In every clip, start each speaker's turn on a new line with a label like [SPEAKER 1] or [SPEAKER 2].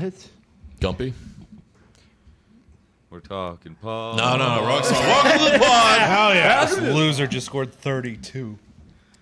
[SPEAKER 1] What?
[SPEAKER 2] Gumpy?
[SPEAKER 3] We're talking Paul.
[SPEAKER 2] No, no, no. Wrong song. Welcome to the pod.
[SPEAKER 4] Hell yeah. This loser just scored 32.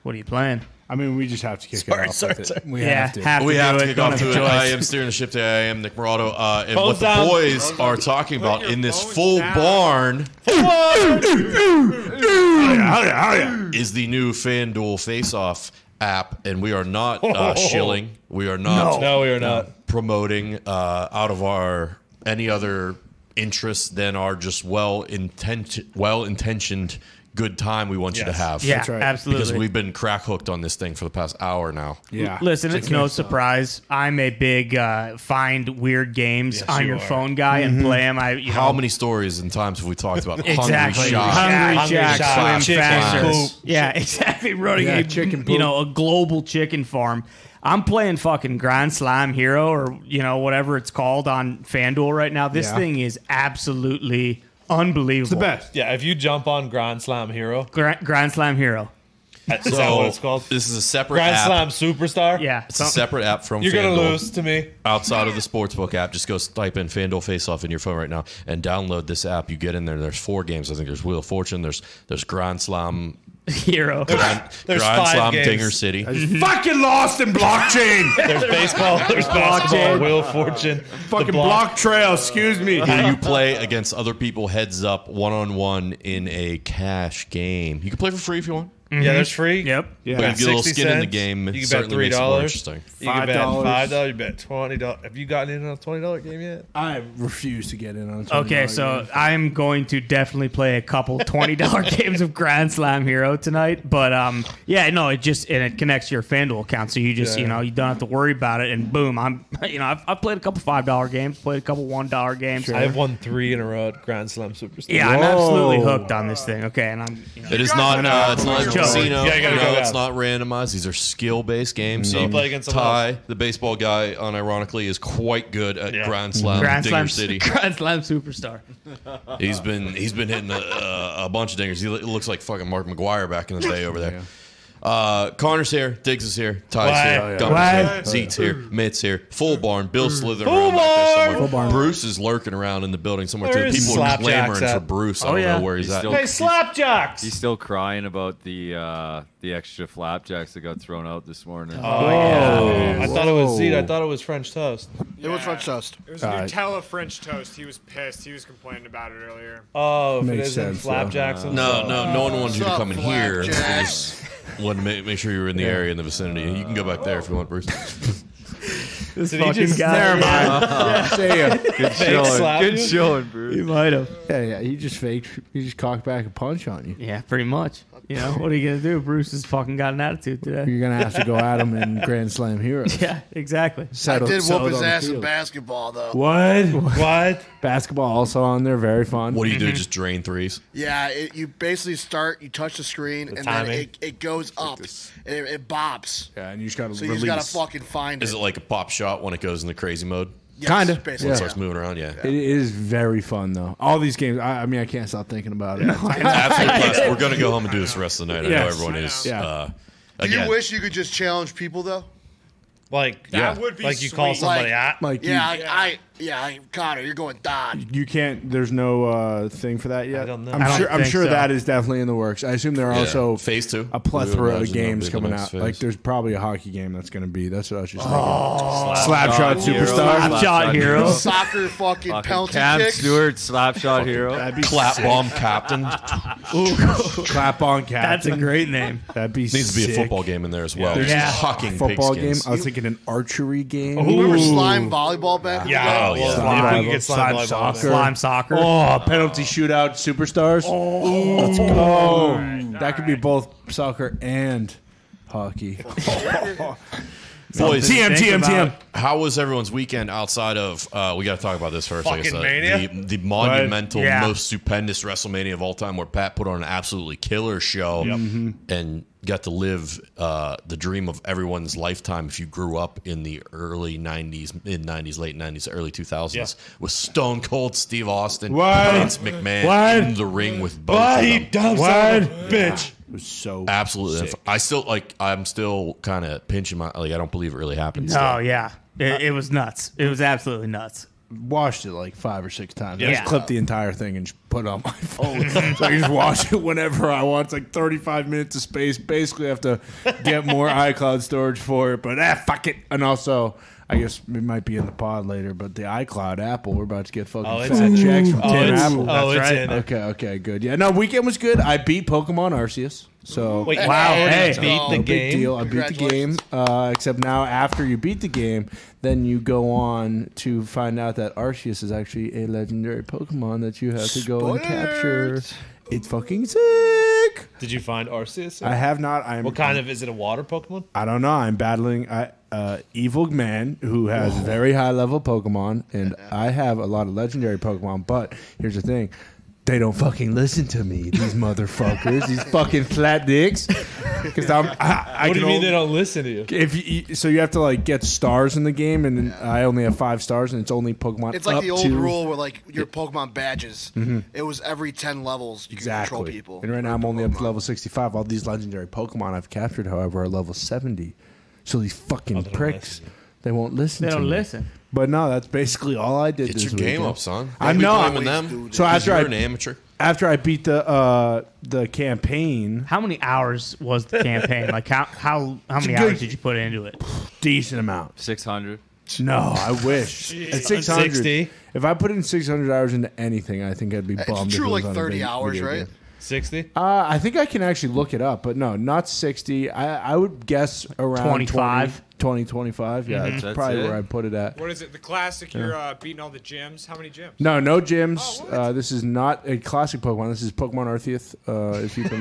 [SPEAKER 1] What are you playing?
[SPEAKER 4] I mean, we just have to kick
[SPEAKER 5] Sorry,
[SPEAKER 4] it off.
[SPEAKER 5] sorry,
[SPEAKER 4] with
[SPEAKER 5] sorry.
[SPEAKER 4] It. We
[SPEAKER 1] yeah,
[SPEAKER 4] have to.
[SPEAKER 2] We have
[SPEAKER 1] do
[SPEAKER 2] to
[SPEAKER 1] it.
[SPEAKER 2] kick
[SPEAKER 1] Don't
[SPEAKER 2] off
[SPEAKER 1] have
[SPEAKER 2] to
[SPEAKER 1] a
[SPEAKER 2] it. I
[SPEAKER 1] choice.
[SPEAKER 2] am steering the ship today. I am Nick Morado. Uh, and what
[SPEAKER 3] Phones
[SPEAKER 2] the
[SPEAKER 3] down.
[SPEAKER 2] boys
[SPEAKER 3] Phones
[SPEAKER 2] are
[SPEAKER 3] down.
[SPEAKER 2] talking about
[SPEAKER 3] your
[SPEAKER 2] in this
[SPEAKER 3] phones
[SPEAKER 2] full
[SPEAKER 3] down.
[SPEAKER 2] barn
[SPEAKER 5] Oh,
[SPEAKER 4] Hell yeah, hell yeah, hell yeah.
[SPEAKER 2] is the new FanDuel Face-Off app, and we are not uh, shilling. We are not
[SPEAKER 4] No.
[SPEAKER 5] No, we are not.
[SPEAKER 2] promoting uh, out of our any other interests than our just well intent, well intentioned good time we want you to
[SPEAKER 4] Yes.
[SPEAKER 2] have.
[SPEAKER 1] Yeah,
[SPEAKER 4] That's right.
[SPEAKER 1] absolutely.
[SPEAKER 2] Because we've been crack hooked on this thing for the past hour now.
[SPEAKER 4] Yeah.
[SPEAKER 1] Listen, it's no surprise. I'm a big uh, find weird games on
[SPEAKER 4] you
[SPEAKER 1] your
[SPEAKER 4] are.
[SPEAKER 1] phone guy and play them. I
[SPEAKER 2] Mm-hmm.
[SPEAKER 1] you
[SPEAKER 2] How
[SPEAKER 1] know
[SPEAKER 2] many stories and times have we talked about Hungry
[SPEAKER 1] exactly
[SPEAKER 2] Shot?
[SPEAKER 1] Yeah,
[SPEAKER 4] Hungry
[SPEAKER 1] Jack,
[SPEAKER 4] Jack,
[SPEAKER 1] Slim
[SPEAKER 4] Chicken
[SPEAKER 1] Fasters.
[SPEAKER 4] Poop.
[SPEAKER 1] Yeah, exactly. Running
[SPEAKER 4] Yeah,
[SPEAKER 1] a
[SPEAKER 4] chicken
[SPEAKER 1] you
[SPEAKER 4] poop.
[SPEAKER 1] know a global chicken farm. I'm playing fucking Grand Slime Hero or you know whatever it's called on FanDuel right now. This
[SPEAKER 4] Yeah.
[SPEAKER 1] thing is absolutely unbelievable.
[SPEAKER 4] the best.
[SPEAKER 5] Yeah, if you jump on Grand Slam Hero,
[SPEAKER 1] Grand, Grand Slam Hero.
[SPEAKER 5] is
[SPEAKER 2] So,
[SPEAKER 5] that what it's called?
[SPEAKER 2] This is a separate
[SPEAKER 5] Grand
[SPEAKER 2] app.
[SPEAKER 5] Slam Superstar?
[SPEAKER 1] Yeah,
[SPEAKER 2] It's a
[SPEAKER 1] some-
[SPEAKER 2] separate app from
[SPEAKER 5] You're going to
[SPEAKER 2] FanDuel.
[SPEAKER 5] lose to me.
[SPEAKER 2] outside of the sportsbook app, just go type in FanDuel Face Off in your phone right now and download this app. You get in there. There's four games. I think there's Wheel of Fortune. There's there's Grand Slam,
[SPEAKER 1] hero.
[SPEAKER 2] Grand,
[SPEAKER 5] There's
[SPEAKER 2] Grand
[SPEAKER 5] five
[SPEAKER 2] Slam
[SPEAKER 5] games. Mm-hmm.
[SPEAKER 2] Dinger City.
[SPEAKER 4] I just fucking lost in blockchain.
[SPEAKER 5] There's baseball, there's basketball,
[SPEAKER 1] Blockchain.
[SPEAKER 5] Wheel of Fortune.
[SPEAKER 4] fucking
[SPEAKER 5] the
[SPEAKER 4] block trail. Excuse me.
[SPEAKER 2] Here you play against other people heads up one on one in a cash game. You can play for free if you want.
[SPEAKER 5] Yeah, there's free.
[SPEAKER 1] Mm-hmm. Yep.
[SPEAKER 2] But
[SPEAKER 4] Yeah.
[SPEAKER 2] if you get a little
[SPEAKER 5] 60
[SPEAKER 2] skin in the
[SPEAKER 5] cents.
[SPEAKER 2] game,
[SPEAKER 5] You
[SPEAKER 2] it
[SPEAKER 5] can bet
[SPEAKER 2] certainly makes it more
[SPEAKER 5] $3.
[SPEAKER 2] interesting.
[SPEAKER 5] You can bet
[SPEAKER 4] $5.
[SPEAKER 5] five dollars. You bet twenty dollars. Have you gotten in on a twenty dollar game yet?
[SPEAKER 4] I refuse to get in on. $20
[SPEAKER 5] Oh,
[SPEAKER 1] Okay, so
[SPEAKER 4] games.
[SPEAKER 1] I'm going to definitely play a couple twenty dollar games of Grand Slam Hero tonight. But um, yeah, no, it just and it connects to your FanDuel account, so you just you
[SPEAKER 5] Yeah.
[SPEAKER 1] know you don't have to worry about it. And boom, I'm you know I've, I've played a couple five dollar games, played a couple one dollar games.
[SPEAKER 5] I have won three in a row at Grand Slam Superstar.
[SPEAKER 1] yeah, I'm absolutely
[SPEAKER 4] Whoa.
[SPEAKER 1] hooked on this thing. Okay, and I'm you know,
[SPEAKER 2] It is not. Uh, it's not a
[SPEAKER 1] Joe.
[SPEAKER 2] casino.
[SPEAKER 5] Yeah, you gotta
[SPEAKER 2] no,
[SPEAKER 5] go
[SPEAKER 2] it's
[SPEAKER 5] Mm-hmm. out.
[SPEAKER 2] not randomized. These are skill-based games. So
[SPEAKER 5] you play against someone
[SPEAKER 2] Ty, the baseball guy, unironically, is quite good at
[SPEAKER 5] Yeah.
[SPEAKER 2] Grand Slam,
[SPEAKER 1] Grand
[SPEAKER 2] Dinger
[SPEAKER 1] Slam
[SPEAKER 2] City.
[SPEAKER 1] Grand Slam superstar.
[SPEAKER 2] He's been he's been hitting a, a, a bunch of dingers. He lo- looks like fucking Mark McGuire back in the day over there. Uh, Connor's here, Diggs is here, Ty's
[SPEAKER 5] Why?
[SPEAKER 2] here,
[SPEAKER 5] Oh, yeah.
[SPEAKER 2] Gump's
[SPEAKER 1] Why?
[SPEAKER 2] here, Zeke's here, Mitt's here, Full Barn, Bill slithering
[SPEAKER 5] Full
[SPEAKER 2] around back there
[SPEAKER 5] Barn!
[SPEAKER 2] somewhere.
[SPEAKER 5] Full
[SPEAKER 4] Barn.
[SPEAKER 2] Bruce is lurking around in the building somewhere
[SPEAKER 5] Where
[SPEAKER 2] too.
[SPEAKER 5] is
[SPEAKER 2] People are
[SPEAKER 5] Slapjack's
[SPEAKER 2] clamoring for
[SPEAKER 5] at?
[SPEAKER 2] Bruce. I
[SPEAKER 1] Oh,
[SPEAKER 2] don't
[SPEAKER 1] yeah.
[SPEAKER 2] know where he's,
[SPEAKER 3] He's
[SPEAKER 2] at.
[SPEAKER 3] still-
[SPEAKER 5] Hey, slapjacks!
[SPEAKER 3] He's still crying about the uh, the extra flapjacks that got thrown out this
[SPEAKER 4] Oh.
[SPEAKER 3] morning.
[SPEAKER 5] Oh,
[SPEAKER 3] Oh,
[SPEAKER 5] I thought it was Zeke. I thought it was French toast.
[SPEAKER 6] It was French toast.
[SPEAKER 7] It was
[SPEAKER 4] All right.
[SPEAKER 7] Nutella French toast. He was pissed. He was complaining about it earlier.
[SPEAKER 5] Oh, if
[SPEAKER 4] Makes
[SPEAKER 5] it isn't
[SPEAKER 4] sense, though.
[SPEAKER 5] flapjacks. I'm
[SPEAKER 2] no,
[SPEAKER 5] sorry.
[SPEAKER 2] no, no one wanted you to
[SPEAKER 6] Sup,
[SPEAKER 2] come in here. So
[SPEAKER 6] Flapjack?
[SPEAKER 2] just wanted to make, make sure you were in the area in the vicinity. You can go back there if you want, Bruce.
[SPEAKER 1] This
[SPEAKER 5] he
[SPEAKER 1] fucking
[SPEAKER 5] just-
[SPEAKER 1] guy.
[SPEAKER 4] Never mind. See ya.
[SPEAKER 3] Good
[SPEAKER 5] slap.
[SPEAKER 3] showing. Good showing,
[SPEAKER 1] You
[SPEAKER 3] Bruce.
[SPEAKER 1] might have.
[SPEAKER 4] Yeah, yeah. He just faked. He just cocked back a punch on you.
[SPEAKER 1] Yeah, pretty much. You know what are you gonna do? Bruce has fucking got an attitude today.
[SPEAKER 4] You're gonna have to go at him in Grand Slam Hero.
[SPEAKER 1] Yeah, exactly.
[SPEAKER 4] Settle-
[SPEAKER 6] Did
[SPEAKER 4] settle
[SPEAKER 6] whoop his
[SPEAKER 4] on the
[SPEAKER 6] ass in
[SPEAKER 4] field.
[SPEAKER 6] basketball though.
[SPEAKER 4] What?
[SPEAKER 5] What?
[SPEAKER 4] Basketball also on there. Very fun.
[SPEAKER 2] What do you
[SPEAKER 1] Mm-hmm.
[SPEAKER 2] do? Just drain threes?
[SPEAKER 6] Yeah, it, you basically start, you touch the screen, and
[SPEAKER 5] timing.
[SPEAKER 6] then it, it goes up, and it, it bobs.
[SPEAKER 4] Yeah, and you just gotta
[SPEAKER 6] So you just gotta fucking find it.
[SPEAKER 2] Is it like a pop shot when it goes in the crazy mode?
[SPEAKER 6] Yes,
[SPEAKER 4] Kinda.
[SPEAKER 6] Basically,
[SPEAKER 2] It
[SPEAKER 4] Yeah.
[SPEAKER 2] starts moving around, yeah.
[SPEAKER 4] It is very fun though. All these games. I, I mean, I can't stop thinking about it.
[SPEAKER 2] Absolute blast. We're gonna go home and do this the rest of the night. I know
[SPEAKER 4] Yes.
[SPEAKER 2] everyone is.
[SPEAKER 4] Yeah.
[SPEAKER 2] Uh,
[SPEAKER 6] Do you
[SPEAKER 2] again,
[SPEAKER 6] wish you could just challenge people though?
[SPEAKER 5] Like,
[SPEAKER 2] Yeah.
[SPEAKER 7] That would be
[SPEAKER 5] like you
[SPEAKER 7] sweet.
[SPEAKER 5] call somebody
[SPEAKER 6] Like-
[SPEAKER 5] out?
[SPEAKER 4] Mike,
[SPEAKER 6] Yeah, I,
[SPEAKER 4] you,
[SPEAKER 6] I yeah, I, Connor, you're going Don.
[SPEAKER 4] you can't. There's no uh, thing for that yet.
[SPEAKER 5] I don't know.
[SPEAKER 4] I'm
[SPEAKER 5] I
[SPEAKER 1] don't
[SPEAKER 4] sure. I'm
[SPEAKER 1] think
[SPEAKER 4] sure
[SPEAKER 1] so.
[SPEAKER 4] that is definitely in the works. I assume there are
[SPEAKER 2] yeah.
[SPEAKER 4] also
[SPEAKER 2] phase two,
[SPEAKER 4] a
[SPEAKER 2] We would
[SPEAKER 4] plethora of
[SPEAKER 2] imagine
[SPEAKER 4] games
[SPEAKER 2] that'll be
[SPEAKER 4] coming
[SPEAKER 2] the next
[SPEAKER 4] out. Like
[SPEAKER 2] phase.
[SPEAKER 4] there's probably a hockey game that's going to be. That's what I was just
[SPEAKER 2] Oh.
[SPEAKER 4] thinking. Slapshot
[SPEAKER 3] Hero.
[SPEAKER 4] superstar.
[SPEAKER 1] Slapshot hero.
[SPEAKER 6] Soccer fucking
[SPEAKER 3] Fucking
[SPEAKER 6] penalty
[SPEAKER 3] Cam
[SPEAKER 6] kicks.
[SPEAKER 3] Stewart, slapshot hero.
[SPEAKER 2] clap bomb captain
[SPEAKER 4] Clap on cap.
[SPEAKER 1] That's a great name.
[SPEAKER 4] That'd be
[SPEAKER 2] needs to be
[SPEAKER 4] sick.
[SPEAKER 2] a football game in there as well.
[SPEAKER 4] Yeah.
[SPEAKER 2] Just
[SPEAKER 1] Yeah.
[SPEAKER 2] Fucking
[SPEAKER 4] football game.
[SPEAKER 2] pigskins.
[SPEAKER 4] I was thinking an archery game.
[SPEAKER 6] Remember slime volleyball back? in the day?
[SPEAKER 5] Yeah,
[SPEAKER 2] Oh,
[SPEAKER 5] well,
[SPEAKER 2] yeah.
[SPEAKER 5] slime, if we could get slime,
[SPEAKER 4] Slime
[SPEAKER 5] volleyball,
[SPEAKER 4] soccer.
[SPEAKER 5] then.
[SPEAKER 1] Slime soccer.
[SPEAKER 4] Oh, penalty shootout superstars. Let's go. that could be both soccer and hockey.
[SPEAKER 2] Boys,
[SPEAKER 4] TM,
[SPEAKER 1] Think
[SPEAKER 4] TM,
[SPEAKER 1] about
[SPEAKER 4] TM.
[SPEAKER 1] it.
[SPEAKER 2] how was everyone's weekend outside of? Uh, we got to talk about this first. I guess,
[SPEAKER 5] Fucking
[SPEAKER 2] uh,
[SPEAKER 5] Mania?
[SPEAKER 2] The, the monumental,
[SPEAKER 1] Yeah.
[SPEAKER 2] most stupendous WrestleMania of all time, where Pat put on an absolutely killer show and got to live uh, the dream of everyone's lifetime. If you grew up in the early '90s, mid '90s, late '90s, early 2000s, with Stone Cold Steve Austin,
[SPEAKER 4] What?
[SPEAKER 2] Vince McMahon
[SPEAKER 4] What?
[SPEAKER 2] in the ring with both
[SPEAKER 5] Why,
[SPEAKER 2] of
[SPEAKER 5] you
[SPEAKER 2] them.
[SPEAKER 5] dumb son of a bitch?
[SPEAKER 4] It was so
[SPEAKER 2] Absolutely.
[SPEAKER 4] sick.
[SPEAKER 2] I still like. I'm still kind of pinching my. Like I don't believe it really happened.
[SPEAKER 1] No,
[SPEAKER 2] still.
[SPEAKER 1] Oh, yeah, it, it was nuts. It was absolutely nuts.
[SPEAKER 4] washed it like five or six times. I
[SPEAKER 1] Yeah.
[SPEAKER 4] just clipped the entire thing and just put it on my phone. so I just watch it whenever I want. It's like 35 minutes of space. Basically, I have to get more iCloud storage for it, but ah, fuck it. And also, I guess it might be in the pod later, but the iCloud Apple, we're about to get fucking
[SPEAKER 5] Oh, it's
[SPEAKER 4] fat
[SPEAKER 5] in.
[SPEAKER 4] checks from
[SPEAKER 5] Oh,
[SPEAKER 4] Tim
[SPEAKER 5] it's,
[SPEAKER 4] Apple.
[SPEAKER 5] oh, it's
[SPEAKER 1] right.
[SPEAKER 5] in. there.
[SPEAKER 4] Okay, okay, good. Yeah, no, weekend was good. I beat Pokemon Arceus. So
[SPEAKER 5] Wait,
[SPEAKER 1] Wow,
[SPEAKER 5] you already
[SPEAKER 1] hey.
[SPEAKER 5] beat
[SPEAKER 6] No
[SPEAKER 5] the
[SPEAKER 6] big
[SPEAKER 5] game.
[SPEAKER 4] Big deal. I beat the game. Uh, except now, after you beat the game, then you go on to find out that Arceus is actually a legendary Pokemon that you have to go and capture. It's fucking sick.
[SPEAKER 5] Did you find Arceus?
[SPEAKER 4] I have not. I'm.
[SPEAKER 5] what kind of is it? A water Pokemon?
[SPEAKER 4] I don't know. I'm battling I, uh, evil man who has very high level Pokemon, and I have a lot of legendary Pokemon. But here's the thing. They don't fucking listen to me, these motherfuckers, these fucking flat dicks. Because I'm. I, I
[SPEAKER 5] What
[SPEAKER 4] can
[SPEAKER 5] do you mean
[SPEAKER 4] only-
[SPEAKER 5] they don't listen to you?
[SPEAKER 4] if you, you- so you have to like get stars in the game and then I only have five stars and it's only Pokemon
[SPEAKER 6] It's like
[SPEAKER 4] up
[SPEAKER 6] the old
[SPEAKER 4] to- Mm-hmm.
[SPEAKER 6] rule where like your Pokemon badges. It was every ten levels you could control
[SPEAKER 4] exactly
[SPEAKER 6] people.
[SPEAKER 4] and right now I'm only up to level 65 all these legendary Pokemon I've captured however are level 70 so these fucking
[SPEAKER 5] Oh, don't
[SPEAKER 4] pricks
[SPEAKER 5] listen.
[SPEAKER 4] they won't listen
[SPEAKER 1] They
[SPEAKER 4] to
[SPEAKER 1] don't
[SPEAKER 4] me.
[SPEAKER 1] listen.
[SPEAKER 4] but no that's basically all I did
[SPEAKER 2] Get
[SPEAKER 4] this
[SPEAKER 2] your game
[SPEAKER 4] weekend.
[SPEAKER 2] up, son.
[SPEAKER 4] I
[SPEAKER 2] Don't be
[SPEAKER 4] know.
[SPEAKER 2] blaming them.
[SPEAKER 4] so after
[SPEAKER 2] you're
[SPEAKER 4] I
[SPEAKER 2] an amateur.
[SPEAKER 4] after I beat the uh the campaign
[SPEAKER 1] How many hours was the campaign? Like how how how many
[SPEAKER 4] a good-
[SPEAKER 1] hours did you put into it?
[SPEAKER 4] decent amount
[SPEAKER 3] Six hundred.
[SPEAKER 4] no I wish at 600
[SPEAKER 5] 60?
[SPEAKER 4] if I put in 600 hours into anything I think I'd be bummed
[SPEAKER 6] It's
[SPEAKER 4] if it
[SPEAKER 6] true,
[SPEAKER 4] was
[SPEAKER 6] like
[SPEAKER 4] on a
[SPEAKER 6] thirty
[SPEAKER 4] video-
[SPEAKER 6] hours,
[SPEAKER 4] video
[SPEAKER 6] right?
[SPEAKER 4] game.
[SPEAKER 5] 60?
[SPEAKER 4] Uh, I think I can actually look it up, but no, not 60. I, I would guess around
[SPEAKER 1] 25.
[SPEAKER 4] 20, 20 25. Yeah, that's,
[SPEAKER 3] Mm-hmm. That's
[SPEAKER 4] probably
[SPEAKER 3] it.
[SPEAKER 4] where I put it at.
[SPEAKER 7] What is it? The classic. You're uh, beating all the gyms. How many gyms?
[SPEAKER 4] No, no gyms.
[SPEAKER 7] Oh, what?
[SPEAKER 4] uh, this is not a classic Pokemon. This is Pokemon Arceus. Uh, if you've been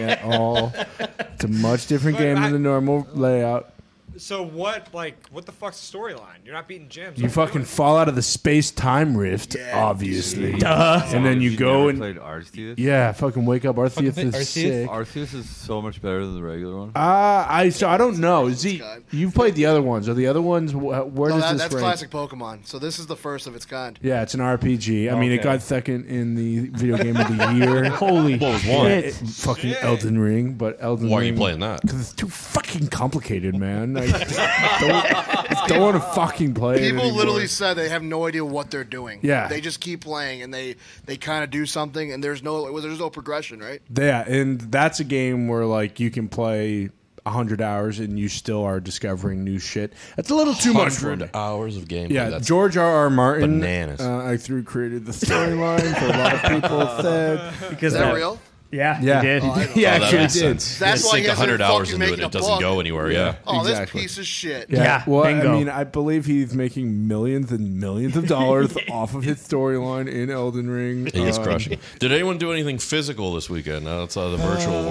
[SPEAKER 4] at all, it's a much different
[SPEAKER 7] But
[SPEAKER 4] game
[SPEAKER 7] I-
[SPEAKER 4] than the normal layout.
[SPEAKER 7] So what? Like, what the fuck's the storyline? You're not beating gyms. Like,
[SPEAKER 4] You
[SPEAKER 7] what-
[SPEAKER 4] fucking fall out of the space time rift, obviously. And then you
[SPEAKER 3] never
[SPEAKER 4] go and.
[SPEAKER 3] played Arceus.
[SPEAKER 4] Yeah, fucking wake up. Arceus
[SPEAKER 5] play
[SPEAKER 4] is
[SPEAKER 5] Arceus?
[SPEAKER 4] sick.
[SPEAKER 3] Arceus is so much better than the regular one.
[SPEAKER 4] Uh, I so I don't know. Z,
[SPEAKER 6] God.
[SPEAKER 4] you've played the other ones. Are the other ones wh- where
[SPEAKER 6] No,
[SPEAKER 4] does
[SPEAKER 6] that,
[SPEAKER 4] this
[SPEAKER 6] that's
[SPEAKER 4] rank?
[SPEAKER 6] classic Pokemon. So this is the first of its kind.
[SPEAKER 4] Yeah, it's an RPG. I mean, it
[SPEAKER 5] Okay.
[SPEAKER 4] got second in the video game of the year. Holy
[SPEAKER 2] What was one?
[SPEAKER 4] shit! Fucking Elden Ring, but Elden
[SPEAKER 2] Why are
[SPEAKER 4] Ring.
[SPEAKER 2] you playing that?
[SPEAKER 4] Because it's too fucking complicated, man. I just don't, just don't want to fucking play it
[SPEAKER 6] People
[SPEAKER 4] anymore.
[SPEAKER 6] literally said they have no idea what they're doing.
[SPEAKER 4] Yeah.
[SPEAKER 6] they just keep playing and they they kind of do something and there's no well, there's no progression, right?
[SPEAKER 4] Yeah, and that's a game where like you can play hundred hours and you still are discovering new shit. That's a little too much for me.
[SPEAKER 2] Hundred hours of gameplay.
[SPEAKER 4] Yeah,
[SPEAKER 2] That's-
[SPEAKER 4] George R. R. Martin.
[SPEAKER 2] bananas.
[SPEAKER 4] Uh, I threw created the storyline for a lot of people. said.
[SPEAKER 1] Because
[SPEAKER 6] Is that
[SPEAKER 1] uh,
[SPEAKER 6] real?
[SPEAKER 1] Yeah,
[SPEAKER 4] Yeah,
[SPEAKER 1] you did.
[SPEAKER 6] I-
[SPEAKER 4] he
[SPEAKER 2] Oh, that
[SPEAKER 4] actually
[SPEAKER 2] makes
[SPEAKER 4] did.
[SPEAKER 2] sense.
[SPEAKER 6] That's
[SPEAKER 2] You
[SPEAKER 6] why
[SPEAKER 2] sink
[SPEAKER 6] you guys
[SPEAKER 2] hundred
[SPEAKER 6] are
[SPEAKER 2] hours
[SPEAKER 6] fucking
[SPEAKER 2] into it.
[SPEAKER 6] making
[SPEAKER 2] It
[SPEAKER 6] a
[SPEAKER 2] doesn't
[SPEAKER 6] buck.
[SPEAKER 2] go anywhere. Yeah.
[SPEAKER 6] Oh,
[SPEAKER 4] Exactly.
[SPEAKER 6] this piece of shit.
[SPEAKER 4] Yeah.
[SPEAKER 1] Yeah,
[SPEAKER 4] well, I
[SPEAKER 1] bingo.
[SPEAKER 4] mean, I believe he's making millions and millions of dollars off of his storyline in Elden Ring.
[SPEAKER 2] He is
[SPEAKER 4] Um,
[SPEAKER 2] crushing. Did anyone do anything physical this weekend outside of the virtual
[SPEAKER 4] Uh,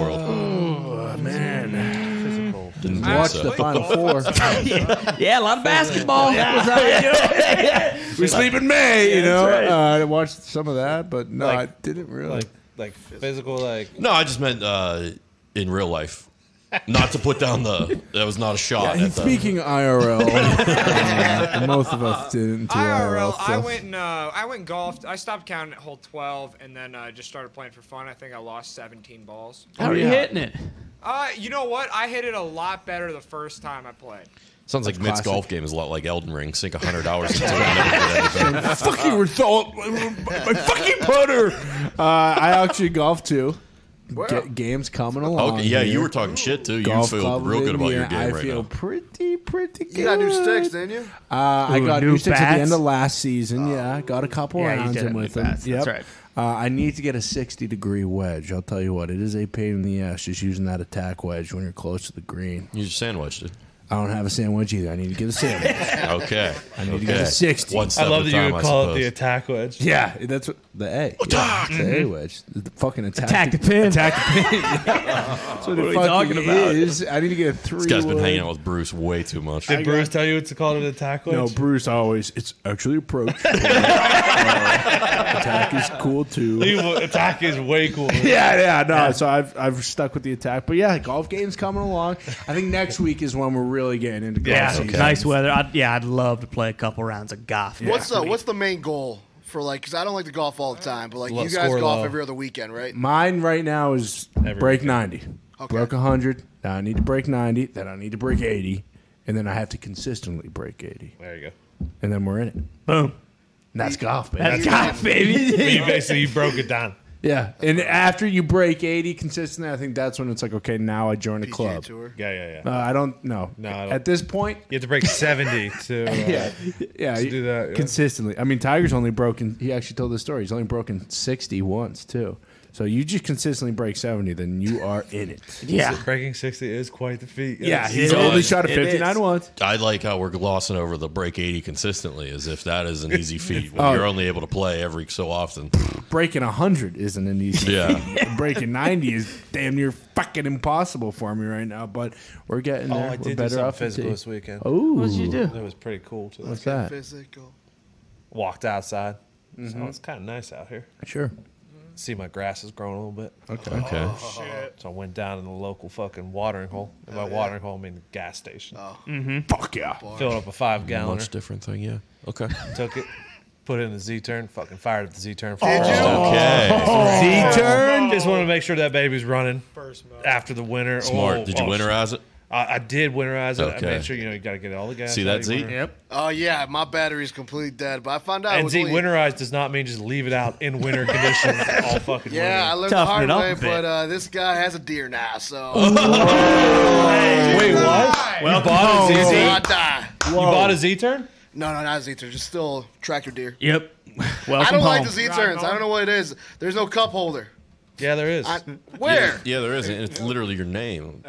[SPEAKER 2] world?
[SPEAKER 5] Physical.
[SPEAKER 2] Didn't
[SPEAKER 7] I
[SPEAKER 2] think
[SPEAKER 4] Watch
[SPEAKER 2] so.
[SPEAKER 4] the Final Four.
[SPEAKER 1] yeah, a lot of basketball. That was how we do it.
[SPEAKER 4] we sleep in May, you know.
[SPEAKER 1] that's
[SPEAKER 4] Uh, I watched some of that, but no,
[SPEAKER 5] Like-
[SPEAKER 4] I didn't really.
[SPEAKER 5] Like, like physical, like.
[SPEAKER 2] No, I just meant uh, in real life. Not to put down the. That was not a shot.
[SPEAKER 4] And
[SPEAKER 2] at the,
[SPEAKER 4] speaking IRL, uh, most of us didn't do IRL.
[SPEAKER 7] IRL, I
[SPEAKER 4] stuff.
[SPEAKER 7] went and uh, I went and golfed. I stopped counting at hole twelve, and then uh, just started playing for fun. I think I lost seventeen balls.
[SPEAKER 1] How
[SPEAKER 4] Oh,
[SPEAKER 1] are you hitting it?
[SPEAKER 7] Uh, you know what? I hit it a lot better the first time I played.
[SPEAKER 2] sounds like Mitt's golf game is a lot like Elden Ring. Sink hundred hours into it. and never get anything.
[SPEAKER 4] fucking result. My fucking putter. Uh, I actually golf too. Ga- game's coming along.
[SPEAKER 2] Okay, yeah, you
[SPEAKER 4] here.
[SPEAKER 2] were talking shit too. You
[SPEAKER 4] Oh, Golf
[SPEAKER 2] feel
[SPEAKER 4] club
[SPEAKER 2] real good
[SPEAKER 4] in
[SPEAKER 2] about your
[SPEAKER 4] Indiana.
[SPEAKER 2] game
[SPEAKER 4] I
[SPEAKER 2] right
[SPEAKER 4] feel
[SPEAKER 2] now.
[SPEAKER 4] pretty, pretty good.
[SPEAKER 6] You got new sticks, didn't you?
[SPEAKER 4] Uh, I
[SPEAKER 1] Ooh,
[SPEAKER 4] got
[SPEAKER 1] new
[SPEAKER 4] new sticks at the
[SPEAKER 1] bats? Oh.
[SPEAKER 4] end of last season. yeah, got a couple
[SPEAKER 1] Yeah, you
[SPEAKER 4] rounds
[SPEAKER 1] did
[SPEAKER 4] in
[SPEAKER 1] have
[SPEAKER 4] with
[SPEAKER 1] new
[SPEAKER 4] them.
[SPEAKER 1] bats, that's right.
[SPEAKER 4] Uh, I need to get a 60 degree wedge. I'll tell you what, it is a pain in the ass just using that attack wedge when you're close to the green.
[SPEAKER 2] You're sandwiched. dude.
[SPEAKER 4] I don't have a sandwich either. I need to get a sandwich.
[SPEAKER 2] Okay. I
[SPEAKER 4] need to get a 60.
[SPEAKER 2] One
[SPEAKER 5] I
[SPEAKER 2] step
[SPEAKER 5] love
[SPEAKER 2] at a
[SPEAKER 5] that
[SPEAKER 2] time,
[SPEAKER 5] you would call
[SPEAKER 2] I
[SPEAKER 5] it the attack wedge.
[SPEAKER 4] yeah, that's what the A. Yeah, it's the A wedge. The, the fucking attack.
[SPEAKER 1] Attack the pin.
[SPEAKER 4] That's what, it
[SPEAKER 1] are we talking
[SPEAKER 4] fucking
[SPEAKER 1] about?
[SPEAKER 4] is. I need to get a three.
[SPEAKER 2] This guy's been hanging out with Bruce way too much.
[SPEAKER 5] Did Bruce tell you to call it an attack wedge?
[SPEAKER 4] No, Bruce always. It's actually approach. Uh, attack is cool too.
[SPEAKER 5] Evil attack is way cool.
[SPEAKER 4] Yeah, yeah, no. So I've I've stuck with the attack, but yeah, golf game's coming along. I think next week is when we're really getting into golf.
[SPEAKER 1] Yeah,
[SPEAKER 4] season.
[SPEAKER 1] nice weather. I'd, yeah, I'd love to play a couple rounds of golf.
[SPEAKER 6] What's the What's the main goal for like because I don't like to golf all the time, but like
[SPEAKER 5] Low-
[SPEAKER 6] you guys
[SPEAKER 5] score
[SPEAKER 6] golf
[SPEAKER 5] low.
[SPEAKER 6] every other weekend, right?
[SPEAKER 4] Mine right now is break 90.
[SPEAKER 6] Okay.
[SPEAKER 4] Broke 100. Now I need to break 90. Then I need to break 80. And then I have to consistently break 80.
[SPEAKER 5] There you go.
[SPEAKER 4] And then we're in it. And
[SPEAKER 1] Boom.
[SPEAKER 4] that's golf, baby.
[SPEAKER 1] That's golf, baby.
[SPEAKER 5] You basically you broke it down.
[SPEAKER 4] yeah. And after you break 80 consistently, I think that's when it's like, okay, now I join a
[SPEAKER 6] PGA
[SPEAKER 4] club.
[SPEAKER 6] Tour.
[SPEAKER 5] Yeah, yeah,
[SPEAKER 4] Uh,
[SPEAKER 5] yeah.
[SPEAKER 4] I don't know.
[SPEAKER 5] No, I don't-
[SPEAKER 4] At this point,
[SPEAKER 5] You have to break seventy to. Uh,
[SPEAKER 4] yeah, yeah,
[SPEAKER 5] to do that, yeah.
[SPEAKER 4] consistently. I mean, Tiger's only broken. He actually told this story. He's only broken sixty once too. So you just consistently break seventy, then you are in it.
[SPEAKER 1] yeah.
[SPEAKER 5] Breaking sixty is quite the feat.
[SPEAKER 4] yeah,
[SPEAKER 5] It's-
[SPEAKER 4] he's
[SPEAKER 2] it
[SPEAKER 4] only
[SPEAKER 2] is.
[SPEAKER 4] shot at
[SPEAKER 1] It
[SPEAKER 4] fifty
[SPEAKER 1] is.
[SPEAKER 4] nine once.
[SPEAKER 2] I like how we're glossing over the break 80 consistently as if that is an easy feat when
[SPEAKER 4] Oh.
[SPEAKER 2] you're only able to play every so often.
[SPEAKER 4] Breaking hundred isn't an easy.
[SPEAKER 2] Yeah.
[SPEAKER 4] feat. Breaking ninety is damn near fucking impossible for me right now. But we're getting
[SPEAKER 5] Oh,
[SPEAKER 4] there.
[SPEAKER 5] I
[SPEAKER 4] we're
[SPEAKER 5] did do
[SPEAKER 4] better
[SPEAKER 5] something
[SPEAKER 4] off fifty.
[SPEAKER 5] physical this weekend.
[SPEAKER 4] Ooh,
[SPEAKER 1] What'd you do?
[SPEAKER 5] It was pretty cool too.
[SPEAKER 4] what's that?
[SPEAKER 6] Physical.
[SPEAKER 5] Walked outside. So it's kind of nice out here.
[SPEAKER 4] Sure.
[SPEAKER 5] See my grass is growing a little bit.
[SPEAKER 2] Okay.
[SPEAKER 5] So I went down in the local fucking watering hole. And by watering hole, I mean gas station.
[SPEAKER 4] Fuck yeah.
[SPEAKER 5] Filled Mm-hmm. up a five gallon.
[SPEAKER 2] Much different thing, yeah. Okay.
[SPEAKER 5] Took it, put it in the Z turn. Fucking fired up the Z turn.
[SPEAKER 2] Okay.
[SPEAKER 6] Oh.
[SPEAKER 4] Z turn.
[SPEAKER 5] Just wanted to make sure that baby's running
[SPEAKER 7] First mode.
[SPEAKER 5] after the winter.
[SPEAKER 2] Smart.
[SPEAKER 5] Oh,
[SPEAKER 2] Did you
[SPEAKER 5] oh,
[SPEAKER 2] winterize it?
[SPEAKER 5] I, I did winterize it.
[SPEAKER 2] Okay.
[SPEAKER 5] I made sure you know you got to get all the gas.
[SPEAKER 2] See
[SPEAKER 5] out,
[SPEAKER 2] that,
[SPEAKER 5] you
[SPEAKER 2] Z?
[SPEAKER 5] winter-
[SPEAKER 1] Yep.
[SPEAKER 6] Oh yeah, my battery's completely dead, but I found out. it
[SPEAKER 5] And
[SPEAKER 6] was
[SPEAKER 5] Z
[SPEAKER 6] only-
[SPEAKER 5] winterize does not mean just leave it out in winter conditions all fucking
[SPEAKER 6] Yeah, I
[SPEAKER 5] winter.
[SPEAKER 6] learned
[SPEAKER 1] Toughen it
[SPEAKER 6] the
[SPEAKER 1] up
[SPEAKER 6] hard way,
[SPEAKER 1] a bit.
[SPEAKER 6] but uh, this guy has a deer now, so
[SPEAKER 5] Wait, what? Well, you bought a Z?
[SPEAKER 6] so I
[SPEAKER 5] You
[SPEAKER 6] die.
[SPEAKER 5] bought a Z turn?
[SPEAKER 6] No, no, not a Z-turn, just still tractor deer.
[SPEAKER 1] Yep. Welcome
[SPEAKER 6] I don't
[SPEAKER 1] home.
[SPEAKER 6] like the Z-turns. I don't know what it is. There's no cup holder.
[SPEAKER 5] Yeah, there is.
[SPEAKER 6] I, where?
[SPEAKER 2] Yeah, there is. And it's literally your name.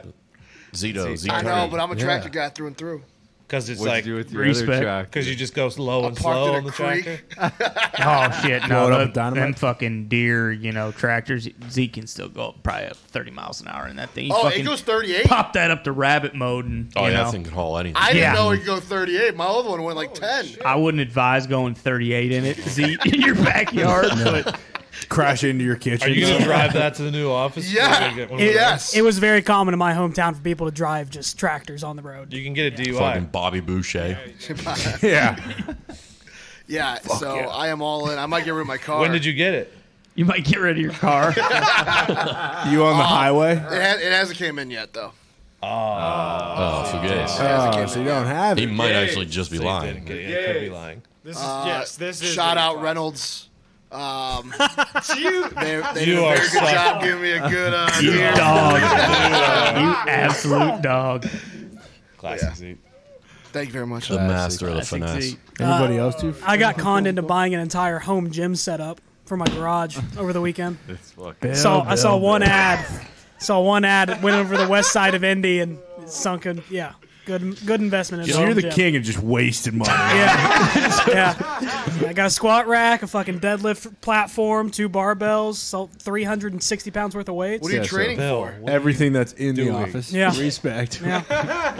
[SPEAKER 2] Zito. Z
[SPEAKER 6] I
[SPEAKER 2] turn.
[SPEAKER 6] know, but I'm a tractor
[SPEAKER 4] Yeah.
[SPEAKER 6] guy through and through.
[SPEAKER 5] Because it's
[SPEAKER 3] What'd
[SPEAKER 5] like,
[SPEAKER 3] you do with your
[SPEAKER 1] respect.
[SPEAKER 3] other track?
[SPEAKER 5] because you just go slow and
[SPEAKER 6] Parked
[SPEAKER 5] slow
[SPEAKER 6] in
[SPEAKER 5] on
[SPEAKER 6] a
[SPEAKER 5] the
[SPEAKER 6] creek.
[SPEAKER 5] tractor.
[SPEAKER 1] Oh shit!
[SPEAKER 4] Blow
[SPEAKER 1] No,
[SPEAKER 4] it up
[SPEAKER 1] the-
[SPEAKER 4] with dynamite?
[SPEAKER 1] them fucking deer, you know, tractors. Zeke can still go up probably up thirty miles an hour in that thing. He
[SPEAKER 6] Oh,
[SPEAKER 1] fucking
[SPEAKER 6] it goes 38.
[SPEAKER 1] pop that up to rabbit mode, and
[SPEAKER 2] Oh,
[SPEAKER 1] you
[SPEAKER 2] yeah,
[SPEAKER 1] know,
[SPEAKER 2] that thing can haul anything.
[SPEAKER 6] I didn't
[SPEAKER 1] Yeah.
[SPEAKER 6] know it could go 38. My other one went like 10.
[SPEAKER 1] I wouldn't advise going thirty-eight in it, Zeke, in your backyard. But
[SPEAKER 4] Crash into your kitchen.
[SPEAKER 5] Are you going to drive that to the new office?
[SPEAKER 6] Yeah.
[SPEAKER 5] We're gonna get one of those.
[SPEAKER 6] Yes.
[SPEAKER 8] It was very common in my hometown for people to drive just tractors on the road.
[SPEAKER 5] You can get a DUI.
[SPEAKER 2] Fucking Bobby Boucher.
[SPEAKER 4] yeah.
[SPEAKER 6] Yeah, so I am all in. I might get rid of my car.
[SPEAKER 5] When did you get it?
[SPEAKER 1] you might get rid of your car.
[SPEAKER 4] You on the highway?
[SPEAKER 6] Oh. It, has, it hasn't came in yet, though. Uh,
[SPEAKER 2] Oh, forgets.
[SPEAKER 4] Oh, so you don't have
[SPEAKER 2] He
[SPEAKER 4] it.
[SPEAKER 2] might actually just be
[SPEAKER 5] Didn't get
[SPEAKER 2] lying.
[SPEAKER 5] it. It could be lying.
[SPEAKER 7] This is
[SPEAKER 6] Uh,
[SPEAKER 7] yes. This is
[SPEAKER 6] shout
[SPEAKER 7] the-
[SPEAKER 6] out Reynolds. Um, they they did
[SPEAKER 5] You
[SPEAKER 6] a
[SPEAKER 5] are
[SPEAKER 6] very good
[SPEAKER 5] such-
[SPEAKER 6] job giving me a good uh,
[SPEAKER 1] you
[SPEAKER 6] deer.
[SPEAKER 1] dog. you absolute dog.
[SPEAKER 5] Classic
[SPEAKER 6] Yeah.
[SPEAKER 5] Z.
[SPEAKER 6] Thank you very much.
[SPEAKER 2] The master of the
[SPEAKER 1] Classic
[SPEAKER 2] finesse.
[SPEAKER 1] Zeke.
[SPEAKER 4] Anybody
[SPEAKER 5] Uh,
[SPEAKER 4] else too?
[SPEAKER 8] I got conned into buying an entire home gym setup for my garage over the weekend.
[SPEAKER 3] It's fucking-
[SPEAKER 8] saw I saw one ad, saw one ad that went over the west side of Indy and it sunk in. Yeah, good good investment. In a
[SPEAKER 4] So you're
[SPEAKER 8] home
[SPEAKER 4] the
[SPEAKER 8] gym.
[SPEAKER 4] king of just wasted money.
[SPEAKER 8] Yeah, yeah. I got a squat rack, a fucking deadlift platform, two barbells, so 360 pounds worth of weights.
[SPEAKER 6] What are you
[SPEAKER 4] Yeah, so-
[SPEAKER 6] training
[SPEAKER 5] Bill,
[SPEAKER 6] for?
[SPEAKER 5] what-
[SPEAKER 4] Everything that's in the
[SPEAKER 5] doing?
[SPEAKER 4] office.
[SPEAKER 8] Yeah.
[SPEAKER 4] Respect.
[SPEAKER 8] Yeah.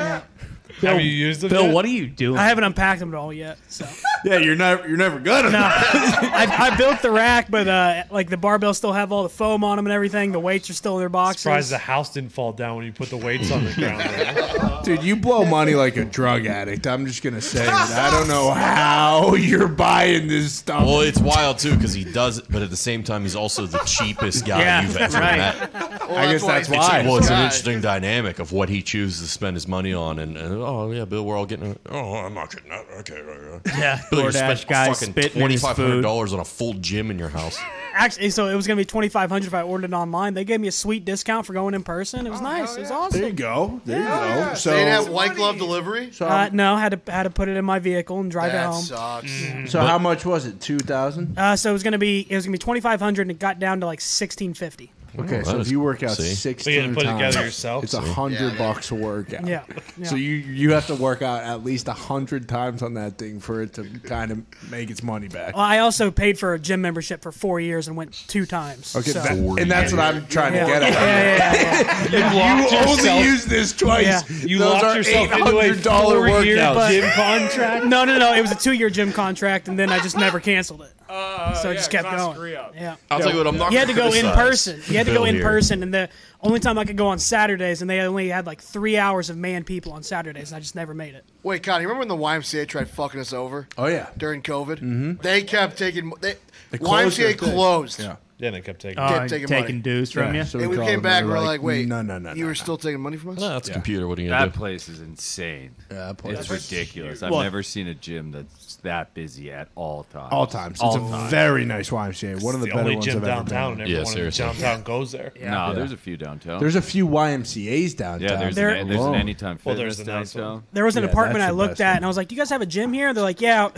[SPEAKER 5] have you used them?
[SPEAKER 1] Bill,
[SPEAKER 5] yet?
[SPEAKER 1] what are you doing?
[SPEAKER 8] I haven't unpacked them at all yet. So
[SPEAKER 4] Yeah, you're never you're never gonna.
[SPEAKER 8] I, I built the rack, but uh, like the barbells still have all the foam on them and everything. The weights are still in their boxes.
[SPEAKER 5] Surprised the house didn't fall down when you put the weights on the ground. right?
[SPEAKER 4] Dude, you blow money like a drug addict. I'm just gonna say that. I don't know how you're buying this stuff.
[SPEAKER 2] Well, it's wild too because he does it, but at the same time, he's also the cheapest guy
[SPEAKER 1] Yeah,
[SPEAKER 2] you've ever
[SPEAKER 1] right.
[SPEAKER 2] met.
[SPEAKER 6] Well,
[SPEAKER 4] I guess that's
[SPEAKER 6] he's
[SPEAKER 4] why.
[SPEAKER 6] the
[SPEAKER 2] Well, it's an
[SPEAKER 6] guy.
[SPEAKER 2] interesting dynamic of what he chooses to spend his money on, and, and, oh yeah, Bill, we're all getting. Oh, I'm not getting that. Okay, right, right.
[SPEAKER 1] yeah,
[SPEAKER 2] Bill, you
[SPEAKER 1] DoorDash
[SPEAKER 2] spent
[SPEAKER 1] guy
[SPEAKER 2] fucking
[SPEAKER 1] spitting in
[SPEAKER 2] twenty
[SPEAKER 1] his
[SPEAKER 2] five hundred
[SPEAKER 1] food.
[SPEAKER 2] dollars on a full gym in your house.
[SPEAKER 8] Actually, so it was gonna be 2,500 if I ordered it online. They gave me a sweet discount for going in person. It was nice. It was awesome.
[SPEAKER 4] There you go. There you go.
[SPEAKER 6] They didn't have
[SPEAKER 4] So,
[SPEAKER 6] white glove delivery.
[SPEAKER 4] so,
[SPEAKER 8] Uh, no, had to had to put it in my vehicle and drive it
[SPEAKER 6] That
[SPEAKER 8] home.
[SPEAKER 6] sucks.
[SPEAKER 5] Mm.
[SPEAKER 4] so how much was it? Two thousand.
[SPEAKER 8] Uh, so it was gonna be it was gonna be 2,500 and it got down to like 1,650.
[SPEAKER 4] Okay,
[SPEAKER 2] that
[SPEAKER 4] so if
[SPEAKER 2] is-
[SPEAKER 4] you work out
[SPEAKER 2] see?
[SPEAKER 4] sixteen
[SPEAKER 5] you had to put it
[SPEAKER 4] times,
[SPEAKER 5] together yourself?
[SPEAKER 4] it's a
[SPEAKER 6] Yeah,
[SPEAKER 4] hundred
[SPEAKER 6] that-
[SPEAKER 4] bucks a workout.
[SPEAKER 8] Yeah. yeah.
[SPEAKER 4] So you you have to work out at least a hundred times on that thing for it to kind of make its money back.
[SPEAKER 8] Well, I also paid for a gym membership for four years and went two times.
[SPEAKER 4] Okay,
[SPEAKER 8] so.
[SPEAKER 4] that- and that's what I'm trying
[SPEAKER 8] yeah.
[SPEAKER 4] to get
[SPEAKER 8] yeah,
[SPEAKER 4] at.
[SPEAKER 8] yeah, yeah, yeah.
[SPEAKER 4] You
[SPEAKER 5] yourself-
[SPEAKER 4] only use this twice.
[SPEAKER 8] Yeah.
[SPEAKER 5] You
[SPEAKER 4] Those
[SPEAKER 5] locked
[SPEAKER 4] are
[SPEAKER 5] yourself into a
[SPEAKER 4] $800
[SPEAKER 5] four-year
[SPEAKER 4] workouts.
[SPEAKER 5] gym contract.
[SPEAKER 8] No, no, no. It was a two-year gym contract, and then I just never canceled it.
[SPEAKER 7] Uh,
[SPEAKER 8] So it
[SPEAKER 7] yeah,
[SPEAKER 8] just kept
[SPEAKER 7] cause I
[SPEAKER 8] going.
[SPEAKER 7] screw up.
[SPEAKER 8] Yeah.
[SPEAKER 2] I'll tell you what, I'm not.
[SPEAKER 8] You had to go in
[SPEAKER 2] criticized.
[SPEAKER 8] person. You had to go
[SPEAKER 2] Bill
[SPEAKER 8] in
[SPEAKER 2] here.
[SPEAKER 8] person, and the only time I could go on Saturdays, and they only had like three hours of man people on Saturdays, and I just never made it.
[SPEAKER 6] Wait, Connie, remember when the YMCA tried fucking us over
[SPEAKER 4] Oh yeah.
[SPEAKER 6] during COVID? Mm-hmm. They kept taking. They,
[SPEAKER 4] closed their
[SPEAKER 6] YMCA
[SPEAKER 4] thing.
[SPEAKER 6] closed.
[SPEAKER 4] Yeah.
[SPEAKER 5] Then it kept taking.
[SPEAKER 1] Uh,
[SPEAKER 6] taking
[SPEAKER 1] taking
[SPEAKER 6] money.
[SPEAKER 1] dues from
[SPEAKER 4] Yeah,
[SPEAKER 1] you.
[SPEAKER 4] so
[SPEAKER 6] And we
[SPEAKER 4] called
[SPEAKER 6] came
[SPEAKER 4] them,
[SPEAKER 6] back
[SPEAKER 4] they
[SPEAKER 6] and
[SPEAKER 4] were
[SPEAKER 6] we're like, wait,
[SPEAKER 4] no, no, no,
[SPEAKER 6] You
[SPEAKER 4] no,
[SPEAKER 6] were
[SPEAKER 4] no.
[SPEAKER 6] still taking money from us?
[SPEAKER 2] No, that's a computer. What are you gonna
[SPEAKER 3] That
[SPEAKER 2] do?
[SPEAKER 3] place is insane.
[SPEAKER 4] Yeah, that
[SPEAKER 3] it's
[SPEAKER 4] place is-
[SPEAKER 3] ridiculous. I've
[SPEAKER 1] Well-
[SPEAKER 3] never seen a gym that's that busy at all times.
[SPEAKER 4] all times. It's
[SPEAKER 3] All
[SPEAKER 4] a
[SPEAKER 3] times.
[SPEAKER 4] very nice YMCA. One of the,
[SPEAKER 5] the,
[SPEAKER 4] better
[SPEAKER 5] only
[SPEAKER 4] ones
[SPEAKER 5] gym
[SPEAKER 4] I've ever been
[SPEAKER 5] downtown.
[SPEAKER 4] in.
[SPEAKER 5] and
[SPEAKER 2] Yeah,
[SPEAKER 5] Everyone in
[SPEAKER 2] seriously.
[SPEAKER 5] downtown goes there.
[SPEAKER 3] No, there's a few downtown.
[SPEAKER 4] There's a few YMCA's downtown. Oh.
[SPEAKER 3] yeah, there's
[SPEAKER 8] There-
[SPEAKER 3] an, there's an anytime fitness
[SPEAKER 5] Well, there's the nice
[SPEAKER 3] downtown.
[SPEAKER 5] one.
[SPEAKER 8] There was an
[SPEAKER 4] Yeah,
[SPEAKER 8] apartment
[SPEAKER 4] that's
[SPEAKER 8] I
[SPEAKER 4] the
[SPEAKER 8] looked
[SPEAKER 4] best
[SPEAKER 8] at,
[SPEAKER 4] one.
[SPEAKER 8] and I was like, "You guys have a gym here?" They're like, "Yeah."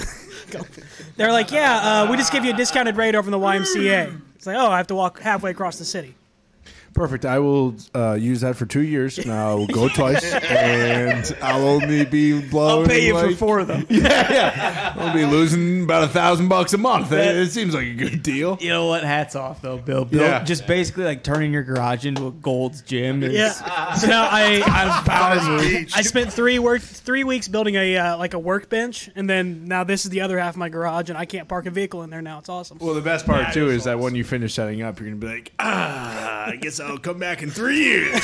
[SPEAKER 8] They're like, "Yeah, uh, we just give you a discounted rate over in the YMCA." It's like, "Oh, I have to walk halfway across the city."
[SPEAKER 4] Perfect. I will uh, use that for two years. and I will go twice, and I'll only be blowing.
[SPEAKER 1] I'll pay you for
[SPEAKER 4] like-
[SPEAKER 1] four of them.
[SPEAKER 4] Yeah, yeah. I'll be losing about a thousand bucks a month. It, it seems like a good deal.
[SPEAKER 1] You know what? Hats off though, Bill. Bill,
[SPEAKER 4] Yeah.
[SPEAKER 1] just basically like turning your garage into a Gold's Gym. It's-
[SPEAKER 8] Yeah. So now I
[SPEAKER 1] I was proud of you.
[SPEAKER 6] Beach.
[SPEAKER 8] I spent three work three weeks building a uh, like a workbench, and then now this is the other half of my garage, and I can't park a vehicle in there now. It's awesome.
[SPEAKER 4] Well, the best part too is that when you finish setting up, you're gonna be like, ah, I guess I'll come back in three years,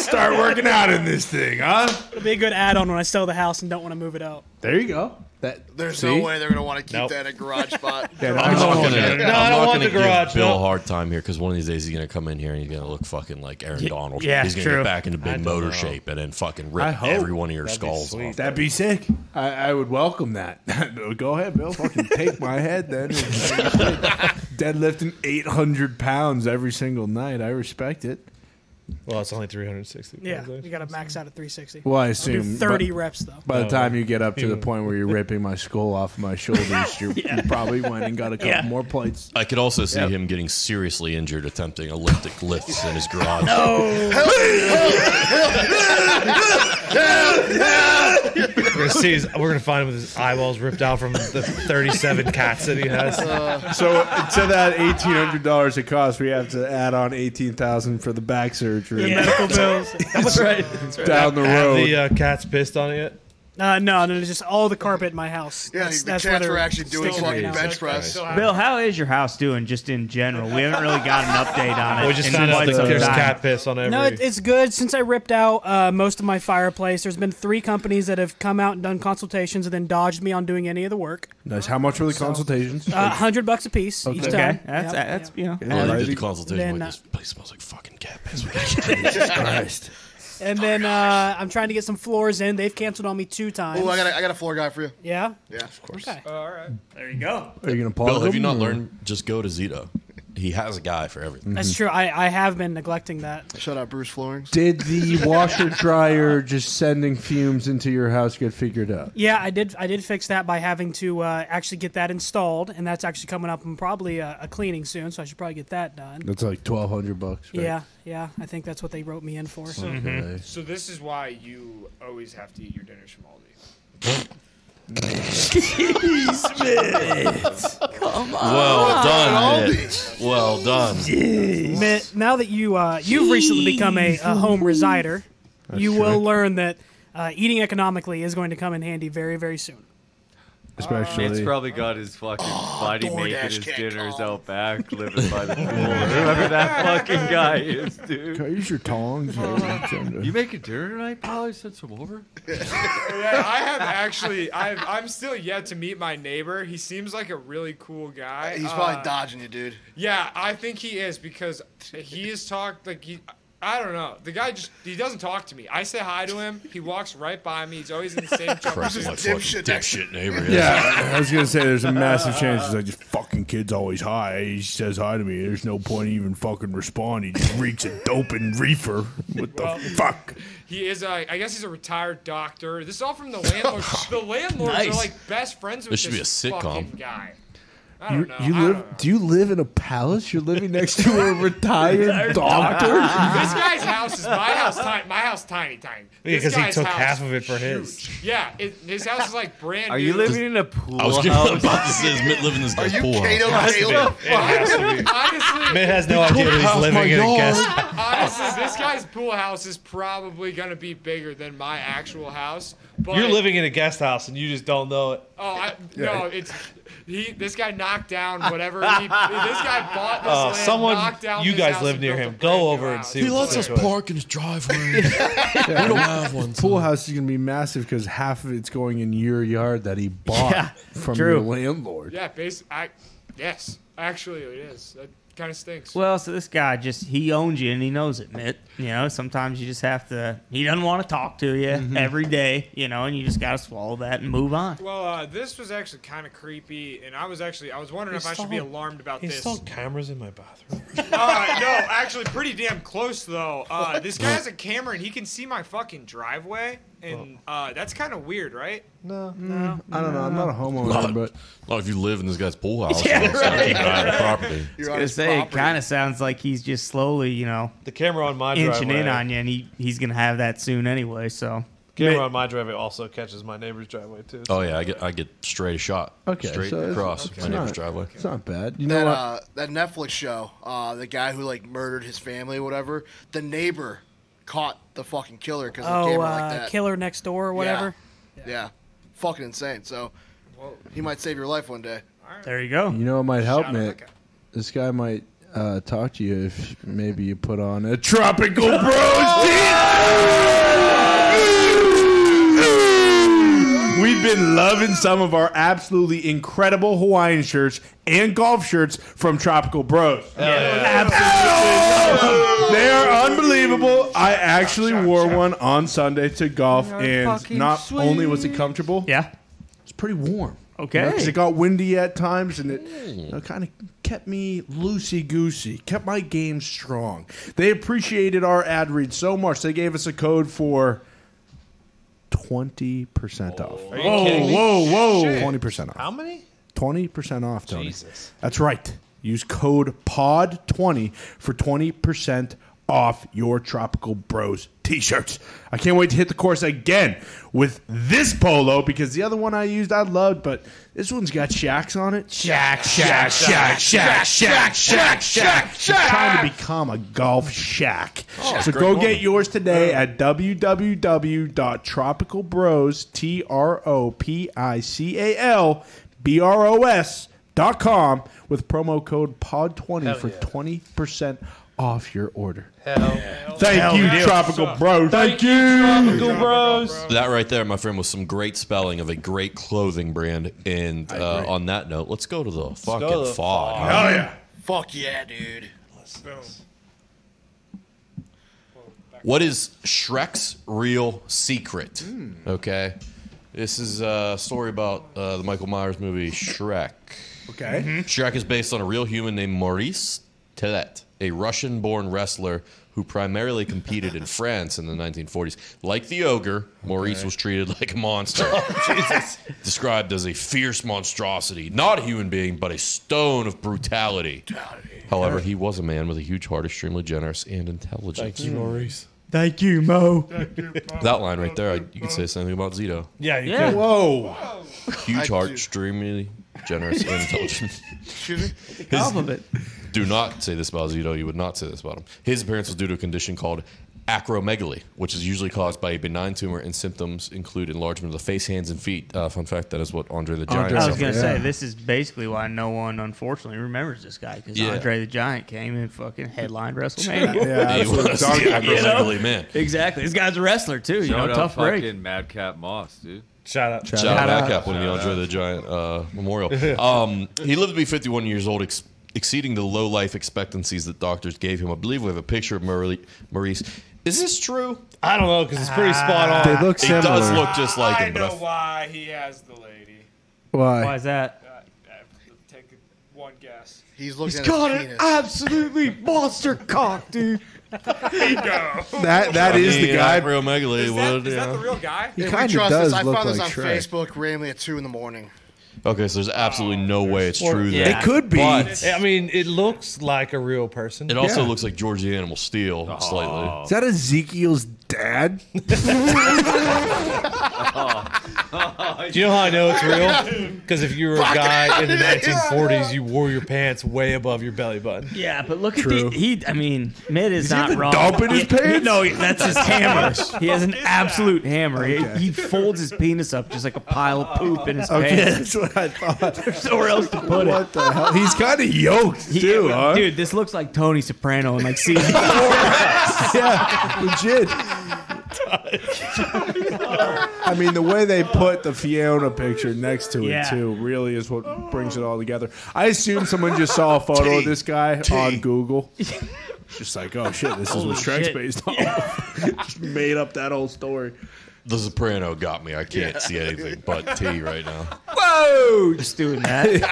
[SPEAKER 4] start working out in this thing, huh?
[SPEAKER 8] It'll be a good add-on when I sell the house and don't want to move it out.
[SPEAKER 4] There you go. That
[SPEAKER 6] There's
[SPEAKER 4] see?
[SPEAKER 6] no way they're going to want to keep
[SPEAKER 5] Nope.
[SPEAKER 6] that in a garage spot.
[SPEAKER 4] Yeah,
[SPEAKER 2] I'm
[SPEAKER 4] no,
[SPEAKER 2] not gonna.
[SPEAKER 5] no, no,
[SPEAKER 2] I'm
[SPEAKER 5] I don't
[SPEAKER 2] not
[SPEAKER 5] want
[SPEAKER 2] gonna
[SPEAKER 5] the garage,
[SPEAKER 2] give Bill
[SPEAKER 5] no.
[SPEAKER 2] a hard time here because one of these days he's gonna come in here and he's gonna look fucking like Aaron Donald.
[SPEAKER 1] yeah,
[SPEAKER 2] he's gonna
[SPEAKER 1] true.
[SPEAKER 2] get back into big motor shape and then fucking
[SPEAKER 4] I
[SPEAKER 2] rip
[SPEAKER 4] hope.
[SPEAKER 2] every one of your
[SPEAKER 5] That'd be
[SPEAKER 2] skulls
[SPEAKER 5] sweet.
[SPEAKER 2] off.
[SPEAKER 4] That'd be sick. I, I would welcome that. Go ahead, Bill. Fucking take my head then. Deadlifting 800 pounds every single night. I respect it.
[SPEAKER 5] Well, it's only 360.
[SPEAKER 8] Yeah,
[SPEAKER 5] pounds,
[SPEAKER 8] you got to max out at 360.
[SPEAKER 4] Well, I
[SPEAKER 8] Do
[SPEAKER 4] assume
[SPEAKER 8] 30
[SPEAKER 4] by,
[SPEAKER 8] reps though.
[SPEAKER 4] by the time you get up to the point where you're ripping my skull off my shoulders, you you probably went and got a couple
[SPEAKER 1] Yeah.
[SPEAKER 4] more plates.
[SPEAKER 2] I could also see him getting seriously injured attempting elliptic lifts in his garage.
[SPEAKER 5] We're gonna, see his- we're gonna find him with his eyeballs ripped out from the 37 cats that he has.
[SPEAKER 4] So to that $1,800 it costs, we have to add on 18000 for the back surgery
[SPEAKER 8] Medical bills.
[SPEAKER 1] That's right.
[SPEAKER 4] down the
[SPEAKER 5] Have
[SPEAKER 4] road.
[SPEAKER 5] the uh, cats pissed on it yet?
[SPEAKER 8] Uh, no, no, it's just all the carpet in my house.
[SPEAKER 6] Yeah,
[SPEAKER 8] That's-
[SPEAKER 6] the
[SPEAKER 8] that's
[SPEAKER 6] cats
[SPEAKER 8] where
[SPEAKER 6] were
[SPEAKER 8] they're
[SPEAKER 6] actually doing
[SPEAKER 8] sticking
[SPEAKER 6] fucking
[SPEAKER 8] right now.
[SPEAKER 6] bench press.
[SPEAKER 1] Bill, how is your house doing just in general? We haven't really got an update on it.
[SPEAKER 5] We just
[SPEAKER 1] in
[SPEAKER 5] found out
[SPEAKER 1] quite
[SPEAKER 5] that
[SPEAKER 1] some
[SPEAKER 5] there's
[SPEAKER 1] time.
[SPEAKER 5] cat piss on every.
[SPEAKER 8] No, it, it's good. Since I ripped out uh, most of my fireplace, there's been three companies that have come out and done consultations and then dodged me on doing any of the work.
[SPEAKER 4] nice. How much were the consultations?
[SPEAKER 8] Uh, hundred bucks a piece each time.
[SPEAKER 1] Okay, that's
[SPEAKER 8] Yep,
[SPEAKER 1] that's
[SPEAKER 8] yep.
[SPEAKER 1] you know.
[SPEAKER 2] Well, they
[SPEAKER 4] Alrighty.
[SPEAKER 2] did the consultation.
[SPEAKER 8] Then,
[SPEAKER 2] like,
[SPEAKER 8] uh,
[SPEAKER 2] this place smells like fucking cat piss. We gotta get rid of this."
[SPEAKER 4] Christ.
[SPEAKER 8] And then uh, I'm trying to get some floors in. They've canceled on me two times.
[SPEAKER 6] Oh, I got, a, I got a floor guy for you.
[SPEAKER 8] yeah.
[SPEAKER 6] Yeah, of course.
[SPEAKER 8] Okay.
[SPEAKER 7] All right.
[SPEAKER 1] There you go.
[SPEAKER 4] Are you going to pause?
[SPEAKER 2] Bill, have you not learned? Just go to Zito. He has a guy for everything.
[SPEAKER 8] That's true. I, I have been neglecting that.
[SPEAKER 6] Shut up, Bruce Floorings.
[SPEAKER 4] Did the washer dryer just sending fumes into your house get figured out?
[SPEAKER 8] Yeah, I did. I did fix that by having to uh, actually get that installed, and that's actually coming up and probably uh, a cleaning soon. So I should probably get that done.
[SPEAKER 4] That's like twelve hundred bucks. right?
[SPEAKER 8] Yeah, yeah. I think that's what they wrote me in for.
[SPEAKER 4] Okay.
[SPEAKER 7] So this is why you always have to eat your dinners from Aldi.
[SPEAKER 2] Well done. Well done.
[SPEAKER 8] Mitt, now that you uh, you've recently become a, a home resider, you will learn that uh, eating economically is going to come in handy very, very soon.
[SPEAKER 4] Especially.
[SPEAKER 3] It's probably got his fucking buddy
[SPEAKER 6] DoorDash
[SPEAKER 3] making his
[SPEAKER 6] can't
[SPEAKER 3] dinners
[SPEAKER 6] call.
[SPEAKER 3] out back, living by the pool. Whoever that fucking guy is, dude. Oh.
[SPEAKER 4] Can I use your tongs?
[SPEAKER 3] You
[SPEAKER 4] Or-
[SPEAKER 3] making dinner tonight, pal? I sent some over.
[SPEAKER 7] Yeah, I have actually. I've, I'm still yet to meet my neighbor. He seems like a really cool guy.
[SPEAKER 6] He's
[SPEAKER 7] Uh,
[SPEAKER 6] probably dodging you, dude.
[SPEAKER 7] Yeah, I think he is because he is talked like he. I don't know. The guy just he doesn't talk to me. I say hi to him. He walks right by me. He's always in the same jumper.
[SPEAKER 2] Christ,
[SPEAKER 7] suit.
[SPEAKER 2] my fucking
[SPEAKER 6] Dipshit next-
[SPEAKER 2] dipshit neighbor. is.
[SPEAKER 4] yeah, I was gonna say there's a massive chance. It's like just fucking kid's always high. He says hi to me. There's no point in even fucking responding. He just reeks a dope and reefer. What the fuck?
[SPEAKER 7] He is a. I guess he's a retired doctor. This is all from the landlords. the landlords are
[SPEAKER 2] Nice.
[SPEAKER 7] like best friends with
[SPEAKER 2] This should be
[SPEAKER 7] this
[SPEAKER 2] a sitcom.
[SPEAKER 7] fucking guy. I
[SPEAKER 4] You,
[SPEAKER 7] don't know.
[SPEAKER 4] you
[SPEAKER 7] I
[SPEAKER 4] live?
[SPEAKER 7] don't know.
[SPEAKER 4] Do you live in a palace? You're living next to a retired doctor.
[SPEAKER 7] Ah. This guy's house is my house. Tiny, my house, tiny, tiny. This
[SPEAKER 5] because he
[SPEAKER 7] guy's
[SPEAKER 5] took
[SPEAKER 7] house-
[SPEAKER 5] half of it for his.
[SPEAKER 7] Yeah, it, his house is like brand.
[SPEAKER 3] Are you
[SPEAKER 7] new.
[SPEAKER 3] living in a pool
[SPEAKER 2] I was
[SPEAKER 3] house?
[SPEAKER 2] gonna- about to say, is Mitt living in this
[SPEAKER 6] Are
[SPEAKER 2] guy's
[SPEAKER 6] you
[SPEAKER 2] pool house?
[SPEAKER 6] Kato Taylor?
[SPEAKER 7] Honestly,
[SPEAKER 5] It has no idea that he's living in a guest.
[SPEAKER 7] honestly, this guy's pool house is probably gonna be bigger than my actual house. But
[SPEAKER 5] You're living in a guest house and you just don't know it.
[SPEAKER 7] Oh I, no! It's he. This guy knocked down whatever. He, this guy bought this
[SPEAKER 5] Uh,
[SPEAKER 7] land,
[SPEAKER 5] someone,
[SPEAKER 7] knocked down
[SPEAKER 5] you
[SPEAKER 7] this
[SPEAKER 5] guys
[SPEAKER 7] house
[SPEAKER 5] live
[SPEAKER 7] and
[SPEAKER 5] near
[SPEAKER 7] built a
[SPEAKER 5] him.
[SPEAKER 7] brand new
[SPEAKER 5] Go over and
[SPEAKER 7] house.
[SPEAKER 5] see.
[SPEAKER 2] He
[SPEAKER 5] what
[SPEAKER 2] lets
[SPEAKER 5] the
[SPEAKER 2] us
[SPEAKER 5] situation-
[SPEAKER 2] park in his driveway. we don't have one.
[SPEAKER 4] pool house is going to be massive because half of it's going in your yard that he bought
[SPEAKER 1] Yeah,
[SPEAKER 4] from
[SPEAKER 1] true.
[SPEAKER 4] your landlord.
[SPEAKER 7] Yeah, base. I yes, actually it is. That kind of stinks.
[SPEAKER 1] Well, so this guy just he owns you and he knows it, Mitt. You know, sometimes you just have to. He doesn't want to talk to you every day, you know, and you just gotta swallow that and move on.
[SPEAKER 7] Well, uh, this was actually kind of creepy, and I was actually I was wondering if I should be alarmed about
[SPEAKER 5] He
[SPEAKER 7] this.
[SPEAKER 5] installed cameras in my bathroom.
[SPEAKER 7] Uh, no, actually, pretty damn close though. Uh, this guy has a camera and he can see my fucking driveway, and uh, that's kind of weird, right?
[SPEAKER 5] No,
[SPEAKER 2] mm.
[SPEAKER 4] I don't know. I'm not a homeowner, but
[SPEAKER 2] Well, if you live in this guy's pool house,
[SPEAKER 1] Yeah,
[SPEAKER 2] you know, it's not keeping an eye on the property.
[SPEAKER 6] You're
[SPEAKER 1] I was gonna say, it kind of sounds like he's just slowly, you know,
[SPEAKER 5] the camera on my
[SPEAKER 1] inching
[SPEAKER 5] driveway.
[SPEAKER 1] in on you, and he, he's gonna have that soon anyway. So
[SPEAKER 5] Camera on my driveway also catches my neighbor's driveway too.
[SPEAKER 2] Oh yeah, I get I get straight shot,
[SPEAKER 4] Okay,
[SPEAKER 2] straight
[SPEAKER 4] so it's-
[SPEAKER 2] across
[SPEAKER 4] okay.
[SPEAKER 2] my neighbor's
[SPEAKER 4] Not-
[SPEAKER 2] driveway.
[SPEAKER 4] it's not bad. You know
[SPEAKER 6] that
[SPEAKER 4] what?
[SPEAKER 6] uh, that Netflix show, uh, the guy who like murdered his family, or whatever. The neighbor caught the fucking killer because the
[SPEAKER 8] Oh,
[SPEAKER 6] camera
[SPEAKER 8] uh,
[SPEAKER 6] like that.
[SPEAKER 8] killer next door or whatever.
[SPEAKER 6] Yeah. Yeah. fucking insane. So he might save your life one day.
[SPEAKER 1] there you go.
[SPEAKER 4] you know what might help,
[SPEAKER 7] Shout out
[SPEAKER 4] man?
[SPEAKER 7] that guy.
[SPEAKER 4] This guy might uh, talk to you if maybe you put on a tropical bros.
[SPEAKER 1] Oh!
[SPEAKER 4] team. We've been loving some of our absolutely incredible Hawaiian shirts and golf shirts from Tropical Bros. They are unbelievable. I actually wore one on Sunday to golf, and not only was it comfortable,
[SPEAKER 1] Yeah.
[SPEAKER 4] it's pretty warm.
[SPEAKER 1] Okay.
[SPEAKER 4] Because it got windy at times and it
[SPEAKER 5] Mm.
[SPEAKER 4] kind of kept me loosey goosey, kept my game strong. They appreciated our ad read so much, they gave us a code for 20% off.
[SPEAKER 5] Are you kidding me?
[SPEAKER 4] whoa, whoa. 20% off.
[SPEAKER 5] How many?
[SPEAKER 4] 20% off, Tony.
[SPEAKER 5] Jesus.
[SPEAKER 4] That's right. Use code POD20 for 20% off your Tropical Bros t shirts. I can't wait to hit the course again with this polo because the other one I used I loved, but this one's got shacks on it. Shack, shack, shack, shack, shack, shack, shack, shack. Trying to become a golf shack. So go get yours today at www.tropicalbros, T R O P I C A L B R O S dot com with promo code POD20 for 20% off your order.
[SPEAKER 5] Hell.
[SPEAKER 4] Thank you, Tropical Bros. Thank you.
[SPEAKER 5] Google Bros.
[SPEAKER 2] That right there, my friend, was some great spelling of a great clothing brand. And uh, on that note, let's go to the fucking
[SPEAKER 5] to the
[SPEAKER 2] fog.
[SPEAKER 5] fog.
[SPEAKER 2] huh?
[SPEAKER 4] Oh, yeah.
[SPEAKER 6] Fuck yeah, dude.
[SPEAKER 2] What is Shrek's real secret?
[SPEAKER 4] Hmm.
[SPEAKER 2] Okay, this is a story about uh, the Michael Myers movie Shrek.
[SPEAKER 4] Okay.
[SPEAKER 2] Shrek is based on a real human named Maurice Telet, a Russian born wrestler who primarily competed in France in the 1940s. Like the ogre, Maurice was treated like a monster. Described as a fierce monstrosity, not a human being, but a stone of brutality. However, he was a man with a huge heart, extremely generous and intelligent.
[SPEAKER 1] Thank you, Mo.
[SPEAKER 2] That line right there, I, you could say something about Zito.
[SPEAKER 5] Yeah, you
[SPEAKER 1] Yeah.
[SPEAKER 5] could.
[SPEAKER 4] Whoa.
[SPEAKER 2] Huge
[SPEAKER 6] I
[SPEAKER 2] heart,
[SPEAKER 6] do.
[SPEAKER 2] extremely generous and intelligent.
[SPEAKER 6] Excuse me.
[SPEAKER 1] Compliment.
[SPEAKER 2] do not say this about Zito. You would not say this about him. His appearance was due to a condition called acromegaly, which is usually caused by a benign tumor, and symptoms include enlargement of the face, hands, and feet. Uh, fun fact: that is what Andre the Giant.
[SPEAKER 4] Andre-
[SPEAKER 1] I
[SPEAKER 2] suffered.
[SPEAKER 1] was gonna
[SPEAKER 4] Yeah.
[SPEAKER 1] say this is basically why no one, unfortunately, remembers this guy because
[SPEAKER 2] Yeah.
[SPEAKER 1] Andre the Giant came and fucking headlined WrestleMania.
[SPEAKER 4] Yeah,
[SPEAKER 2] he was the acromegaly man.
[SPEAKER 1] Exactly. This guy's a wrestler too. You
[SPEAKER 3] Shout
[SPEAKER 1] know,
[SPEAKER 3] out
[SPEAKER 1] tough
[SPEAKER 3] fucking
[SPEAKER 1] break.
[SPEAKER 3] Madcap Moss, dude.
[SPEAKER 5] Shout out.
[SPEAKER 2] Shout out
[SPEAKER 1] Shout out.
[SPEAKER 2] Madcap, one of the Andre the Giant uh, memorial. Um, he lived to be 51 years old, ex- exceeding the low life expectancies that doctors gave him. I believe we have a picture of Marie- Maurice. Is this true?
[SPEAKER 5] I don't know because it's pretty
[SPEAKER 2] Ah.
[SPEAKER 5] spot on.
[SPEAKER 4] They look
[SPEAKER 2] He
[SPEAKER 4] similar.
[SPEAKER 2] does look just like
[SPEAKER 7] I
[SPEAKER 2] him, but I
[SPEAKER 7] know
[SPEAKER 2] f-
[SPEAKER 7] why he has the lady.
[SPEAKER 1] Why
[SPEAKER 4] Why?
[SPEAKER 1] is that?
[SPEAKER 7] Uh, uh, take one guess.
[SPEAKER 6] He's looking at
[SPEAKER 1] Got
[SPEAKER 6] his
[SPEAKER 1] an
[SPEAKER 6] penis.
[SPEAKER 1] absolutely monster cock, dude.
[SPEAKER 4] That, that is the guy.
[SPEAKER 2] Acromegaly
[SPEAKER 7] Is that,
[SPEAKER 2] would.
[SPEAKER 7] is that
[SPEAKER 2] yeah.
[SPEAKER 7] the real guy?
[SPEAKER 4] He
[SPEAKER 6] If we
[SPEAKER 4] kind of
[SPEAKER 6] trust
[SPEAKER 4] does
[SPEAKER 6] this, I
[SPEAKER 4] look
[SPEAKER 6] found this
[SPEAKER 4] like
[SPEAKER 6] on
[SPEAKER 4] Shrek.
[SPEAKER 6] Facebook randomly at two in the morning.
[SPEAKER 2] Okay, so there's absolutely
[SPEAKER 7] Oh,
[SPEAKER 2] no way it's true.
[SPEAKER 1] Yeah.
[SPEAKER 2] That
[SPEAKER 4] It could be.
[SPEAKER 2] But
[SPEAKER 5] I mean, it looks like a real person.
[SPEAKER 2] it also
[SPEAKER 4] Yeah.
[SPEAKER 2] looks like George the Animal Steel
[SPEAKER 7] Oh.
[SPEAKER 2] slightly.
[SPEAKER 4] Is that Ezekiel's dad?
[SPEAKER 5] Do you know how I know it's real? Because if you were a guy in the 1940s, you wore your pants way above your belly button.
[SPEAKER 1] Yeah, but look at the he. I mean, Mid is not
[SPEAKER 4] the
[SPEAKER 1] wrong.
[SPEAKER 4] dump in his
[SPEAKER 1] Yeah,
[SPEAKER 4] pants?
[SPEAKER 1] No, that's his hammer. He has an absolute hammer. He- He, folds his penis up just like a pile of poop in his pants.
[SPEAKER 4] That's what I thought.
[SPEAKER 1] Nowhere else to put it.
[SPEAKER 4] what the hell? He's kind of yoked
[SPEAKER 1] He-
[SPEAKER 4] too, huh?
[SPEAKER 1] Dude, this looks like Tony Soprano in like season
[SPEAKER 4] yeah, legit. I mean, the way they put the Fiona picture next to
[SPEAKER 1] Yeah.
[SPEAKER 4] it too really is what brings it all together. I assume someone just saw a photo of this guy on Google. Just like, oh shit, this is what Shrek's
[SPEAKER 1] shit.
[SPEAKER 4] based on. just made up that whole story.
[SPEAKER 2] The Soprano got me. I can't see anything but T right now.
[SPEAKER 4] Whoa!
[SPEAKER 1] just doing that.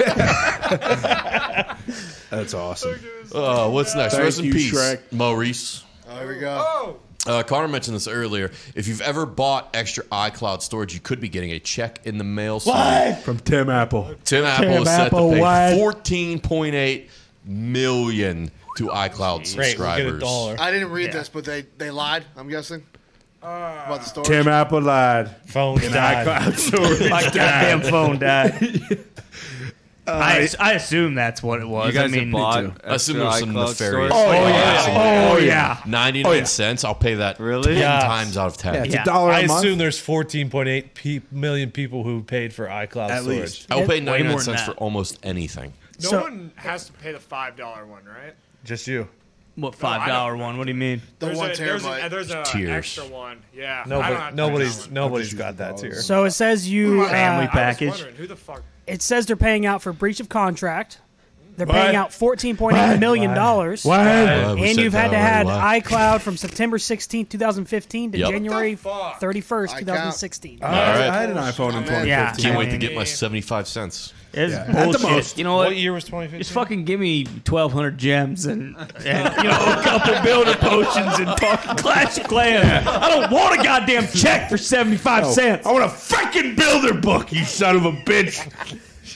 [SPEAKER 4] That's awesome.
[SPEAKER 2] Uh, what's next?
[SPEAKER 4] Thank
[SPEAKER 2] Rest in
[SPEAKER 4] you,
[SPEAKER 2] peace,
[SPEAKER 4] Shrek.
[SPEAKER 2] Maurice.
[SPEAKER 6] Oh, here we go.
[SPEAKER 7] Oh,
[SPEAKER 2] Uh, Connor mentioned this earlier. If you've ever bought extra iCloud storage, you could be getting a check in the mail. soon.
[SPEAKER 4] From Tim Apple.
[SPEAKER 2] Tim Apple is set
[SPEAKER 1] Apple,
[SPEAKER 2] to pay
[SPEAKER 1] what?
[SPEAKER 2] 14.8 million to iCloud
[SPEAKER 5] Great, we get a
[SPEAKER 2] subscribers.
[SPEAKER 5] dollar.
[SPEAKER 6] I didn't read this, but they, they lied, I'm guessing.
[SPEAKER 7] Uh,
[SPEAKER 6] about the story.
[SPEAKER 4] Tim Apple lied.
[SPEAKER 5] Phone died.
[SPEAKER 1] My goddamn phone died. I, I assume that's what it was.
[SPEAKER 3] You guys
[SPEAKER 1] I mean,
[SPEAKER 3] have bought
[SPEAKER 4] too.
[SPEAKER 2] I assume
[SPEAKER 3] extra
[SPEAKER 2] there's some
[SPEAKER 3] iCloud storage?
[SPEAKER 2] nefarious- Oh,
[SPEAKER 1] yeah. Oh, yeah.
[SPEAKER 2] 99 cents. I'll pay that
[SPEAKER 3] Really?
[SPEAKER 2] 10
[SPEAKER 5] Yeah.
[SPEAKER 2] times out of 10.
[SPEAKER 4] Yeah, it's
[SPEAKER 1] Yeah.
[SPEAKER 4] a dollar a
[SPEAKER 5] I
[SPEAKER 4] month.
[SPEAKER 5] assume there's 14.8 pe- million people who paid for iCloud
[SPEAKER 4] At
[SPEAKER 5] storage.
[SPEAKER 4] least.
[SPEAKER 2] I'll pay
[SPEAKER 1] Way more
[SPEAKER 2] 99
[SPEAKER 1] than
[SPEAKER 2] cents
[SPEAKER 1] that.
[SPEAKER 2] for almost anything.
[SPEAKER 7] no
[SPEAKER 8] So-
[SPEAKER 7] one has to pay the five dollar one, right?
[SPEAKER 5] Just you.
[SPEAKER 1] What five dollar one? What do you mean?
[SPEAKER 6] the
[SPEAKER 7] There's
[SPEAKER 6] one
[SPEAKER 7] a, there's, a,
[SPEAKER 6] terabyte.
[SPEAKER 7] there's a
[SPEAKER 2] Tears.
[SPEAKER 7] extra one. Yeah. I don't have
[SPEAKER 5] Nobody,
[SPEAKER 7] to
[SPEAKER 5] nobody's
[SPEAKER 7] pay that one.
[SPEAKER 5] nobody's got that tier.
[SPEAKER 8] So it says you.
[SPEAKER 1] Family
[SPEAKER 7] I was
[SPEAKER 8] Uh,
[SPEAKER 1] package.
[SPEAKER 7] wondering, Who the fuck?
[SPEAKER 8] it says they're paying out for breach of contract. They're
[SPEAKER 4] What?
[SPEAKER 8] paying out fourteen point eight million dollars.
[SPEAKER 4] Why?
[SPEAKER 2] Uh, we
[SPEAKER 8] And
[SPEAKER 2] said
[SPEAKER 8] you've had to
[SPEAKER 2] that
[SPEAKER 8] had
[SPEAKER 2] already. Wow.
[SPEAKER 8] iCloud from September sixteenth, two 2015 to
[SPEAKER 2] Yep.
[SPEAKER 8] January
[SPEAKER 7] What the fuck?
[SPEAKER 8] 31st,
[SPEAKER 6] I
[SPEAKER 8] 2016.
[SPEAKER 4] I,
[SPEAKER 2] right.
[SPEAKER 4] I had an iPhone in 2015.
[SPEAKER 1] Yeah.
[SPEAKER 2] Can't wait
[SPEAKER 1] I
[SPEAKER 2] to
[SPEAKER 1] mean-
[SPEAKER 2] get my 75 cents.
[SPEAKER 1] It's
[SPEAKER 4] Yeah. At the
[SPEAKER 1] bullshit.
[SPEAKER 4] most.
[SPEAKER 1] You know
[SPEAKER 5] What
[SPEAKER 1] what?
[SPEAKER 5] year was
[SPEAKER 1] Just
[SPEAKER 5] 2015?
[SPEAKER 1] fucking give me twelve hundred gems and, and you know a couple builder potions and fucking Clash of Clans. I don't want a goddamn check for seventy five cents.
[SPEAKER 4] I want a freaking builder book, you son of a bitch.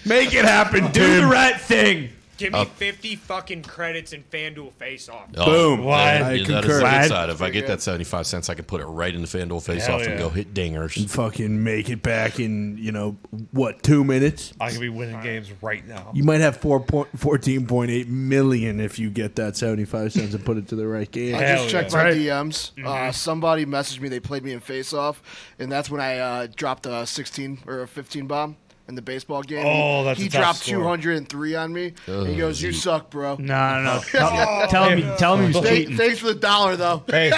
[SPEAKER 4] Make it happen,
[SPEAKER 1] Do the
[SPEAKER 4] dude.
[SPEAKER 1] right thing.
[SPEAKER 7] Give me fifty fucking credits in FanDuel face off.
[SPEAKER 2] Oh,
[SPEAKER 4] Boom.
[SPEAKER 2] that-
[SPEAKER 4] I
[SPEAKER 2] that is
[SPEAKER 4] concur.
[SPEAKER 2] the good
[SPEAKER 4] Right.
[SPEAKER 2] side. If I
[SPEAKER 6] Pretty
[SPEAKER 2] get
[SPEAKER 6] good.
[SPEAKER 2] that 75 cents, I can put it right in the FanDuel face
[SPEAKER 5] Hell
[SPEAKER 2] off and
[SPEAKER 5] yeah.
[SPEAKER 2] go hit dingers.
[SPEAKER 4] Fucking make it back in, you know, what, two minutes?
[SPEAKER 5] I could be winning games right now.
[SPEAKER 4] You might have four point fourteen point eight million if you get that 75 cents and put it to the right game.
[SPEAKER 6] I
[SPEAKER 5] Hell
[SPEAKER 6] just checked
[SPEAKER 5] yeah.
[SPEAKER 6] my DMs. Uh, somebody messaged me. They played me in Face Off, and that's when I uh, dropped a 16 or a 15 bomb in the baseball game.
[SPEAKER 5] Oh,
[SPEAKER 6] He-
[SPEAKER 5] that's
[SPEAKER 6] he
[SPEAKER 5] a tough
[SPEAKER 6] dropped
[SPEAKER 5] score.
[SPEAKER 6] 203 on me. he goes, "You suck, bro."
[SPEAKER 1] No, no, no. Tell, tell him, tell him he's
[SPEAKER 6] Hey,
[SPEAKER 1] cheating.
[SPEAKER 6] thanks for the dollar, though.
[SPEAKER 5] Hey,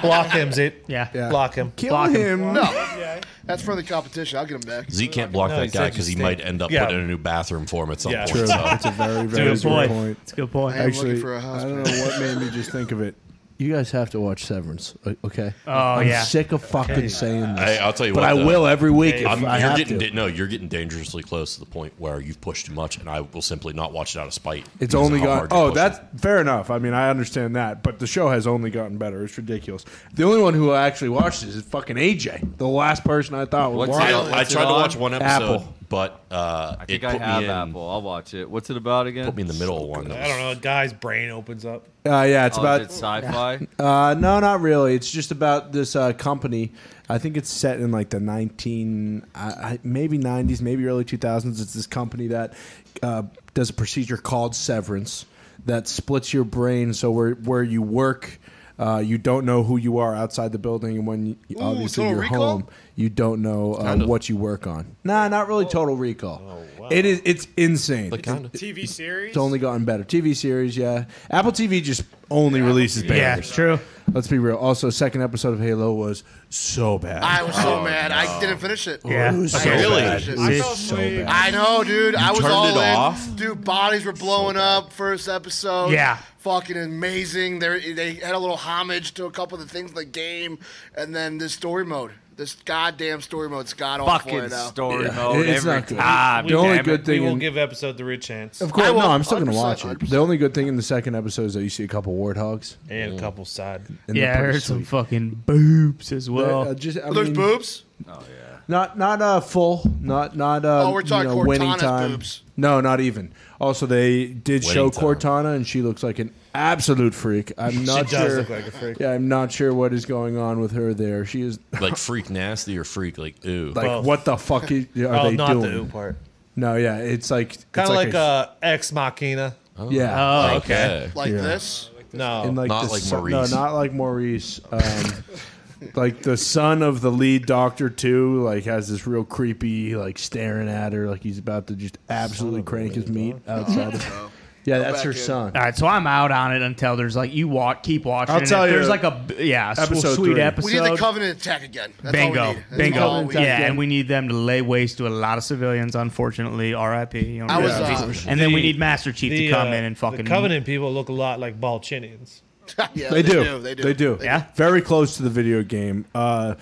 [SPEAKER 5] block him, Zit.
[SPEAKER 1] Yeah.
[SPEAKER 4] Yeah.
[SPEAKER 5] Block him.
[SPEAKER 4] Kill
[SPEAKER 1] Block him.
[SPEAKER 4] him.
[SPEAKER 6] No, that's for the competition. I'll get him back.
[SPEAKER 2] Z can't block
[SPEAKER 5] No, he
[SPEAKER 2] that guy
[SPEAKER 5] said
[SPEAKER 2] because he
[SPEAKER 5] just
[SPEAKER 2] might
[SPEAKER 5] stay-
[SPEAKER 2] end up
[SPEAKER 5] Yeah.
[SPEAKER 2] putting in a new bathroom for him at some
[SPEAKER 5] Yeah.
[SPEAKER 2] point. So.
[SPEAKER 4] True. That's a very, very
[SPEAKER 1] Good
[SPEAKER 4] good
[SPEAKER 1] point.
[SPEAKER 4] point.
[SPEAKER 1] It's a good point.
[SPEAKER 6] I am
[SPEAKER 4] Actually,
[SPEAKER 6] looking for a
[SPEAKER 4] I don't
[SPEAKER 6] husband.
[SPEAKER 4] know what made me just think of it. You guys have to watch Severance, o- okay? Oh, I'm
[SPEAKER 1] yeah.
[SPEAKER 4] sick of fucking saying this.
[SPEAKER 2] Hey, I'll tell you
[SPEAKER 4] but
[SPEAKER 2] what.
[SPEAKER 4] I
[SPEAKER 2] though.
[SPEAKER 4] will every week if
[SPEAKER 2] I'm,
[SPEAKER 4] I
[SPEAKER 2] you're
[SPEAKER 4] have
[SPEAKER 2] getting
[SPEAKER 4] to.
[SPEAKER 2] da- no, you're getting dangerously close to the point where you've pushed too much, and I will simply not watch it out of spite.
[SPEAKER 4] It's
[SPEAKER 2] because of
[SPEAKER 4] only
[SPEAKER 2] how
[SPEAKER 4] gotten.
[SPEAKER 2] hard you're
[SPEAKER 4] Oh,
[SPEAKER 2] pushing.
[SPEAKER 4] that's fair enough. I mean, I understand that, but the show has only gotten better. It's ridiculous. The only one who actually watched this is fucking AJ, the last person I thought was
[SPEAKER 3] What's
[SPEAKER 2] I,
[SPEAKER 4] watching.
[SPEAKER 3] it?
[SPEAKER 2] I
[SPEAKER 3] What's
[SPEAKER 2] tried to
[SPEAKER 3] on?
[SPEAKER 2] watch one episode,
[SPEAKER 4] Apple.
[SPEAKER 2] but uh,
[SPEAKER 3] I
[SPEAKER 2] it
[SPEAKER 3] think I
[SPEAKER 2] put
[SPEAKER 3] have
[SPEAKER 2] me in,
[SPEAKER 3] Apple. I'll watch it. What's it about again?
[SPEAKER 2] put me in the middle of one. that
[SPEAKER 5] I don't know. A guy's brain opens up.
[SPEAKER 4] Uh, yeah, it's
[SPEAKER 3] Oh,
[SPEAKER 4] about.
[SPEAKER 3] is it sci-fi.
[SPEAKER 4] uh, no, not really. It's just about this uh, company. I think it's set in like the nineteen, I, I, maybe nineties, maybe early two thousands. It's this company that uh, does a procedure called severance that splits your brain so where where you work. Uh, you don't know who you are outside the building, and when you, obviously
[SPEAKER 6] Total
[SPEAKER 4] you're
[SPEAKER 6] Recall?
[SPEAKER 4] home, you don't know uh,
[SPEAKER 2] Kinda.
[SPEAKER 4] what you work on. Nah, not
[SPEAKER 6] Oh.
[SPEAKER 4] really. Total Recall. It is. It's insane.
[SPEAKER 2] Like, kinda.
[SPEAKER 7] TV series.
[SPEAKER 4] It's only gotten better. TV series, yeah. Apple TV just only releases bangers.
[SPEAKER 1] Yeah, it's true.
[SPEAKER 4] Let's be real. Also, second episode of Halo was so bad.
[SPEAKER 6] I was so
[SPEAKER 4] Oh,
[SPEAKER 2] Oh,
[SPEAKER 6] mad. I didn't finish it.
[SPEAKER 1] Yeah.
[SPEAKER 4] It was
[SPEAKER 1] Okay.
[SPEAKER 4] so
[SPEAKER 2] Really?
[SPEAKER 4] bad. It was
[SPEAKER 7] I fell
[SPEAKER 4] so
[SPEAKER 7] asleep.
[SPEAKER 4] bad.
[SPEAKER 6] I know, dude. I was
[SPEAKER 2] turned
[SPEAKER 6] all
[SPEAKER 2] it
[SPEAKER 6] in.
[SPEAKER 2] off?
[SPEAKER 6] Dude, bodies were blowing up. First episode.
[SPEAKER 1] Yeah.
[SPEAKER 6] Fucking amazing. They they had a little homage to a couple of the things in the game, and then this story mode. This goddamn story mode's god awful
[SPEAKER 3] Fucking
[SPEAKER 6] right now.
[SPEAKER 3] story mode
[SPEAKER 4] It's
[SPEAKER 3] every
[SPEAKER 4] not good.
[SPEAKER 5] Ah,
[SPEAKER 3] time.
[SPEAKER 4] The only
[SPEAKER 3] damn
[SPEAKER 4] good
[SPEAKER 3] it.
[SPEAKER 4] thing,
[SPEAKER 5] We will
[SPEAKER 4] in-
[SPEAKER 5] give episode three a chance.
[SPEAKER 4] of course,
[SPEAKER 6] I will,
[SPEAKER 4] no, I'm still gonna watch
[SPEAKER 6] 100%,
[SPEAKER 4] it. The only good thing in the second episode is that you see a couple warthogs.
[SPEAKER 5] And a couple side.
[SPEAKER 4] And
[SPEAKER 1] Yeah, I
[SPEAKER 4] they're pretty
[SPEAKER 1] heard some
[SPEAKER 4] sweet.
[SPEAKER 1] fucking boobs as
[SPEAKER 4] They're,
[SPEAKER 1] well.
[SPEAKER 4] uh, just, I
[SPEAKER 6] There's
[SPEAKER 4] mean,
[SPEAKER 6] boobs.
[SPEAKER 3] Oh yeah.
[SPEAKER 4] Not not uh, full. Not not uh,
[SPEAKER 6] Oh, we're talking
[SPEAKER 4] you know, winning
[SPEAKER 6] Cortana's
[SPEAKER 4] time.
[SPEAKER 6] boobs.
[SPEAKER 4] No, not even. Also, they did
[SPEAKER 2] Winning
[SPEAKER 4] show
[SPEAKER 2] time.
[SPEAKER 4] Cortana, and she looks like an absolute freak. I'm not
[SPEAKER 5] does
[SPEAKER 4] sure.
[SPEAKER 5] look like a freak.
[SPEAKER 4] Yeah, I'm not sure what is going on with her there. She is
[SPEAKER 2] Like freak nasty or freak like ooh.
[SPEAKER 4] like,
[SPEAKER 5] Both.
[SPEAKER 4] what the fuck is, are
[SPEAKER 5] Oh,
[SPEAKER 4] they
[SPEAKER 5] not the ooh
[SPEAKER 4] doing?
[SPEAKER 5] part.
[SPEAKER 4] no, yeah, it's like
[SPEAKER 5] Kind of like,
[SPEAKER 4] a,
[SPEAKER 5] uh, Ex Machina.
[SPEAKER 4] yeah.
[SPEAKER 2] oh,
[SPEAKER 5] okay.
[SPEAKER 6] like
[SPEAKER 4] Yeah.
[SPEAKER 6] this.
[SPEAKER 5] No.
[SPEAKER 4] and like
[SPEAKER 2] Not
[SPEAKER 4] the
[SPEAKER 2] like
[SPEAKER 4] son-
[SPEAKER 2] Maurice.
[SPEAKER 4] No, not like Maurice. Um, like the son of the lead doctor too. Like has this real creepy, like staring at her, like he's about to just absolutely crank his meat outside.
[SPEAKER 6] Oh.
[SPEAKER 4] of Yeah, that's
[SPEAKER 6] back
[SPEAKER 4] her
[SPEAKER 6] in.
[SPEAKER 4] son.
[SPEAKER 1] All right, so I'm out on it until there's like you walk, keep watching.
[SPEAKER 4] I'll
[SPEAKER 1] and
[SPEAKER 4] tell
[SPEAKER 1] if
[SPEAKER 4] you,
[SPEAKER 1] There's like a b- yeah, a
[SPEAKER 4] episode
[SPEAKER 1] sweet
[SPEAKER 4] three.
[SPEAKER 1] episode.
[SPEAKER 6] We need the Covenant attack again. That's all we
[SPEAKER 1] Bingo,
[SPEAKER 6] need. That's all
[SPEAKER 1] bingo.
[SPEAKER 6] we
[SPEAKER 1] Yeah,
[SPEAKER 6] need.
[SPEAKER 1] and we need them to lay waste to a lot of civilians. Unfortunately, R.I.P. You know,
[SPEAKER 6] I was,
[SPEAKER 1] rest in
[SPEAKER 6] uh,
[SPEAKER 1] peace. and then we need Master Chief to
[SPEAKER 4] uh,
[SPEAKER 1] come in and fucking
[SPEAKER 5] the Covenant people look a lot like Balchinians.
[SPEAKER 6] Yeah,
[SPEAKER 4] they, do.
[SPEAKER 6] They do.
[SPEAKER 4] They do.
[SPEAKER 1] Yeah.
[SPEAKER 4] Very close to the video game. Uh,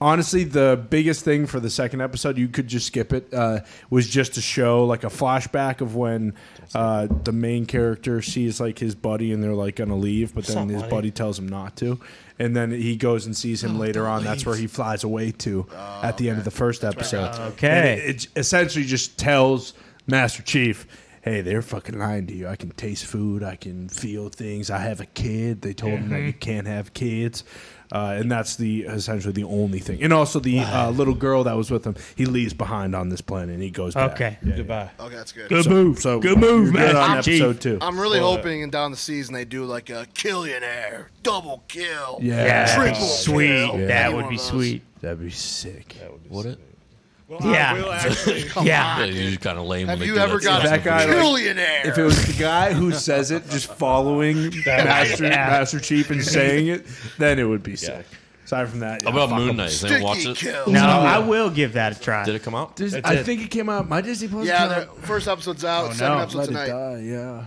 [SPEAKER 4] honestly, the biggest thing for the second episode, you could just skip it, uh, was just to show like a flashback of when uh, the main character sees like his buddy and they're like going to leave, but then
[SPEAKER 5] not
[SPEAKER 4] his
[SPEAKER 5] funny.
[SPEAKER 4] buddy tells him not to. And then he goes and sees him later on. That's where he flies away to at the end of the first episode.
[SPEAKER 1] Okay.
[SPEAKER 4] And It, it essentially just tells Master Chief, "Hey, they're fucking lying to you. I can taste food. I can feel things. I have a kid. They told me that
[SPEAKER 1] Mm-hmm.
[SPEAKER 4] you can't have kids." Uh, and that's the essentially the only thing. And also the uh, little girl that was with him, he leaves behind on this planet and he goes back.
[SPEAKER 1] Okay.
[SPEAKER 4] Yeah, yeah.
[SPEAKER 5] Goodbye.
[SPEAKER 6] Okay, Oh, that's good.
[SPEAKER 1] Good
[SPEAKER 4] So-
[SPEAKER 1] move.
[SPEAKER 4] So
[SPEAKER 1] good move,
[SPEAKER 4] you're good on
[SPEAKER 1] Master Chief.
[SPEAKER 4] episode two.
[SPEAKER 6] I'm really hoping and down the season they do like a killionaire, double kill.
[SPEAKER 4] Yeah.
[SPEAKER 1] Yeah,
[SPEAKER 6] Triple
[SPEAKER 1] sweet.
[SPEAKER 6] kill.
[SPEAKER 1] That
[SPEAKER 6] Any
[SPEAKER 1] would
[SPEAKER 6] one
[SPEAKER 1] be
[SPEAKER 6] of those.
[SPEAKER 1] sweet.
[SPEAKER 4] That'd be sick.
[SPEAKER 2] Would it?
[SPEAKER 7] Well, I
[SPEAKER 1] Yeah.
[SPEAKER 7] will actually.
[SPEAKER 6] Come
[SPEAKER 1] Yeah.
[SPEAKER 6] on,
[SPEAKER 2] Yeah,
[SPEAKER 6] dude.
[SPEAKER 2] you just kind of lame.
[SPEAKER 6] Have
[SPEAKER 2] when
[SPEAKER 6] you
[SPEAKER 2] they do
[SPEAKER 6] ever
[SPEAKER 2] that
[SPEAKER 6] got
[SPEAKER 2] stuff.
[SPEAKER 4] That
[SPEAKER 6] a
[SPEAKER 4] guy, like,
[SPEAKER 6] trillionaire?
[SPEAKER 4] If it was the guy who says it, just following Master,
[SPEAKER 1] Yeah.
[SPEAKER 4] Master Chief and saying it, then it would be sick. Aside from that,
[SPEAKER 2] How
[SPEAKER 4] yeah,
[SPEAKER 2] about
[SPEAKER 4] fuck
[SPEAKER 2] Moon
[SPEAKER 4] 'em.
[SPEAKER 2] Knight? Did anyone
[SPEAKER 6] Sticky
[SPEAKER 2] watch it?
[SPEAKER 6] kill.
[SPEAKER 1] No, I will give that a try.
[SPEAKER 2] Did it come out?
[SPEAKER 4] There's-
[SPEAKER 5] That's
[SPEAKER 4] I
[SPEAKER 5] it.
[SPEAKER 4] think it came out. My Disney Plus.
[SPEAKER 6] Yeah,
[SPEAKER 4] came
[SPEAKER 6] the
[SPEAKER 4] out.
[SPEAKER 6] first episode's out. second
[SPEAKER 1] no.
[SPEAKER 6] episode
[SPEAKER 4] let it
[SPEAKER 6] tonight.
[SPEAKER 4] die. Yeah.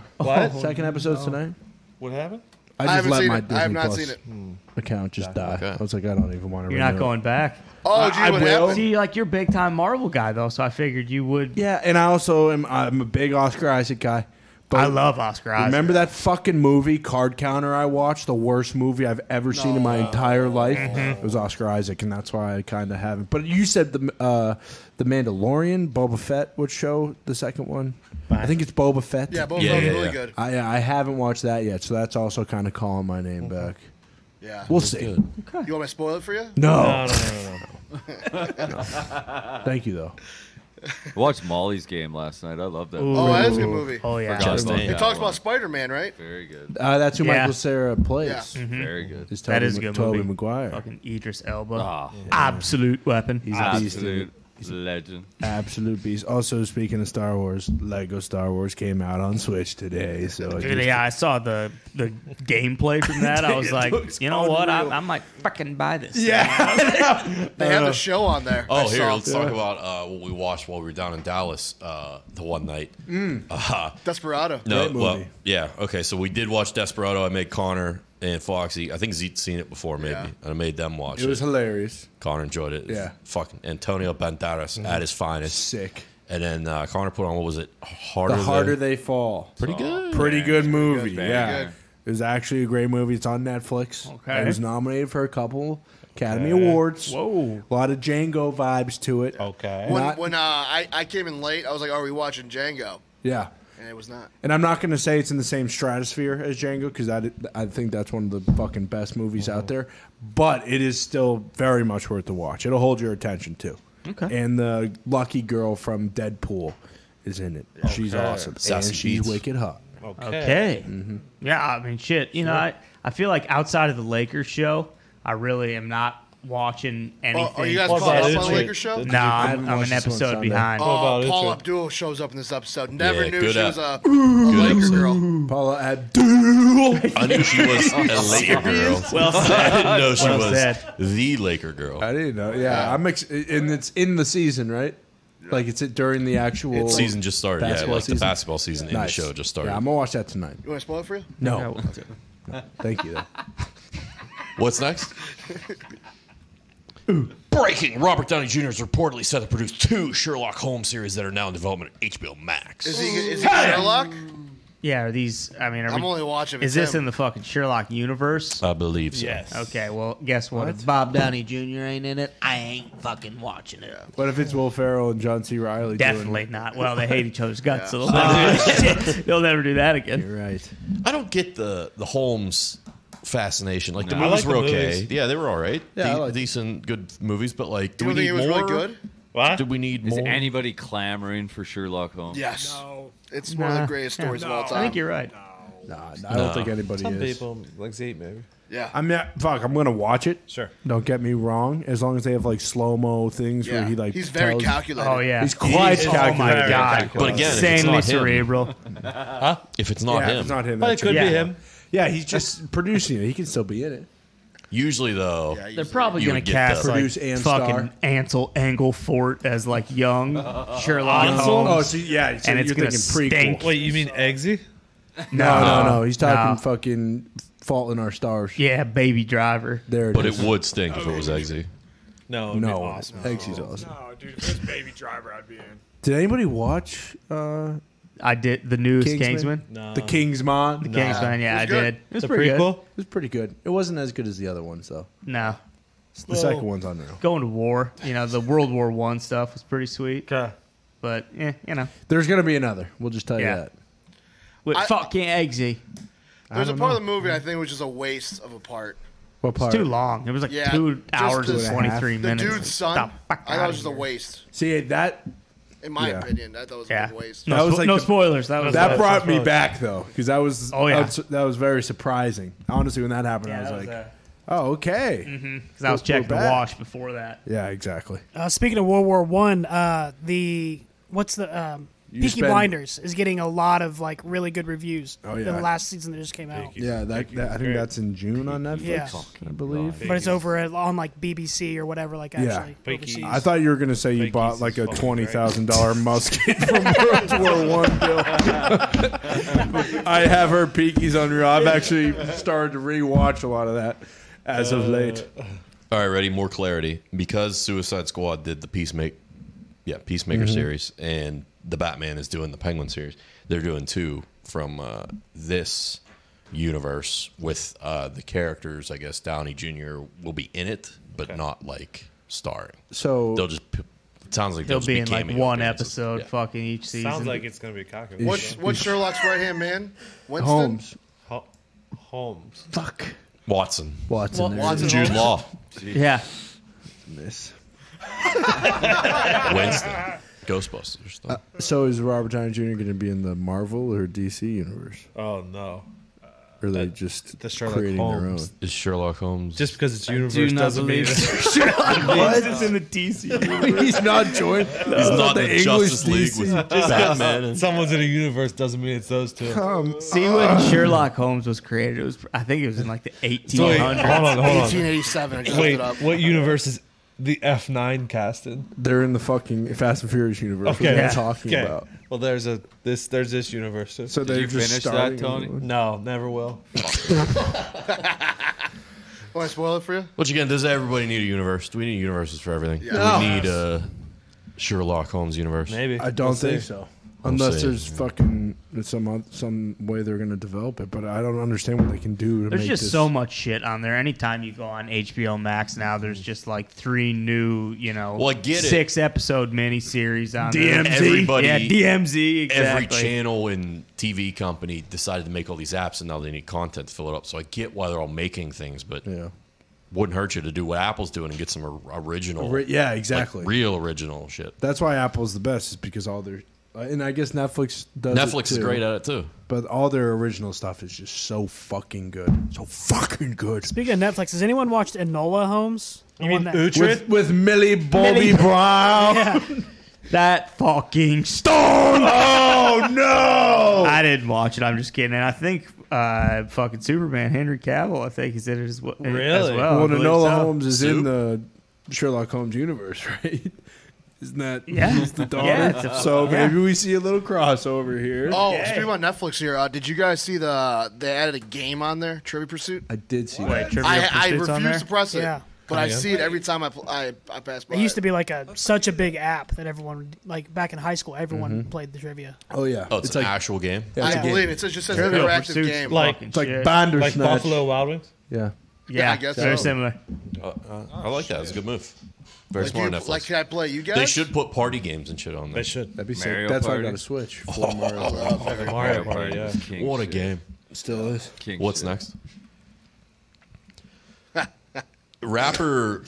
[SPEAKER 5] What?
[SPEAKER 4] Second episode's tonight.
[SPEAKER 5] What happened?
[SPEAKER 4] I
[SPEAKER 6] I
[SPEAKER 4] just
[SPEAKER 6] haven't
[SPEAKER 4] let
[SPEAKER 6] seen
[SPEAKER 4] my
[SPEAKER 6] it.
[SPEAKER 4] Disney
[SPEAKER 6] I have not
[SPEAKER 4] Plus
[SPEAKER 6] seen it.
[SPEAKER 4] account just die.
[SPEAKER 2] Okay.
[SPEAKER 4] I was like, I don't even want to.
[SPEAKER 1] You're not going back.
[SPEAKER 6] Oh, gee,
[SPEAKER 4] I
[SPEAKER 6] what
[SPEAKER 4] will.
[SPEAKER 6] happened?
[SPEAKER 1] See, like you're a big time Marvel guy though, so I figured you would.
[SPEAKER 4] Yeah, and I also am. I'm a big Oscar Isaac guy. But
[SPEAKER 1] I love Oscar Isaac.
[SPEAKER 4] Remember that fucking movie Card Counter I watched? The worst movie I've ever seen in my entire
[SPEAKER 6] Mm-hmm.
[SPEAKER 4] life. It was Oscar Isaac, and that's why I kind of haven't. But you said the uh, the Mandalorian, Boba Fett would show the second one. I think it's Boba Fett.
[SPEAKER 6] Yeah, both
[SPEAKER 2] Yeah,
[SPEAKER 6] of them
[SPEAKER 2] yeah,
[SPEAKER 6] really
[SPEAKER 2] yeah.
[SPEAKER 6] good.
[SPEAKER 4] I I haven't watched that yet, so that's also kind of calling my name back.
[SPEAKER 6] Mm-hmm. Yeah.
[SPEAKER 4] We'll see.
[SPEAKER 2] Good.
[SPEAKER 6] You want me to spoil it for you?
[SPEAKER 4] No,
[SPEAKER 5] No, no, no, no, no.
[SPEAKER 4] thank you though.
[SPEAKER 3] I watched Molly's game last night. I love that.
[SPEAKER 1] Ooh.
[SPEAKER 6] Oh, that is a good movie.
[SPEAKER 1] Oh yeah.
[SPEAKER 3] Forgot
[SPEAKER 2] Just
[SPEAKER 3] about
[SPEAKER 2] saying.
[SPEAKER 6] It
[SPEAKER 3] that
[SPEAKER 6] talks
[SPEAKER 3] one.
[SPEAKER 6] about Spider Man, right?
[SPEAKER 3] Very good.
[SPEAKER 4] Uh, that's who
[SPEAKER 1] Yeah.
[SPEAKER 4] Michael Sarah plays.
[SPEAKER 6] Yeah.
[SPEAKER 3] Very good.
[SPEAKER 4] Is Toby,
[SPEAKER 1] That is a good
[SPEAKER 4] Toby
[SPEAKER 1] movie.
[SPEAKER 4] Maguire.
[SPEAKER 1] Fucking Idris Elba.
[SPEAKER 3] Ah.
[SPEAKER 1] Absolute weapon.
[SPEAKER 4] He's a beast. dude.
[SPEAKER 3] Absolute legend.
[SPEAKER 4] Absolute beast. Also, speaking of Star Wars, Lego Star Wars came out on Switch today. So
[SPEAKER 6] Oh,
[SPEAKER 4] I
[SPEAKER 1] Dude,
[SPEAKER 4] just-
[SPEAKER 1] yeah, I saw the the gameplay from that. I was like, you know what? I, I might fucking buy this. Yeah.
[SPEAKER 6] They have the show on there.
[SPEAKER 2] Oh,
[SPEAKER 6] I
[SPEAKER 2] here,
[SPEAKER 6] saw
[SPEAKER 2] let's talk about uh, what we watched while we were down in Dallas uh, the one night. Uh-huh.
[SPEAKER 6] Desperado.
[SPEAKER 2] No,
[SPEAKER 4] Great
[SPEAKER 2] well,
[SPEAKER 4] movie.
[SPEAKER 2] yeah, okay. So we did watch Desperado. I made Connor and Foxy. I think Zeke's seen it before, maybe.
[SPEAKER 6] Yeah.
[SPEAKER 2] And I made them watch
[SPEAKER 4] it
[SPEAKER 2] it.
[SPEAKER 4] was hilarious.
[SPEAKER 2] Connor enjoyed it.
[SPEAKER 4] Yeah. Mm-hmm.
[SPEAKER 2] Fucking Antonio Banderas at his finest.
[SPEAKER 4] Sick.
[SPEAKER 2] And then uh, Connor put on what was it? Harder.
[SPEAKER 4] The harder
[SPEAKER 2] than,
[SPEAKER 4] they fall.
[SPEAKER 2] pretty good.
[SPEAKER 4] Pretty good movie.
[SPEAKER 6] Very
[SPEAKER 4] yeah.
[SPEAKER 6] good.
[SPEAKER 4] It was actually a great movie. It's on Netflix.
[SPEAKER 1] Okay.
[SPEAKER 4] It was nominated for a couple Academy Awards.
[SPEAKER 1] Whoa.
[SPEAKER 4] A lot of Django vibes to it.
[SPEAKER 5] Okay.
[SPEAKER 6] When,
[SPEAKER 4] Not-
[SPEAKER 6] when uh, I, I came in late, I was like, are we watching Django?
[SPEAKER 4] Yeah.
[SPEAKER 6] And it was not.
[SPEAKER 4] And I'm not going to say it's in the same stratosphere as Django because I, did- I think that's one of the fucking best movies
[SPEAKER 1] Uh-huh.
[SPEAKER 4] out there. But it is still very much worth the watch. It'll hold your attention too.
[SPEAKER 1] Okay.
[SPEAKER 4] And the lucky girl from Deadpool is in it. She's awesome.
[SPEAKER 2] Sassy
[SPEAKER 4] and she's
[SPEAKER 2] Beats.
[SPEAKER 4] wicked hot.
[SPEAKER 1] Uh,
[SPEAKER 4] Mm-hmm.
[SPEAKER 1] Okay. Yeah, I mean, shit. You know, I, I feel like outside of the Lakers show, I really am not watching anything.
[SPEAKER 6] Oh, are you guys
[SPEAKER 5] What
[SPEAKER 6] caught
[SPEAKER 5] about
[SPEAKER 6] up
[SPEAKER 5] it,
[SPEAKER 6] on the
[SPEAKER 5] Jake?
[SPEAKER 6] Lakers show?
[SPEAKER 1] no, I'm,
[SPEAKER 4] haven't watched
[SPEAKER 1] I'm an
[SPEAKER 4] this one
[SPEAKER 1] episode
[SPEAKER 4] Sunday.
[SPEAKER 1] behind.
[SPEAKER 6] Oh,
[SPEAKER 5] about it,
[SPEAKER 6] Paula
[SPEAKER 5] Jake?
[SPEAKER 6] Abdul shows up in this episode. Never
[SPEAKER 2] Yeah,
[SPEAKER 6] knew
[SPEAKER 2] good
[SPEAKER 6] she was a,
[SPEAKER 2] app.
[SPEAKER 6] a Laker
[SPEAKER 2] episode.
[SPEAKER 6] girl.
[SPEAKER 4] Paula Abdul.
[SPEAKER 2] I knew she was a Laker girl.
[SPEAKER 1] Well
[SPEAKER 2] I didn't know she
[SPEAKER 1] Well
[SPEAKER 2] was
[SPEAKER 1] said.
[SPEAKER 2] the Laker girl.
[SPEAKER 4] I didn't know. Yeah, I'm ex- and it's in the season, right? Like it's during the actual
[SPEAKER 2] The season just started. Yeah,
[SPEAKER 4] Basketball
[SPEAKER 2] like
[SPEAKER 4] season?
[SPEAKER 2] the basketball season in the
[SPEAKER 4] Nice.
[SPEAKER 2] show just started.
[SPEAKER 4] Yeah, I'm gonna watch that tonight.
[SPEAKER 6] You want to spoil it for you?
[SPEAKER 4] No, thank you. Though.
[SPEAKER 2] What's next? Breaking: Robert Downey Jr. has reportedly set to produce two Sherlock Holmes series that are now in development at HBO Max.
[SPEAKER 6] Is he, is he Sherlock?
[SPEAKER 1] Yeah, are these? I mean, are
[SPEAKER 6] I'm
[SPEAKER 1] we-
[SPEAKER 6] only watching. if
[SPEAKER 1] Is
[SPEAKER 6] it's
[SPEAKER 1] this
[SPEAKER 6] him.
[SPEAKER 1] in the fucking Sherlock universe?
[SPEAKER 2] I believe so.
[SPEAKER 5] Yes.
[SPEAKER 1] Okay, well, guess what?
[SPEAKER 4] What?
[SPEAKER 1] If Bob Downey Jr. ain't in it, I ain't fucking watching it.
[SPEAKER 4] What if it's Will Ferrell and John C. Riley?
[SPEAKER 1] Definitely not. Well, they hate each other's guts. So they'll, never, they'll never do that again.
[SPEAKER 4] You're right.
[SPEAKER 2] I don't get the the Holmes fascination. Like the
[SPEAKER 5] No, I
[SPEAKER 2] movies
[SPEAKER 5] like
[SPEAKER 2] were
[SPEAKER 5] the
[SPEAKER 2] okay.
[SPEAKER 5] movies.
[SPEAKER 2] Yeah, they were all right.
[SPEAKER 4] Yeah, I
[SPEAKER 2] De-
[SPEAKER 4] like-
[SPEAKER 2] decent, good movies. But like, do
[SPEAKER 6] You
[SPEAKER 2] we
[SPEAKER 6] don't
[SPEAKER 2] need
[SPEAKER 6] think it was
[SPEAKER 2] more?
[SPEAKER 6] really good?
[SPEAKER 5] What?
[SPEAKER 2] Do we need
[SPEAKER 3] Is
[SPEAKER 2] more?
[SPEAKER 3] anybody clamoring for Sherlock Holmes?
[SPEAKER 6] Yes.
[SPEAKER 7] No.
[SPEAKER 6] It's one of
[SPEAKER 1] Nah.
[SPEAKER 6] the greatest stories
[SPEAKER 7] No.
[SPEAKER 6] of all time.
[SPEAKER 1] I think you're right.
[SPEAKER 4] Nah, I don't think anybody
[SPEAKER 5] Some
[SPEAKER 4] is.
[SPEAKER 5] people like Zate, maybe.
[SPEAKER 6] Yeah.
[SPEAKER 4] I mean, fuck, I'm gonna watch it.
[SPEAKER 5] Sure.
[SPEAKER 4] Don't get me wrong. As long as they have like slow mo things
[SPEAKER 6] yeah.
[SPEAKER 4] where he like
[SPEAKER 6] He's very
[SPEAKER 4] tells-
[SPEAKER 6] calculated.
[SPEAKER 1] Oh yeah,
[SPEAKER 4] He's quite
[SPEAKER 5] He's- oh my
[SPEAKER 4] calculated.
[SPEAKER 5] God.
[SPEAKER 2] But again, if it's
[SPEAKER 1] insanely
[SPEAKER 2] not him,
[SPEAKER 1] cerebral.
[SPEAKER 2] if it's not
[SPEAKER 4] yeah,
[SPEAKER 2] him,
[SPEAKER 4] it's not him.
[SPEAKER 5] But it
[SPEAKER 4] that's
[SPEAKER 5] could
[SPEAKER 4] it.
[SPEAKER 1] Yeah.
[SPEAKER 5] be him.
[SPEAKER 4] Yeah, he's just producing it. He can still be in it.
[SPEAKER 2] usually though,
[SPEAKER 6] Yeah, he's-
[SPEAKER 1] They're probably
[SPEAKER 2] You
[SPEAKER 1] gonna
[SPEAKER 2] would get
[SPEAKER 1] cast
[SPEAKER 2] that.
[SPEAKER 1] like
[SPEAKER 4] Produce and
[SPEAKER 1] fucking
[SPEAKER 4] star.
[SPEAKER 1] Ansel Englefort as like young Sherlock
[SPEAKER 4] Oh,
[SPEAKER 1] Holmes.
[SPEAKER 4] so yeah, so
[SPEAKER 1] And it's
[SPEAKER 4] you're
[SPEAKER 1] gonna
[SPEAKER 4] thinking prequel.
[SPEAKER 1] stink.
[SPEAKER 5] Wait, you mean Eggsy?
[SPEAKER 4] No, no, no. He's talking
[SPEAKER 1] No.
[SPEAKER 4] fucking Fault in Our Stars.
[SPEAKER 1] Yeah, Baby Driver.
[SPEAKER 4] There it
[SPEAKER 2] but
[SPEAKER 4] is.
[SPEAKER 2] it would stink if it was Eggsy.
[SPEAKER 5] No, it'd be
[SPEAKER 4] no,
[SPEAKER 5] awesome.
[SPEAKER 4] Thanks, he's awesome.
[SPEAKER 7] No, dude, if it was Baby Driver, I'd be in.
[SPEAKER 4] Did anybody watch uh,
[SPEAKER 1] I did the news Kingsman.
[SPEAKER 4] Kingsman?
[SPEAKER 5] No.
[SPEAKER 4] The Kingsman.
[SPEAKER 1] The Kingsman, yeah, I
[SPEAKER 6] It was good.
[SPEAKER 1] did. It was
[SPEAKER 5] The
[SPEAKER 1] pretty
[SPEAKER 5] prequel?
[SPEAKER 4] It was pretty good. It wasn't as good as the other ones though.
[SPEAKER 1] good. No,
[SPEAKER 4] The second one's unreal.
[SPEAKER 1] going to war. You know, the World War One stuff was pretty sweet. But eh, you know,
[SPEAKER 4] There's gonna be another. We'll just tell
[SPEAKER 1] Yeah.
[SPEAKER 4] you that.
[SPEAKER 1] with
[SPEAKER 6] I-
[SPEAKER 1] fucking Eggsy.
[SPEAKER 6] There's a part of the movie I think which is a waste of a part.
[SPEAKER 4] What
[SPEAKER 1] It's
[SPEAKER 4] part?
[SPEAKER 1] too long. It was like
[SPEAKER 6] Yeah,
[SPEAKER 1] two
[SPEAKER 6] just
[SPEAKER 1] hours
[SPEAKER 6] the-
[SPEAKER 1] and twenty three
[SPEAKER 6] The
[SPEAKER 1] minutes.
[SPEAKER 6] dude's son.
[SPEAKER 1] Get the fuck
[SPEAKER 6] I thought
[SPEAKER 1] outta
[SPEAKER 6] it was just a
[SPEAKER 1] here.
[SPEAKER 6] waste.
[SPEAKER 4] See that
[SPEAKER 6] In my
[SPEAKER 4] Yeah.
[SPEAKER 6] opinion, I thought it was a
[SPEAKER 1] Yeah.
[SPEAKER 6] big waste.
[SPEAKER 1] No,
[SPEAKER 4] That was
[SPEAKER 1] spo-
[SPEAKER 4] like
[SPEAKER 1] no
[SPEAKER 4] the-
[SPEAKER 1] spoilers. That was
[SPEAKER 4] that
[SPEAKER 1] uh,
[SPEAKER 4] brought me
[SPEAKER 1] spoilers.
[SPEAKER 4] back though, because that was
[SPEAKER 1] Oh, yeah.
[SPEAKER 4] that's- that was very surprising. Honestly, when that happened,
[SPEAKER 1] Yeah,
[SPEAKER 4] I was
[SPEAKER 1] that
[SPEAKER 4] like,
[SPEAKER 1] was, uh,
[SPEAKER 4] oh okay,
[SPEAKER 1] Mm-hmm. 'Cause I was
[SPEAKER 4] We're
[SPEAKER 1] checking the
[SPEAKER 4] back.
[SPEAKER 1] wash before that.
[SPEAKER 4] yeah, exactly.
[SPEAKER 8] Uh, speaking of World War One, uh, the what's the um,
[SPEAKER 4] You
[SPEAKER 8] Peaky
[SPEAKER 4] spend-
[SPEAKER 8] Blinders is getting a lot of like really good reviews.
[SPEAKER 4] Oh,
[SPEAKER 8] the
[SPEAKER 4] yeah.
[SPEAKER 8] last season that just came out,
[SPEAKER 4] Yeah, that, that I think that's in June on Netflix,
[SPEAKER 8] Yeah.
[SPEAKER 4] I believe.
[SPEAKER 8] but it's over at, on like BBC or whatever. Like actually,
[SPEAKER 5] Peaky.
[SPEAKER 8] overseas.
[SPEAKER 4] I thought you were gonna say you
[SPEAKER 5] Vikings
[SPEAKER 4] bought like
[SPEAKER 5] is
[SPEAKER 4] a
[SPEAKER 5] fucking
[SPEAKER 4] twenty thousand dollar musket from World War One. Bill. I have her peakies unreal. I've actually started to rewatch a lot of that as
[SPEAKER 5] Uh,
[SPEAKER 4] of late.
[SPEAKER 2] Uh, All right, ready? More clarity because Suicide Squad did the Peacemaker, yeah, Peacemaker
[SPEAKER 4] Mm-hmm.
[SPEAKER 2] series, and the Batman is doing the Penguin series. They're doing two from uh, this universe with uh, the characters. I guess Downey Jr. will be in it, but not like starring.
[SPEAKER 4] So
[SPEAKER 2] They'll just p- sounds like
[SPEAKER 1] He'll
[SPEAKER 2] they'll
[SPEAKER 1] be in like one episode,
[SPEAKER 2] Yeah.
[SPEAKER 1] fucking each season.
[SPEAKER 5] Sounds like it's gonna be a cocky.
[SPEAKER 6] What's, what's Sherlock's right hand man? Winston.
[SPEAKER 4] Holmes,
[SPEAKER 5] Ho- Holmes.
[SPEAKER 4] fuck
[SPEAKER 2] Watson,
[SPEAKER 4] Watson, there
[SPEAKER 6] Watson
[SPEAKER 2] Jude
[SPEAKER 6] Holmes?
[SPEAKER 2] Law,
[SPEAKER 1] yeah,
[SPEAKER 4] in this.
[SPEAKER 2] Winston, Ghostbusters. though.
[SPEAKER 4] Uh, So is Robert Downey Jr. going to be in the Marvel or DC universe?
[SPEAKER 5] Oh no.
[SPEAKER 4] Or are they just
[SPEAKER 5] the Sherlock
[SPEAKER 4] creating
[SPEAKER 5] Holmes.
[SPEAKER 2] is Sherlock Holmes?
[SPEAKER 5] Just because it's universe doesn't mean it.
[SPEAKER 4] their own? He's not joined.
[SPEAKER 2] He's
[SPEAKER 6] Uh,
[SPEAKER 2] not
[SPEAKER 4] the
[SPEAKER 2] in the
[SPEAKER 4] English
[SPEAKER 2] Justice League with Batman. and-
[SPEAKER 5] someone's in a universe doesn't mean it's those two.
[SPEAKER 1] See when Sherlock Holmes was created, it was I think it was in like the
[SPEAKER 5] So wait,
[SPEAKER 1] 1800s.
[SPEAKER 5] hold on, hold on.
[SPEAKER 6] 1887. I just looked
[SPEAKER 5] Wait,
[SPEAKER 6] it up.
[SPEAKER 5] what universe is the F nine cast in?
[SPEAKER 4] They're in the fucking Fast and Furious universe.
[SPEAKER 5] Okay.
[SPEAKER 4] What are
[SPEAKER 5] Yeah.
[SPEAKER 4] you talking
[SPEAKER 5] Okay.
[SPEAKER 4] about?
[SPEAKER 5] Well, there's a this there's this universe.
[SPEAKER 4] So
[SPEAKER 3] Did
[SPEAKER 4] they're
[SPEAKER 3] you
[SPEAKER 4] just
[SPEAKER 3] finish
[SPEAKER 4] starting
[SPEAKER 3] that, Tony?
[SPEAKER 4] another one?
[SPEAKER 5] no, never will.
[SPEAKER 6] Want to spoil it for you?
[SPEAKER 2] Which again, does everybody need a universe? Do we need universes for everything? Do
[SPEAKER 6] No.
[SPEAKER 2] we need a Sherlock Holmes universe?
[SPEAKER 5] Maybe
[SPEAKER 4] I don't
[SPEAKER 5] We'll see.
[SPEAKER 4] think so. Unless
[SPEAKER 2] see.
[SPEAKER 4] there's fucking some oth- some way they're going to develop it, but I don't understand what they can do to
[SPEAKER 1] There's
[SPEAKER 4] make
[SPEAKER 1] just
[SPEAKER 4] this.
[SPEAKER 1] so much shit on there. Anytime you go on HBO Max now, there's just like three new, you know,
[SPEAKER 2] Well, I get it.
[SPEAKER 1] six episode miniseries on there.
[SPEAKER 2] DMZ? Everybody-
[SPEAKER 1] yeah, DMZ,
[SPEAKER 2] Every
[SPEAKER 1] exactly.
[SPEAKER 2] channel and TV company decided to make all these apps, and now they need content to fill it up. So I get why they're all making things, but
[SPEAKER 4] yeah,
[SPEAKER 2] wouldn't hurt you to do what Apple's doing and get some or- original,
[SPEAKER 4] Ri- yeah,
[SPEAKER 2] like,
[SPEAKER 4] exactly.
[SPEAKER 2] real original shit.
[SPEAKER 4] That's why Apple's the best is because all their uh, and I guess Netflix does. it
[SPEAKER 2] Netflix is
[SPEAKER 4] too.
[SPEAKER 2] great at it too.
[SPEAKER 4] But all their original stuff is just so fucking good. So fucking good.
[SPEAKER 8] Speaking of Netflix, has anyone watched Enola Holmes?
[SPEAKER 5] You
[SPEAKER 8] The
[SPEAKER 5] mean
[SPEAKER 8] one that-
[SPEAKER 5] Uhtred?
[SPEAKER 4] With, with Millie Bobby
[SPEAKER 1] Millie-
[SPEAKER 4] Brown.
[SPEAKER 1] that fucking star.
[SPEAKER 4] Oh no!
[SPEAKER 1] I didn't watch it. I'm just kidding. And I think uh, fucking Superman, Henry Cavill, I think is in it as well. As
[SPEAKER 5] Really?
[SPEAKER 1] well, I
[SPEAKER 4] Well,
[SPEAKER 1] believe
[SPEAKER 4] Enola
[SPEAKER 1] so.
[SPEAKER 4] Holmes is
[SPEAKER 2] Soup?
[SPEAKER 4] in the Sherlock Holmes universe, right? Isn't that
[SPEAKER 1] Yeah.
[SPEAKER 4] he's the daughter?
[SPEAKER 1] Yeah, it's a-
[SPEAKER 4] so
[SPEAKER 1] yeah.
[SPEAKER 4] maybe we see a little crossover here.
[SPEAKER 6] Oh, speaking about Netflix here, uh, did you guys see the they added a game on there, Trivia Pursuit?
[SPEAKER 4] I did see
[SPEAKER 1] Wait,
[SPEAKER 4] that.
[SPEAKER 1] Trivia
[SPEAKER 6] I, I
[SPEAKER 1] Pursuit's on there?
[SPEAKER 6] refuse to press it.
[SPEAKER 8] Yeah.
[SPEAKER 6] But I
[SPEAKER 5] yeah.
[SPEAKER 6] see it every time I, pl- I I pass by.
[SPEAKER 8] It used to be like a such a big app that everyone like back in high school everyone
[SPEAKER 4] Mm-hmm.
[SPEAKER 8] played the trivia.
[SPEAKER 4] Oh yeah.
[SPEAKER 2] Oh, it's, an actual game.
[SPEAKER 4] yeah,
[SPEAKER 6] I
[SPEAKER 4] it's a game.
[SPEAKER 6] believe it. It says- just says
[SPEAKER 1] Trivial
[SPEAKER 6] interactive
[SPEAKER 1] Pursuit's
[SPEAKER 6] game.
[SPEAKER 5] Like-
[SPEAKER 1] fucking
[SPEAKER 4] It's like
[SPEAKER 1] shit.
[SPEAKER 5] Like
[SPEAKER 4] Bandersnatch.
[SPEAKER 5] Buffalo Wild Wings.
[SPEAKER 4] Yeah.
[SPEAKER 1] yeah,
[SPEAKER 6] I guess
[SPEAKER 1] very
[SPEAKER 6] so.
[SPEAKER 1] similar.
[SPEAKER 2] Uh, I like that. It's a good move. Very
[SPEAKER 6] like, you,
[SPEAKER 2] smart Netflix.
[SPEAKER 6] like can I play you guys?
[SPEAKER 2] they should put party games and shit on there.
[SPEAKER 5] They should.
[SPEAKER 4] That'd be
[SPEAKER 3] Mario
[SPEAKER 4] sick. That's why I
[SPEAKER 3] Party.
[SPEAKER 4] got a Switch. For Mario.
[SPEAKER 3] Mario
[SPEAKER 5] Mario Party.
[SPEAKER 3] Party.
[SPEAKER 5] Yeah.
[SPEAKER 3] is king
[SPEAKER 2] What a
[SPEAKER 3] shit.
[SPEAKER 2] game.
[SPEAKER 4] Still is.
[SPEAKER 3] King
[SPEAKER 2] What's
[SPEAKER 3] shit.
[SPEAKER 2] next? Rapper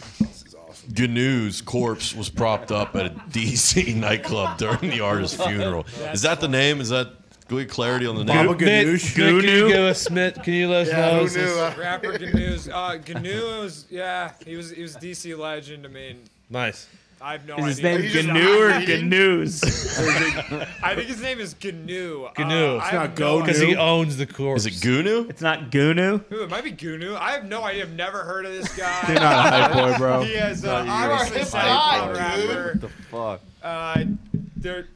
[SPEAKER 2] Gnu's corpse was propped up at a DC nightclub during the artist's funeral. Is that the name? Is that good clarity on the name?
[SPEAKER 4] Baba
[SPEAKER 5] Nick, Nick,
[SPEAKER 4] Ganoush.
[SPEAKER 5] can you give us Smith? Can you let us
[SPEAKER 6] Yeah,
[SPEAKER 5] know?
[SPEAKER 6] who
[SPEAKER 5] Is
[SPEAKER 6] knew?
[SPEAKER 5] this-
[SPEAKER 6] Uh,
[SPEAKER 7] Rapper Gnu's uh, Gnu was yeah he was he was DC legend. I mean
[SPEAKER 5] Nice.
[SPEAKER 7] I have no
[SPEAKER 1] Is his
[SPEAKER 7] idea.
[SPEAKER 1] name
[SPEAKER 6] just
[SPEAKER 1] Gnu or
[SPEAKER 6] hiding?
[SPEAKER 1] Gnu's?
[SPEAKER 7] I think his name is Gnu. Uh,
[SPEAKER 5] Gnu. It's
[SPEAKER 7] I
[SPEAKER 5] not
[SPEAKER 7] have no
[SPEAKER 5] Because
[SPEAKER 7] idea
[SPEAKER 5] he owns the corpse.
[SPEAKER 2] Is it Gnu?
[SPEAKER 1] It's not Gnu.
[SPEAKER 7] who- it might be Gnu. I have no idea. I've never heard of this guy.
[SPEAKER 4] You're not a hype boy, bro.
[SPEAKER 7] He has uh, obviously
[SPEAKER 6] this
[SPEAKER 7] a
[SPEAKER 6] guy, dude.
[SPEAKER 7] rapper.
[SPEAKER 3] The fuck?
[SPEAKER 7] Uh, there,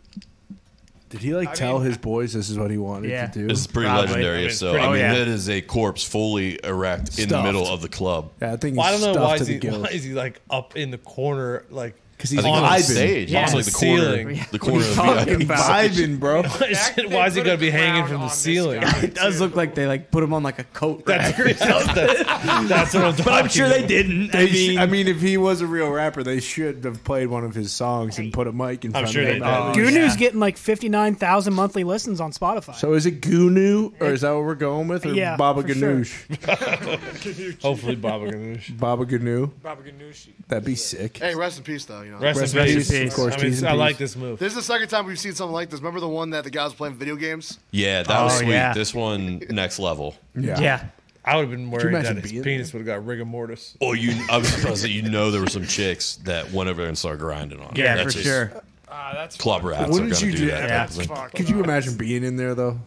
[SPEAKER 4] Did he like
[SPEAKER 7] I
[SPEAKER 4] tell
[SPEAKER 7] mean-
[SPEAKER 4] his boys this is what he wanted
[SPEAKER 1] Yeah.
[SPEAKER 4] to do?
[SPEAKER 2] This is pretty
[SPEAKER 1] Probably.
[SPEAKER 2] legendary. if so,
[SPEAKER 1] pretty-
[SPEAKER 2] I mean,
[SPEAKER 1] Oh, yeah.
[SPEAKER 2] that is a corpse fully erect in the
[SPEAKER 4] Stuffed.
[SPEAKER 2] middle of the club.
[SPEAKER 4] Yeah, I think he's
[SPEAKER 5] Well, I don't know why
[SPEAKER 4] to
[SPEAKER 5] is,
[SPEAKER 4] the
[SPEAKER 5] he, why
[SPEAKER 4] gills.
[SPEAKER 5] is he like up in the corner like
[SPEAKER 4] Because
[SPEAKER 2] I
[SPEAKER 4] he's
[SPEAKER 2] think
[SPEAKER 5] on
[SPEAKER 2] on the
[SPEAKER 5] Ivan.
[SPEAKER 2] stage,
[SPEAKER 1] Yeah.
[SPEAKER 2] it's like the corner,
[SPEAKER 5] Ceiling.
[SPEAKER 2] the corner of the
[SPEAKER 1] talking
[SPEAKER 2] VIP.
[SPEAKER 1] about?
[SPEAKER 4] vibing, bro.
[SPEAKER 5] why is
[SPEAKER 7] fact
[SPEAKER 5] it-
[SPEAKER 7] they
[SPEAKER 5] why is he
[SPEAKER 7] put a
[SPEAKER 5] gonna be hanging
[SPEAKER 7] crown
[SPEAKER 5] from
[SPEAKER 7] on
[SPEAKER 5] the
[SPEAKER 7] this
[SPEAKER 5] ceiling?
[SPEAKER 7] guy.
[SPEAKER 1] It does look like they like put him on like a coat rack.
[SPEAKER 5] That's what I'm talking
[SPEAKER 1] But I'm sure
[SPEAKER 5] about.
[SPEAKER 1] they didn't.
[SPEAKER 4] They
[SPEAKER 1] I mean,
[SPEAKER 4] sh- I mean, if he was a real rapper, they should have played one of his songs and put a mic in front
[SPEAKER 5] sure
[SPEAKER 4] of
[SPEAKER 5] they
[SPEAKER 4] him. Oh,
[SPEAKER 5] did.
[SPEAKER 4] at least.
[SPEAKER 1] Goon-
[SPEAKER 8] Gunu's
[SPEAKER 1] yeah.
[SPEAKER 8] getting like fifty nine thousand monthly listens on Spotify.
[SPEAKER 4] So is it Gunu or is that what we're going with? Or
[SPEAKER 8] Yeah,
[SPEAKER 4] Baba
[SPEAKER 8] for sure.
[SPEAKER 4] Ganoush?
[SPEAKER 5] Hopefully, Baba Ganoush.
[SPEAKER 4] Baba Ganu?
[SPEAKER 7] Baba Gnushi.
[SPEAKER 4] That'd be sick.
[SPEAKER 6] hey, rest in peace, though. You know.
[SPEAKER 5] Rest, in peace.
[SPEAKER 1] peace.
[SPEAKER 4] Of course,
[SPEAKER 5] I,
[SPEAKER 4] peace
[SPEAKER 5] mean,
[SPEAKER 4] and
[SPEAKER 5] I
[SPEAKER 4] peace.
[SPEAKER 5] like this move.
[SPEAKER 6] This is the second time we've seen something like this. Remember the one that the guy was playing video games?
[SPEAKER 2] Yeah, that was
[SPEAKER 1] Oh,
[SPEAKER 2] sweet.
[SPEAKER 1] yeah.
[SPEAKER 2] This one, next level.
[SPEAKER 4] Yeah.
[SPEAKER 1] yeah.
[SPEAKER 5] I would have been worried
[SPEAKER 4] imagine
[SPEAKER 5] that his
[SPEAKER 4] being
[SPEAKER 5] penis would have got rigor mortis.
[SPEAKER 2] Oh, you! I was supposed to. You know, there were some chicks that went over there and started grinding on. it.
[SPEAKER 1] Yeah, for
[SPEAKER 2] That's just-
[SPEAKER 1] sure.
[SPEAKER 7] Ah, that's
[SPEAKER 2] Club rats
[SPEAKER 4] Wouldn't
[SPEAKER 2] are gonna
[SPEAKER 4] you
[SPEAKER 2] do,
[SPEAKER 4] do
[SPEAKER 2] that. type
[SPEAKER 4] that?
[SPEAKER 2] of thing.
[SPEAKER 7] fuck.
[SPEAKER 4] Could you imagine being in there though?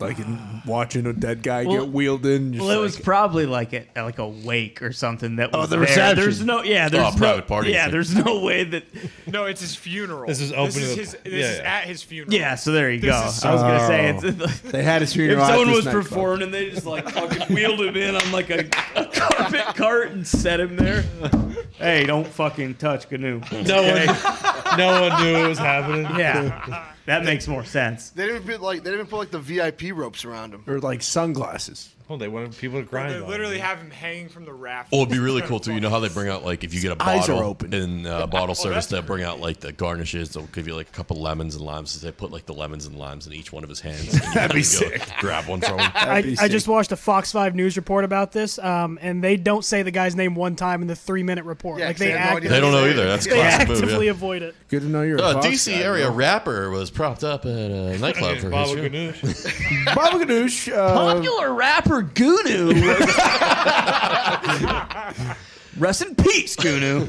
[SPEAKER 4] Like in, watching a dead guy
[SPEAKER 1] Well-
[SPEAKER 4] get wheeled in. Just
[SPEAKER 1] Well, it was
[SPEAKER 4] like-
[SPEAKER 1] probably like at like a wake or something
[SPEAKER 5] Oh,
[SPEAKER 1] that was
[SPEAKER 4] the
[SPEAKER 1] there.
[SPEAKER 4] reception.
[SPEAKER 1] There's no yeah. There's no,
[SPEAKER 2] private party.
[SPEAKER 1] Yeah, there's no way that
[SPEAKER 7] No, it's his funeral.
[SPEAKER 5] This is open
[SPEAKER 7] This is,
[SPEAKER 5] to the-
[SPEAKER 7] his, this
[SPEAKER 5] yeah,
[SPEAKER 7] is
[SPEAKER 5] yeah.
[SPEAKER 7] at his funeral.
[SPEAKER 1] yeah. So there you go.
[SPEAKER 7] is
[SPEAKER 1] I was gonna say
[SPEAKER 4] so-
[SPEAKER 1] it's.
[SPEAKER 4] they had his
[SPEAKER 1] If
[SPEAKER 4] funeral. at
[SPEAKER 1] someone
[SPEAKER 4] this
[SPEAKER 1] was
[SPEAKER 4] nightclub.
[SPEAKER 1] performing and they just like fucking wheeled him in on like a, a carpet cart and set him there. Hey, don't fucking touch Canoe.
[SPEAKER 5] No one, no one knew it was happening.
[SPEAKER 1] Yeah, that makes more sense.
[SPEAKER 6] They didn't even put, like they didn't even put like the VIP ropes around him.
[SPEAKER 4] or like sunglasses.
[SPEAKER 5] Well, they wanted people to grind.
[SPEAKER 7] They
[SPEAKER 5] on
[SPEAKER 7] literally
[SPEAKER 5] it.
[SPEAKER 7] have him hanging from the raft.
[SPEAKER 2] Well, Oh, it'd be really cool too. You know how they bring out like if you get a
[SPEAKER 4] eyes are
[SPEAKER 2] bottle
[SPEAKER 4] open.
[SPEAKER 2] in uh, bottle service, they'll bring out like the garnishes. They'll give you like a couple lemons and limes. They put like the lemons and limes in each one of his hands. That'd be sick. Grab one from him.
[SPEAKER 4] be
[SPEAKER 8] I, I just
[SPEAKER 4] sick.
[SPEAKER 8] watched a Fox Five News report about this, um, and they don't say the guy's name one time in the three minute report.
[SPEAKER 6] Yeah,
[SPEAKER 8] like
[SPEAKER 6] 'cause
[SPEAKER 8] they,
[SPEAKER 6] they had no
[SPEAKER 8] act-
[SPEAKER 6] idea.
[SPEAKER 2] They don't know either. That's a
[SPEAKER 8] they
[SPEAKER 2] classic move.
[SPEAKER 8] actively
[SPEAKER 2] Yeah.
[SPEAKER 8] avoid it.
[SPEAKER 4] Good to know you're a
[SPEAKER 2] Uh,
[SPEAKER 4] Fox
[SPEAKER 2] DC
[SPEAKER 4] guy,
[SPEAKER 2] area
[SPEAKER 4] bro.
[SPEAKER 2] rapper was propped up at a nightclub for his
[SPEAKER 5] Baba
[SPEAKER 2] funeral.
[SPEAKER 5] Ganoush.
[SPEAKER 4] Baba Ganoush. Uh,
[SPEAKER 1] Popular rapper Gunu. Rest in peace, Gunu.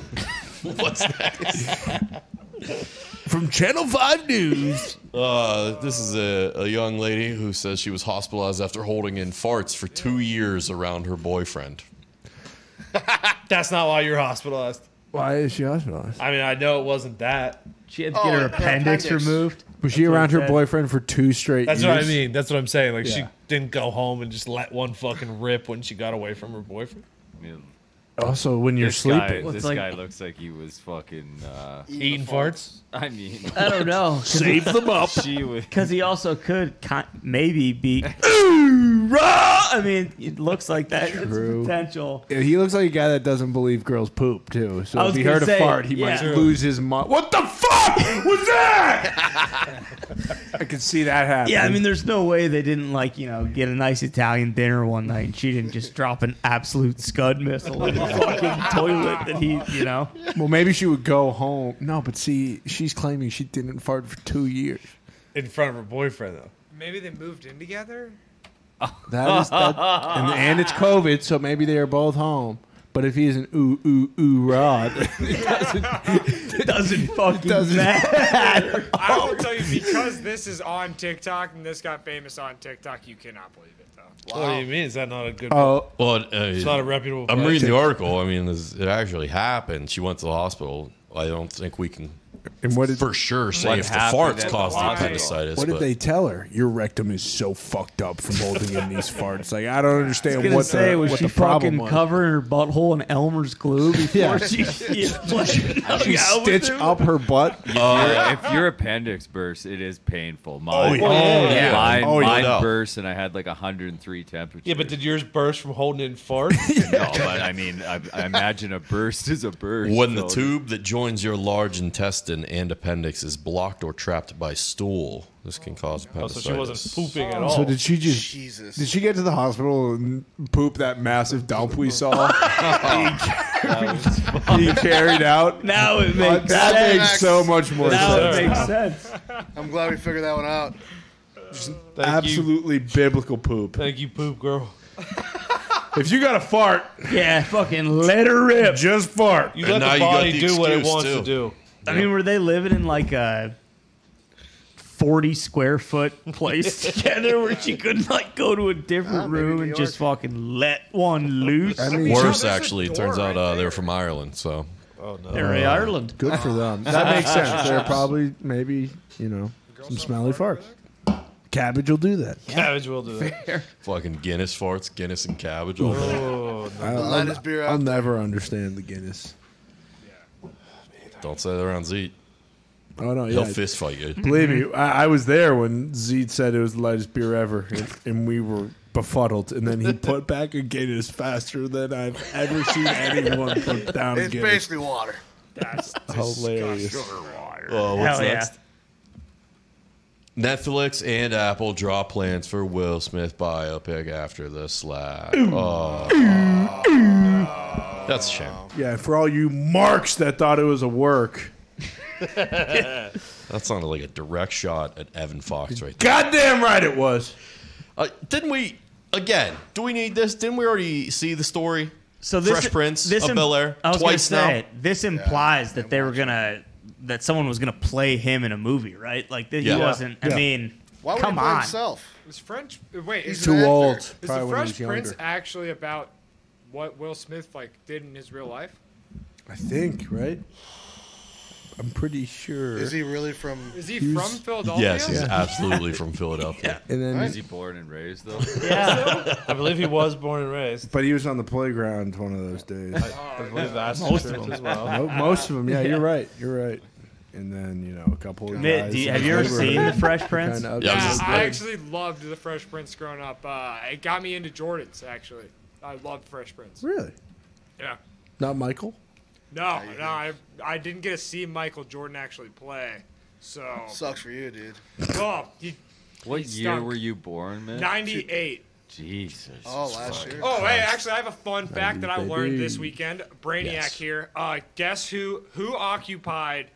[SPEAKER 2] What's next?
[SPEAKER 4] from Channel 5 News.
[SPEAKER 2] Uh, this is a, a young lady who says she was hospitalized after holding in farts for two years around her boyfriend.
[SPEAKER 5] That's not why you're hospitalized.
[SPEAKER 4] Why is she hospitalized?
[SPEAKER 5] I mean, I know it wasn't that.
[SPEAKER 1] She had to get
[SPEAKER 6] Oh,
[SPEAKER 1] her
[SPEAKER 6] her
[SPEAKER 1] appendix
[SPEAKER 6] appendix.
[SPEAKER 1] removed.
[SPEAKER 4] Was she
[SPEAKER 1] what
[SPEAKER 4] around
[SPEAKER 1] he
[SPEAKER 4] her
[SPEAKER 1] said.
[SPEAKER 4] boyfriend for two straight
[SPEAKER 5] That's
[SPEAKER 4] years?
[SPEAKER 5] what I mean. That's what I'm saying. Like she
[SPEAKER 4] Yeah.
[SPEAKER 5] didn't go home and just let one fucking rip when she got away from her boyfriend.
[SPEAKER 3] I mean,
[SPEAKER 4] Also, when you're
[SPEAKER 3] this
[SPEAKER 4] sleeping.
[SPEAKER 3] guy,
[SPEAKER 1] Well, it's
[SPEAKER 3] this
[SPEAKER 1] like-
[SPEAKER 3] guy looks like he was fucking. Uh,
[SPEAKER 5] Eating farts.
[SPEAKER 3] I mean,
[SPEAKER 1] I don't know.
[SPEAKER 4] Save them up.
[SPEAKER 3] she was.
[SPEAKER 1] Because he also could ki maybe be. Ooh, rah! I mean, it looks like that. It's
[SPEAKER 4] True.
[SPEAKER 1] potential.
[SPEAKER 4] He looks like a guy that doesn't believe girls poop, too.
[SPEAKER 1] I
[SPEAKER 4] So if
[SPEAKER 1] was
[SPEAKER 4] he
[SPEAKER 1] gonna
[SPEAKER 4] heard
[SPEAKER 1] say,
[SPEAKER 4] a fart, he
[SPEAKER 1] yeah.
[SPEAKER 4] might lose his mind. What the fuck was that? I could see that happen.
[SPEAKER 1] Yeah, I mean, there's no way they didn't like you know get a nice Italian dinner one night and she didn't just drop an absolute scud missile in the fucking toilet that he you know.
[SPEAKER 4] well, maybe she would go home. No, but see, she's claiming she didn't fart for two years.
[SPEAKER 5] in front of her boyfriend though.
[SPEAKER 7] Maybe they moved in together.
[SPEAKER 4] That is that, and, and it's COVID, so maybe they are both home. But if he's an ooh ooh ooh rod,
[SPEAKER 1] It doesn't fucking
[SPEAKER 4] doesn't-
[SPEAKER 1] matter.
[SPEAKER 7] I will tell you because this is on TikTok and this got famous on TikTok. You cannot believe it though.
[SPEAKER 5] What do you mean? Is that not a good?
[SPEAKER 4] oh,
[SPEAKER 2] Well, uh,
[SPEAKER 5] it's not a reputable.
[SPEAKER 2] I'm reading
[SPEAKER 5] place.
[SPEAKER 2] the article. I mean, this, it actually happened. She went to the hospital. I don't think we can
[SPEAKER 4] And what did
[SPEAKER 2] for sure say if the
[SPEAKER 3] happened
[SPEAKER 2] farts
[SPEAKER 3] at
[SPEAKER 2] caused the
[SPEAKER 3] the
[SPEAKER 2] appendicitis.
[SPEAKER 4] what
[SPEAKER 2] but-
[SPEAKER 4] did they tell her? Your rectum is so fucked up from holding in these farts. Like I don't understand
[SPEAKER 1] gonna
[SPEAKER 4] what
[SPEAKER 1] say
[SPEAKER 4] the
[SPEAKER 1] was
[SPEAKER 4] what
[SPEAKER 1] she
[SPEAKER 4] the problem
[SPEAKER 1] fucking
[SPEAKER 4] was.
[SPEAKER 1] covering her butthole in Elmer's glue before
[SPEAKER 4] Yeah.
[SPEAKER 1] she, she
[SPEAKER 4] she stitched up her butt.
[SPEAKER 1] Oh,
[SPEAKER 2] Uh,
[SPEAKER 3] if your appendix bursts, it is painful. Mine,
[SPEAKER 4] yeah. Oh,
[SPEAKER 2] yeah.
[SPEAKER 3] mine,
[SPEAKER 2] Oh, yeah.
[SPEAKER 3] mine
[SPEAKER 2] No.
[SPEAKER 3] burst, and I had like 103 temperature.
[SPEAKER 5] Yeah, but did yours burst from holding in fart?
[SPEAKER 3] no, but I mean, I, I imagine a burst is a burst.
[SPEAKER 2] When the
[SPEAKER 3] so-
[SPEAKER 2] tube that joins your large intestine and appendix is blocked or trapped by stool, this can cause
[SPEAKER 5] Oh, so
[SPEAKER 2] appendicitis.
[SPEAKER 5] she wasn't pooping at all.
[SPEAKER 4] So did she just?
[SPEAKER 6] Jesus.
[SPEAKER 4] Did she get to the hospital and poop that massive dump we saw? he carried out.
[SPEAKER 1] now it
[SPEAKER 4] Uh,
[SPEAKER 1] makes
[SPEAKER 4] that
[SPEAKER 1] sense.
[SPEAKER 4] makes so much more
[SPEAKER 1] now
[SPEAKER 4] sense.
[SPEAKER 1] it makes sense.
[SPEAKER 6] I'm glad we figured that one out.
[SPEAKER 5] Thank You.
[SPEAKER 4] Absolutely biblical poop.
[SPEAKER 5] Thank you, poop girl.
[SPEAKER 4] If you got a fart,
[SPEAKER 1] Yeah, fucking let her rip.
[SPEAKER 4] just fart.
[SPEAKER 5] You
[SPEAKER 2] And now you
[SPEAKER 5] let the
[SPEAKER 2] got
[SPEAKER 5] body
[SPEAKER 2] the
[SPEAKER 5] do what it
[SPEAKER 2] excuse,
[SPEAKER 5] wants
[SPEAKER 2] too.
[SPEAKER 5] to do.
[SPEAKER 1] I mean, were they living in like a forty square foot place together where she could like go to a different
[SPEAKER 6] Ah, maybe
[SPEAKER 1] room
[SPEAKER 6] New
[SPEAKER 1] and
[SPEAKER 6] York.
[SPEAKER 1] just fucking let one loose?
[SPEAKER 4] I mean,
[SPEAKER 2] Worse,
[SPEAKER 7] there's a
[SPEAKER 2] actually. It
[SPEAKER 7] door
[SPEAKER 2] turns out
[SPEAKER 7] right
[SPEAKER 2] uh, they
[SPEAKER 7] there.
[SPEAKER 2] were from Ireland, so
[SPEAKER 5] Oh,
[SPEAKER 1] They're
[SPEAKER 5] Uh,
[SPEAKER 1] in Ireland.
[SPEAKER 4] good for them. That makes sense. They're probably maybe you know some smelly farts. Cabbage will do that.
[SPEAKER 5] Cabbage will do that.
[SPEAKER 2] fucking Guinness farts, Guinness and cabbage. all day.
[SPEAKER 5] Oh, no.
[SPEAKER 4] I'll,
[SPEAKER 6] Let us beer out.
[SPEAKER 4] I'll never understand the Guinness.
[SPEAKER 2] Don't say that around Z.
[SPEAKER 4] Oh no, yeah.
[SPEAKER 2] He'll fist fight you.
[SPEAKER 4] Believe
[SPEAKER 1] Mm-hmm.
[SPEAKER 4] me, I, I was there when Z said it was the lightest beer ever, and, and we were befuddled. And then he put back a Guinness faster than I've ever seen anyone put down a
[SPEAKER 6] It's
[SPEAKER 4] Guinness.
[SPEAKER 6] basically water.
[SPEAKER 4] Hilarious.
[SPEAKER 2] Oh, what's
[SPEAKER 1] Hell yeah.
[SPEAKER 2] next? Netflix and Apple draw plans for Will Smith biopic after the slap. Oh, that's a shame.
[SPEAKER 4] Yeah, for all you marks that thought it was a work.
[SPEAKER 2] That sounded like a direct shot at Evan Fox right there.
[SPEAKER 4] Goddamn right it was.
[SPEAKER 2] Uh, didn't we? Again, do we need this? Didn't we already see the story?
[SPEAKER 1] So this
[SPEAKER 2] Fresh Prince
[SPEAKER 1] this
[SPEAKER 2] of
[SPEAKER 1] im-
[SPEAKER 2] Bel-Air,
[SPEAKER 1] I was gonna
[SPEAKER 2] twice
[SPEAKER 1] say
[SPEAKER 2] now.
[SPEAKER 1] it. This implies that they were gonna that someone was gonna play him in a movie, right? Like that
[SPEAKER 2] Yeah.
[SPEAKER 1] he wasn't. I
[SPEAKER 4] Yeah.
[SPEAKER 1] mean,
[SPEAKER 6] Why would
[SPEAKER 1] come
[SPEAKER 6] he play
[SPEAKER 1] on.
[SPEAKER 6] himself?
[SPEAKER 7] Is French? Wait, is,
[SPEAKER 6] He's
[SPEAKER 7] the-
[SPEAKER 6] an
[SPEAKER 4] Too
[SPEAKER 6] actor.
[SPEAKER 4] old.
[SPEAKER 7] is the
[SPEAKER 4] probably when he was
[SPEAKER 7] Fresh Prince
[SPEAKER 4] younger.
[SPEAKER 7] actually about what Will Smith like did in his real life?
[SPEAKER 4] I think, right? I'm pretty sure.
[SPEAKER 6] Is he really from?
[SPEAKER 7] Is he
[SPEAKER 4] He's-
[SPEAKER 7] from Philadelphia?
[SPEAKER 2] Yes, he's absolutely from Philadelphia.
[SPEAKER 4] and then,
[SPEAKER 3] Is he born and raised though?
[SPEAKER 5] I believe he was born and raised.
[SPEAKER 4] but he was on the playground one of those days.
[SPEAKER 5] I believe that's most of them as well.
[SPEAKER 4] Mo- most of them, yeah, You're right. You're right. And then you know a couple of
[SPEAKER 1] Mitt,
[SPEAKER 4] guys.
[SPEAKER 1] do you-
[SPEAKER 4] in
[SPEAKER 1] have
[SPEAKER 4] the
[SPEAKER 1] you ever
[SPEAKER 4] neighborhood
[SPEAKER 1] seen The Fresh Prince?
[SPEAKER 4] kinda up-
[SPEAKER 2] Yeah, I was
[SPEAKER 7] Yeah,
[SPEAKER 2] just
[SPEAKER 7] I
[SPEAKER 2] like-
[SPEAKER 7] actually loved the Fresh Prince growing up. Uh, it got me into Jordans. Actually, I loved Fresh Prince.
[SPEAKER 4] Really?
[SPEAKER 7] Yeah.
[SPEAKER 4] Not Michael?
[SPEAKER 7] No, no, I I didn't get to see Michael Jordan actually play. So,
[SPEAKER 6] Sucks for you, dude.
[SPEAKER 7] oh, he,
[SPEAKER 3] What
[SPEAKER 7] He's
[SPEAKER 3] year
[SPEAKER 7] stunk.
[SPEAKER 3] were you born, man?
[SPEAKER 7] ninety-eight.
[SPEAKER 3] Jesus.
[SPEAKER 6] Oh, last year.
[SPEAKER 7] Oh, hey, actually, I have a fun fact that I learned this
[SPEAKER 4] baby.
[SPEAKER 7] weekend. Brainiac here. Uh, guess who who occupied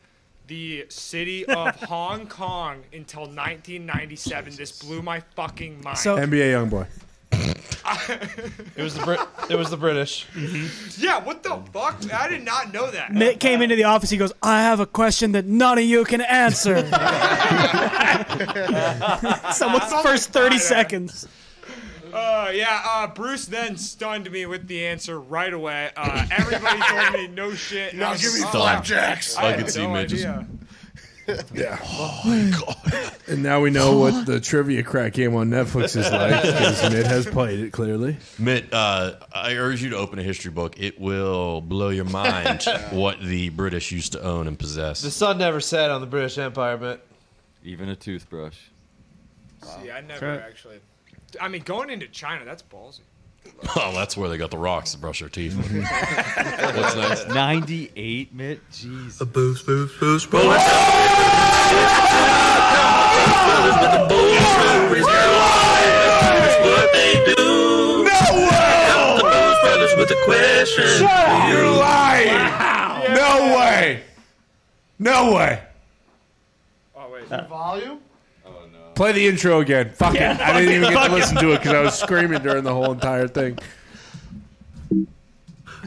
[SPEAKER 7] the city of Hong Kong until 1997? This blew my fucking mind.
[SPEAKER 8] So-
[SPEAKER 4] NBA YoungBoy.
[SPEAKER 5] It was the Brit. It was the British.
[SPEAKER 7] yeah, what the fuck? I did not know that.
[SPEAKER 8] Mitt came into the office. He goes, "I have a question that none of you can answer." Someone's first thirty seconds.
[SPEAKER 7] Uh, yeah, uh, Bruce then stunned me with the answer right away. Uh, everybody told me no shit.
[SPEAKER 6] Now
[SPEAKER 7] I was
[SPEAKER 6] give me
[SPEAKER 7] like, oh,
[SPEAKER 6] flapjacks.
[SPEAKER 7] I,
[SPEAKER 2] I
[SPEAKER 7] had
[SPEAKER 2] could see
[SPEAKER 7] no
[SPEAKER 2] Mitch just-
[SPEAKER 7] idea.
[SPEAKER 4] And now we know what the trivia crack game on Netflix is like because Mitt has played it clearly.
[SPEAKER 2] Mitt, uh, I urge you to open a history book. It will blow your mind what the British used to own and possess.
[SPEAKER 5] The sun never set on the British Empire, but
[SPEAKER 3] Even a toothbrush.
[SPEAKER 7] See, I never actually. I mean, going into China, that's ballsy.
[SPEAKER 2] oh, that's where they got the rocks to brush their teeth. What's next?
[SPEAKER 3] 98, Mitt? Jesus.
[SPEAKER 4] You're lying! No way! No way!
[SPEAKER 7] Oh wait,
[SPEAKER 6] Volume?
[SPEAKER 4] Play the intro again. Fuck it. I didn't even get to listen to it because I was screaming during the whole entire thing.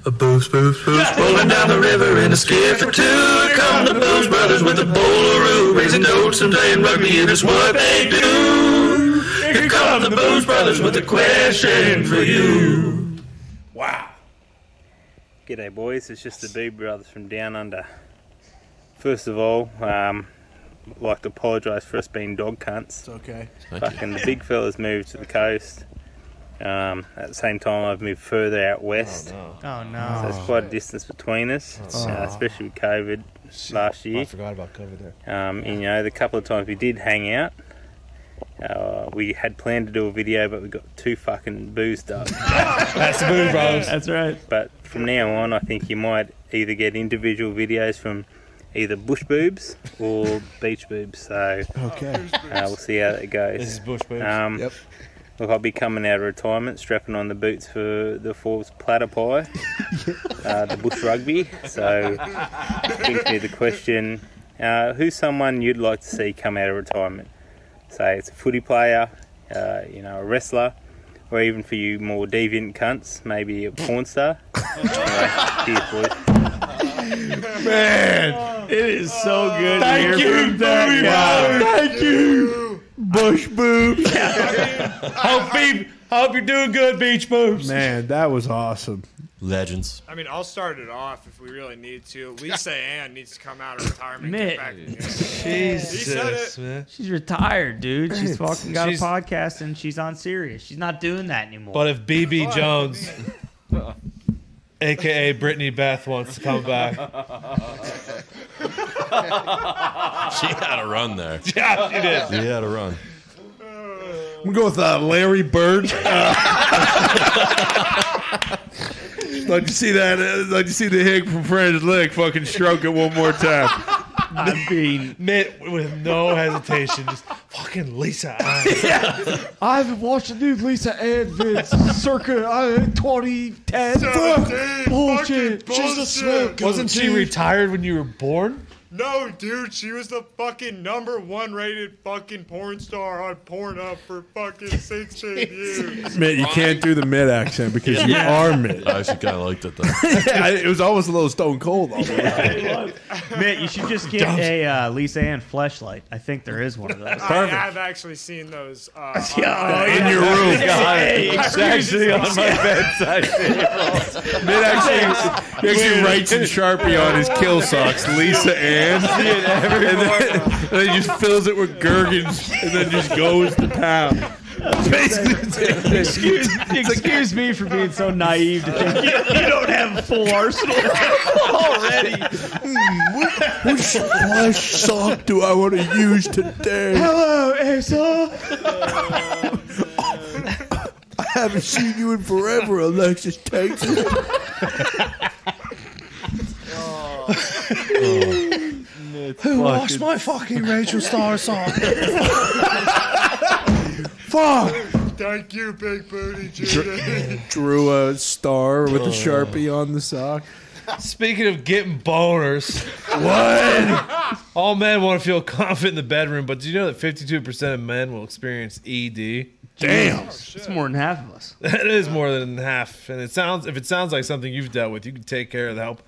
[SPEAKER 9] A booze, booze, booze, rolling down the river in a skiff for two. Here come the booze brothers with a bowleroo, raising notes and playing rugby, and it's what they do. Here come the booze brothers with a question for you.
[SPEAKER 10] G'day, boys. It's just the Boo Brothers from down under. First of all, um, I'd like to apologise for us being dog cunts. It's
[SPEAKER 4] okay.
[SPEAKER 2] Thank you.
[SPEAKER 10] Fucking the big fella's moved to the coast. Um, at the same time, I've moved further out west.
[SPEAKER 1] Oh, no. Oh, no.
[SPEAKER 10] So there's quite a distance between us,
[SPEAKER 1] That's-
[SPEAKER 10] uh, especially with COVID last year.
[SPEAKER 5] I forgot about COVID there.
[SPEAKER 10] Um, and, you know, the couple of times we did hang out, uh, we had planned to do a video, but we got too fucking boozed up. That's
[SPEAKER 1] the boo, bros. That's right.
[SPEAKER 10] But from now on, I think you might either get individual videos from either bush boobs or beach boobs. So
[SPEAKER 4] Okay.
[SPEAKER 10] uh, we'll see how that goes.
[SPEAKER 5] This is bush boobs.
[SPEAKER 10] Um,
[SPEAKER 4] Yep.
[SPEAKER 10] Look, I'll be coming out of retirement, strapping on the boots for the Forbes platter pie, uh, the bush rugby. So, brings me the question: uh, Who's someone you'd like to see come out of retirement? Say it's a footy player, uh, you know, a wrestler, or even for you more deviant cunts, maybe a porn star. anyway, cheers, boys.
[SPEAKER 1] Man, it is so good.
[SPEAKER 9] Thank
[SPEAKER 1] to hear
[SPEAKER 9] you,
[SPEAKER 1] from that
[SPEAKER 9] Booby
[SPEAKER 1] guy.
[SPEAKER 9] Bob.
[SPEAKER 1] Thank you, Bush Boob.
[SPEAKER 5] hope, be, hope you're doing good, beach boobs.
[SPEAKER 4] Man, that was awesome.
[SPEAKER 2] Legends.
[SPEAKER 7] I mean, I'll start it off if we really need to. Lisa Ann needs to come out of retirement. and get
[SPEAKER 1] Mitt.
[SPEAKER 7] back in the game. He said it.
[SPEAKER 1] Jesus,
[SPEAKER 5] man.
[SPEAKER 1] She's retired, dude. She's fucking got
[SPEAKER 5] She's-
[SPEAKER 1] a podcast and she's on serious. She's not doing that anymore.
[SPEAKER 5] But if BB Jones, aka Brittany Beth, wants to come back,
[SPEAKER 2] She had a run there.
[SPEAKER 5] Yeah, she did.
[SPEAKER 2] She had a run.
[SPEAKER 4] I'm gonna go with uh, Larry Bird. like to see that? Uh, like to see the hick from French Lick fucking stroke it one more time.
[SPEAKER 1] I mean,
[SPEAKER 5] Mitt with no hesitation, just fucking Lisa. Allen.
[SPEAKER 4] I haven't watched the new Lisa Ann vid circa uh, 2010.
[SPEAKER 7] Fuck, bullshit.
[SPEAKER 5] She's a smoker. Wasn't she retired when you were born?
[SPEAKER 7] No, dude, she was the fucking number one rated fucking porn star on Pornhub for fucking 16 years.
[SPEAKER 4] Mitt, you can't do the mid accent because you
[SPEAKER 2] Yeah.
[SPEAKER 4] are Mitt.
[SPEAKER 2] I actually kind of liked it though.
[SPEAKER 4] Yeah, it was almost a little stone cold. almost.
[SPEAKER 1] Mitt, you should just get a uh, Lisa Ann fleshlight. I think there is one of those.
[SPEAKER 7] I have actually seen those. Uh,
[SPEAKER 1] Yeah,
[SPEAKER 7] on-
[SPEAKER 1] in your room. Hey,
[SPEAKER 5] actually on my bedside
[SPEAKER 4] Mitt actually, he actually writes in Sharpie on his kill socks, Lisa Ann. And then, and then he just fills it with Gergens and then just goes to town.
[SPEAKER 1] Excuse, excuse me for being so naive to think you, you don't have a full arsenal already.
[SPEAKER 4] Which flesh sock do I want to use today?
[SPEAKER 1] Hello, Asa.
[SPEAKER 4] I haven't seen you in forever, Alexis Takes.
[SPEAKER 5] Oh, Who
[SPEAKER 4] washed
[SPEAKER 5] my fucking Rachel Star song?
[SPEAKER 4] Fuck!
[SPEAKER 7] Thank you, Big Booty Judy.
[SPEAKER 4] Drew a star with a Sharpie
[SPEAKER 5] Oh.
[SPEAKER 4] on the sock.
[SPEAKER 5] Speaking of getting boners,
[SPEAKER 4] What?
[SPEAKER 5] all men want to feel confident in the bedroom, but do you know that 52% of men will experience ED?
[SPEAKER 4] Damn.
[SPEAKER 1] It's Oh, more than half of us.
[SPEAKER 5] That is more than half, and it sounds if it sounds like something you've dealt with, you can take care of the help